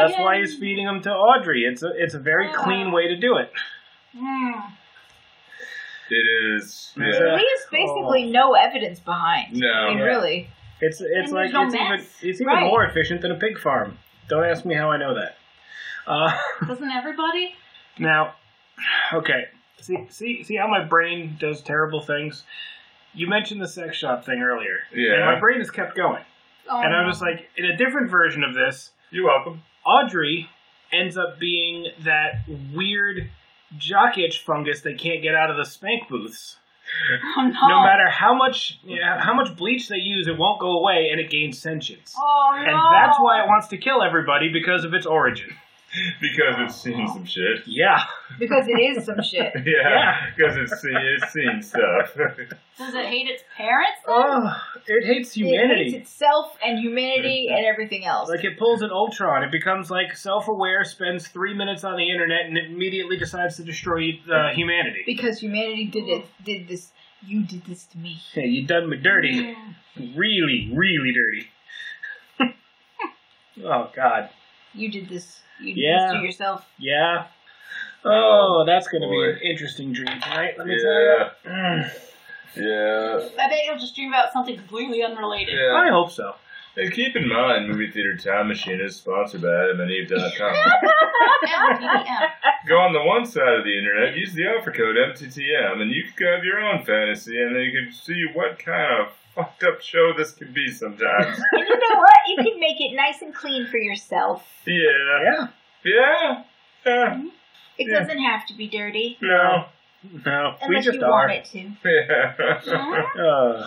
Speaker 3: That's why he's feeding them to Audrey. It's a it's a very
Speaker 1: Ah.
Speaker 3: clean way to do it.
Speaker 1: Mm.
Speaker 2: It is.
Speaker 3: Is
Speaker 2: Yeah.
Speaker 3: it-
Speaker 4: Leaves basically
Speaker 3: Oh.
Speaker 4: no evidence behind. I mean,
Speaker 2: No.
Speaker 4: really.
Speaker 3: It's it's
Speaker 1: And
Speaker 3: like
Speaker 1: there's no
Speaker 3: it's even
Speaker 1: mess.
Speaker 3: it's even
Speaker 4: Right.
Speaker 3: more efficient than a pig farm. Don't ask me how I know that. Uh,
Speaker 1: Doesn't everybody?
Speaker 3: now, okay, see see see how my brain does terrible things. You mentioned the sex shop thing earlier, and
Speaker 2: Yeah.
Speaker 3: my brain has kept going.
Speaker 1: Oh,
Speaker 3: And I'm
Speaker 1: no.
Speaker 3: just like, in a different version of this,
Speaker 2: You're welcome.
Speaker 3: Audrey ends up being that weird jock itch fungus they can't get out of the spank booths.
Speaker 1: Oh, no.
Speaker 3: No matter how much yeah, how much bleach they use, it won't go away, and it gains sentience.
Speaker 1: Oh no.
Speaker 3: And that's why it wants to kill everybody because of its origin.
Speaker 2: Because it's seen some shit.
Speaker 3: Yeah.
Speaker 4: Because it is some shit.
Speaker 2: Yeah. Because it's seen it's seen stuff.
Speaker 1: Does it hate its parents? then?
Speaker 3: Oh, it hates humanity.
Speaker 4: It hates itself and humanity and everything else.
Speaker 3: like it pulls an Ultron. It becomes like self-aware, spends three minutes on the internet, and immediately decides to destroy uh, humanity.
Speaker 4: because humanity did it did this you did this to me.
Speaker 3: Yeah, you done me dirty. Really, really dirty. oh God.
Speaker 4: You did this you did
Speaker 3: Yeah.
Speaker 4: this to yourself.
Speaker 3: Yeah. Oh, that's going to be
Speaker 2: Boy.
Speaker 3: an interesting dream tonight. Let me
Speaker 2: yeah.
Speaker 3: tell you. Mm.
Speaker 2: Yeah.
Speaker 1: I bet you'll just dream about something completely unrelated.
Speaker 2: Yeah.
Speaker 3: I hope so.
Speaker 2: And keep in mind, Movie Theater Time Machine is sponsored by AdamandEve.com.
Speaker 1: LTM.
Speaker 2: go on the one side of the internet, use the offer code MTTM, and you can have your own fantasy, and then you can see what kind of fucked up show this could be sometimes.
Speaker 4: And you know what? You can make it nice and clean for yourself.
Speaker 2: yeah.
Speaker 3: Yeah.
Speaker 2: Yeah. Yeah.
Speaker 4: It
Speaker 2: Yeah.
Speaker 4: doesn't have to be dirty.
Speaker 2: No.
Speaker 3: No, we
Speaker 4: Unless
Speaker 3: just
Speaker 4: you
Speaker 3: are.
Speaker 4: want it to.
Speaker 2: Yeah.
Speaker 3: Uh,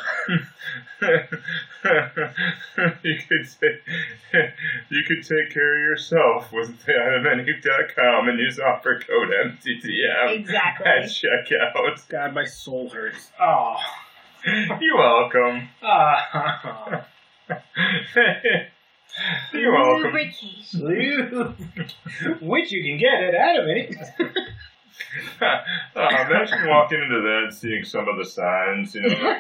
Speaker 2: you could take, you could take care of yourself with the adamandeve.com E and use offer code MTTM at
Speaker 4: Exactly.
Speaker 2: checkout.
Speaker 3: God, my soul hurts. Oh.
Speaker 2: You're welcome.
Speaker 3: Ah.
Speaker 2: You're welcome.
Speaker 4: Lubrication.
Speaker 3: Lube. Which you can get at Adamant.
Speaker 2: oh, imagine walking into that and seeing some of the signs, you know,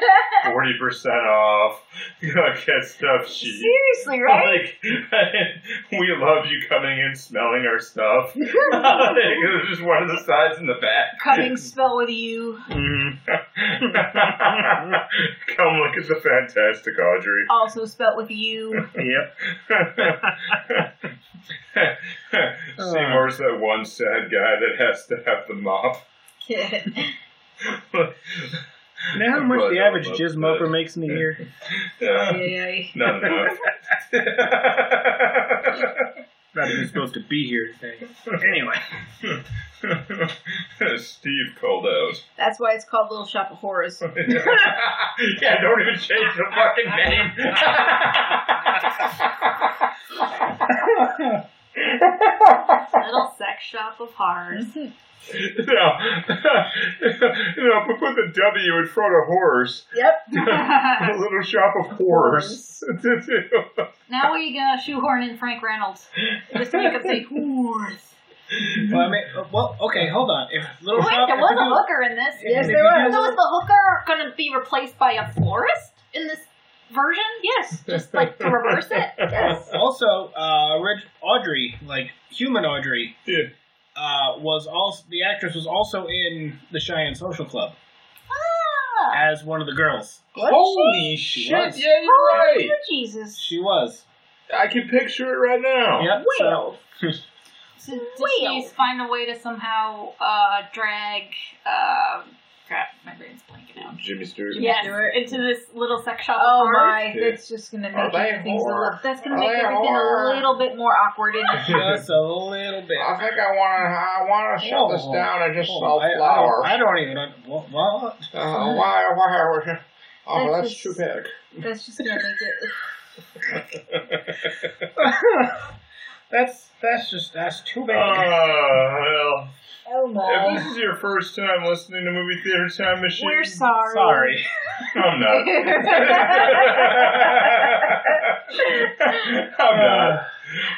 Speaker 2: forty percent off, you know, get stuff cheap.
Speaker 4: Seriously, right?
Speaker 2: Like, we love you coming in smelling our stuff. like, it was just one of the sides in the back. Mm-hmm.
Speaker 4: Coming spell with you.
Speaker 2: Come look at the fantastic Audrey.
Speaker 4: Also spelt with you.
Speaker 3: Yep.
Speaker 2: Seymour's that one sad guy that has to have the mop.
Speaker 3: Know how much
Speaker 2: But
Speaker 3: the
Speaker 2: I
Speaker 3: average
Speaker 2: love
Speaker 3: jizz
Speaker 2: that.
Speaker 3: moper makes in a year?
Speaker 2: Yeah,
Speaker 4: Yay.
Speaker 2: not enough.
Speaker 3: Not even supposed to be here today. Anyway.
Speaker 2: Steve called out.
Speaker 4: That's why it's called Little Shop of Horrors.
Speaker 2: yeah, don't even change the fucking name.
Speaker 1: Little sex shop of horrors.
Speaker 2: no. no, but put the W in front of horse.
Speaker 4: Yep.
Speaker 2: The little shop of horse.
Speaker 1: now we gonna shoehorn in Frank Reynolds. Just to make him say whores.
Speaker 3: Well, I mean, uh, well, okay, hold on. If Little
Speaker 1: Wait,
Speaker 3: Shop
Speaker 1: there
Speaker 3: if
Speaker 1: was
Speaker 3: you
Speaker 1: a
Speaker 3: do-
Speaker 1: hooker in this.
Speaker 4: Yes,
Speaker 3: if
Speaker 4: there
Speaker 3: you do-
Speaker 1: So is the hooker gonna be replaced by a florist in this version? Yes. Just like to reverse it. Yes.
Speaker 3: Also, uh, Reg Audrey, like human Audrey,
Speaker 2: Yeah.
Speaker 3: uh, was also the actress was also in the Cheyenne Social Club
Speaker 1: Ah,
Speaker 3: as one of the girls.
Speaker 4: Was
Speaker 2: Holy
Speaker 3: she?
Speaker 2: shit,
Speaker 3: She was.
Speaker 2: yeah, you're right.
Speaker 4: Jesus.
Speaker 3: She was.
Speaker 2: I can picture it right now.
Speaker 3: Yep.
Speaker 4: Well.
Speaker 1: so did
Speaker 4: Well.
Speaker 1: she find a way to somehow uh, drag? Uh, crap, my brain's blanking out.
Speaker 2: Jimmy Stewart.
Speaker 1: Yes, into this little sex shop.
Speaker 4: Oh
Speaker 1: of horrors.
Speaker 4: my, that's just gonna
Speaker 2: Are
Speaker 4: make
Speaker 2: they
Speaker 4: it- things a little,
Speaker 2: horror?
Speaker 4: that's gonna
Speaker 2: Are
Speaker 4: make
Speaker 2: they
Speaker 4: everything
Speaker 2: horror?
Speaker 4: a little bit more awkward. Isn't it?
Speaker 3: Just a little bit.
Speaker 2: I think I want to. I want to shut this
Speaker 3: Oh.
Speaker 2: down. I just
Speaker 3: Oh,
Speaker 2: saw
Speaker 3: I, I
Speaker 2: flowers.
Speaker 3: don't, I don't even. un- What? what?
Speaker 2: uh, why? Why? Oh,
Speaker 4: That's
Speaker 2: that's,
Speaker 4: just-
Speaker 2: too big.
Speaker 4: That's just gonna make it.
Speaker 3: that's that's just that's too
Speaker 2: Uh,
Speaker 3: bad.
Speaker 2: Oh
Speaker 4: Oh
Speaker 2: hell! If
Speaker 4: my.
Speaker 2: this is your first time listening to Movie Theater Time Machine,
Speaker 4: We're sorry.
Speaker 3: Sorry.
Speaker 2: I'm not. I'm not.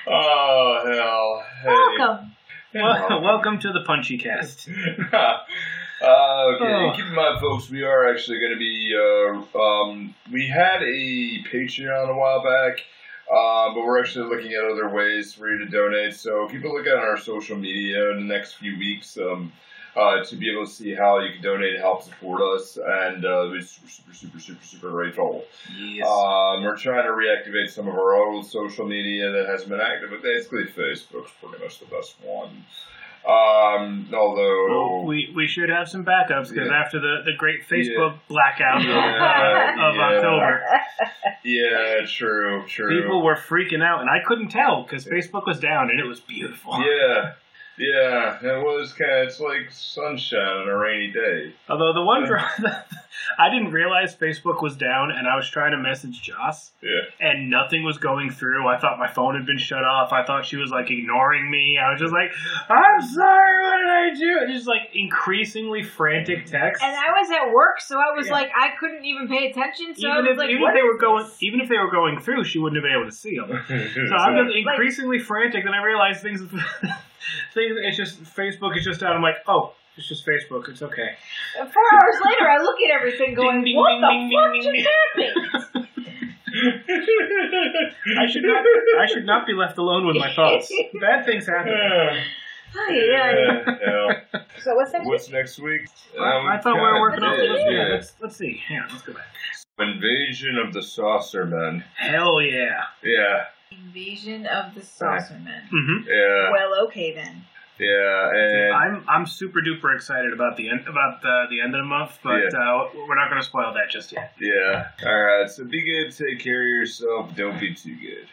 Speaker 2: Oh hell! Hey.
Speaker 4: Welcome.
Speaker 3: Wel- welcome to the Punchy Cast.
Speaker 2: Welcome. Uh, okay,
Speaker 3: Oh.
Speaker 2: keep in mind, folks, we are actually going to be. Uh, um, we had a Patreon a while back, uh, but we're actually looking at other ways for you to donate. So keep a look on our social media in the next few weeks um, uh, to be able to see how you can donate and help support us. And uh, we're super, super, super, super, super grateful.
Speaker 3: Yes.
Speaker 2: Um, we're trying to reactivate some of our old social media that hasn't been active, but basically Facebook's pretty much the best one. Um, although.
Speaker 3: Well, we, we should have some backups because
Speaker 2: Yeah.
Speaker 3: after the, the great Facebook blackout
Speaker 2: Yeah,
Speaker 3: of
Speaker 2: yeah.
Speaker 3: October,
Speaker 2: Yeah, true, true.
Speaker 3: people were freaking out, and I couldn't tell because Facebook was down, and it was beautiful.
Speaker 2: Yeah, yeah. It was kind of it's like sunshine on a rainy day.
Speaker 3: Although the one dro- I didn't realize Facebook was down, and I was trying to message Joss,
Speaker 2: Yeah,
Speaker 3: and nothing was going through. I thought my phone had been shut off. I thought she was like ignoring me. I was just like, "I'm sorry, what did I do?" And just like increasingly frantic texts.
Speaker 4: And I was at work, so I was
Speaker 3: Yeah.
Speaker 4: like, I couldn't even pay attention. So I
Speaker 3: even
Speaker 4: was
Speaker 3: if,
Speaker 4: like,
Speaker 3: even
Speaker 4: what
Speaker 3: if they
Speaker 4: is
Speaker 3: were going,
Speaker 4: this?
Speaker 3: even if they were going through, she wouldn't have been able to see them. So I'm just
Speaker 4: Like-
Speaker 3: increasingly frantic. Then I realize things. things. It's just Facebook is just out. I'm like, oh, it's just Facebook. It's okay.
Speaker 4: Four hours later, I look at everything going,
Speaker 3: ding,
Speaker 4: what
Speaker 3: ding,
Speaker 4: the
Speaker 3: ding,
Speaker 4: fuck
Speaker 3: ding,
Speaker 4: just
Speaker 3: ding."
Speaker 4: happened?
Speaker 3: I should not. I should not be left alone with my thoughts. Bad things happen.
Speaker 2: Yeah,
Speaker 4: yeah.
Speaker 2: yeah.
Speaker 4: So what's next?
Speaker 2: What's next week? Uh,
Speaker 3: I thought we were working
Speaker 2: Yeah,
Speaker 3: on this. Yeah,
Speaker 2: yeah.
Speaker 3: let's, let's see. Hang on, let's go back.
Speaker 2: Invasion of the Saucer Men.
Speaker 3: Hell yeah.
Speaker 2: Yeah,
Speaker 4: Invasion of the Saucermen.
Speaker 3: hmm
Speaker 2: yeah,
Speaker 4: Well, okay then.
Speaker 2: yeah. And
Speaker 3: I'm I'm super duper excited about the end about the, the end of the month, but
Speaker 2: Yeah.
Speaker 3: uh, we're not going to spoil that just yet.
Speaker 2: yeah. All right. So be good. Take care of yourself. Don't be too good.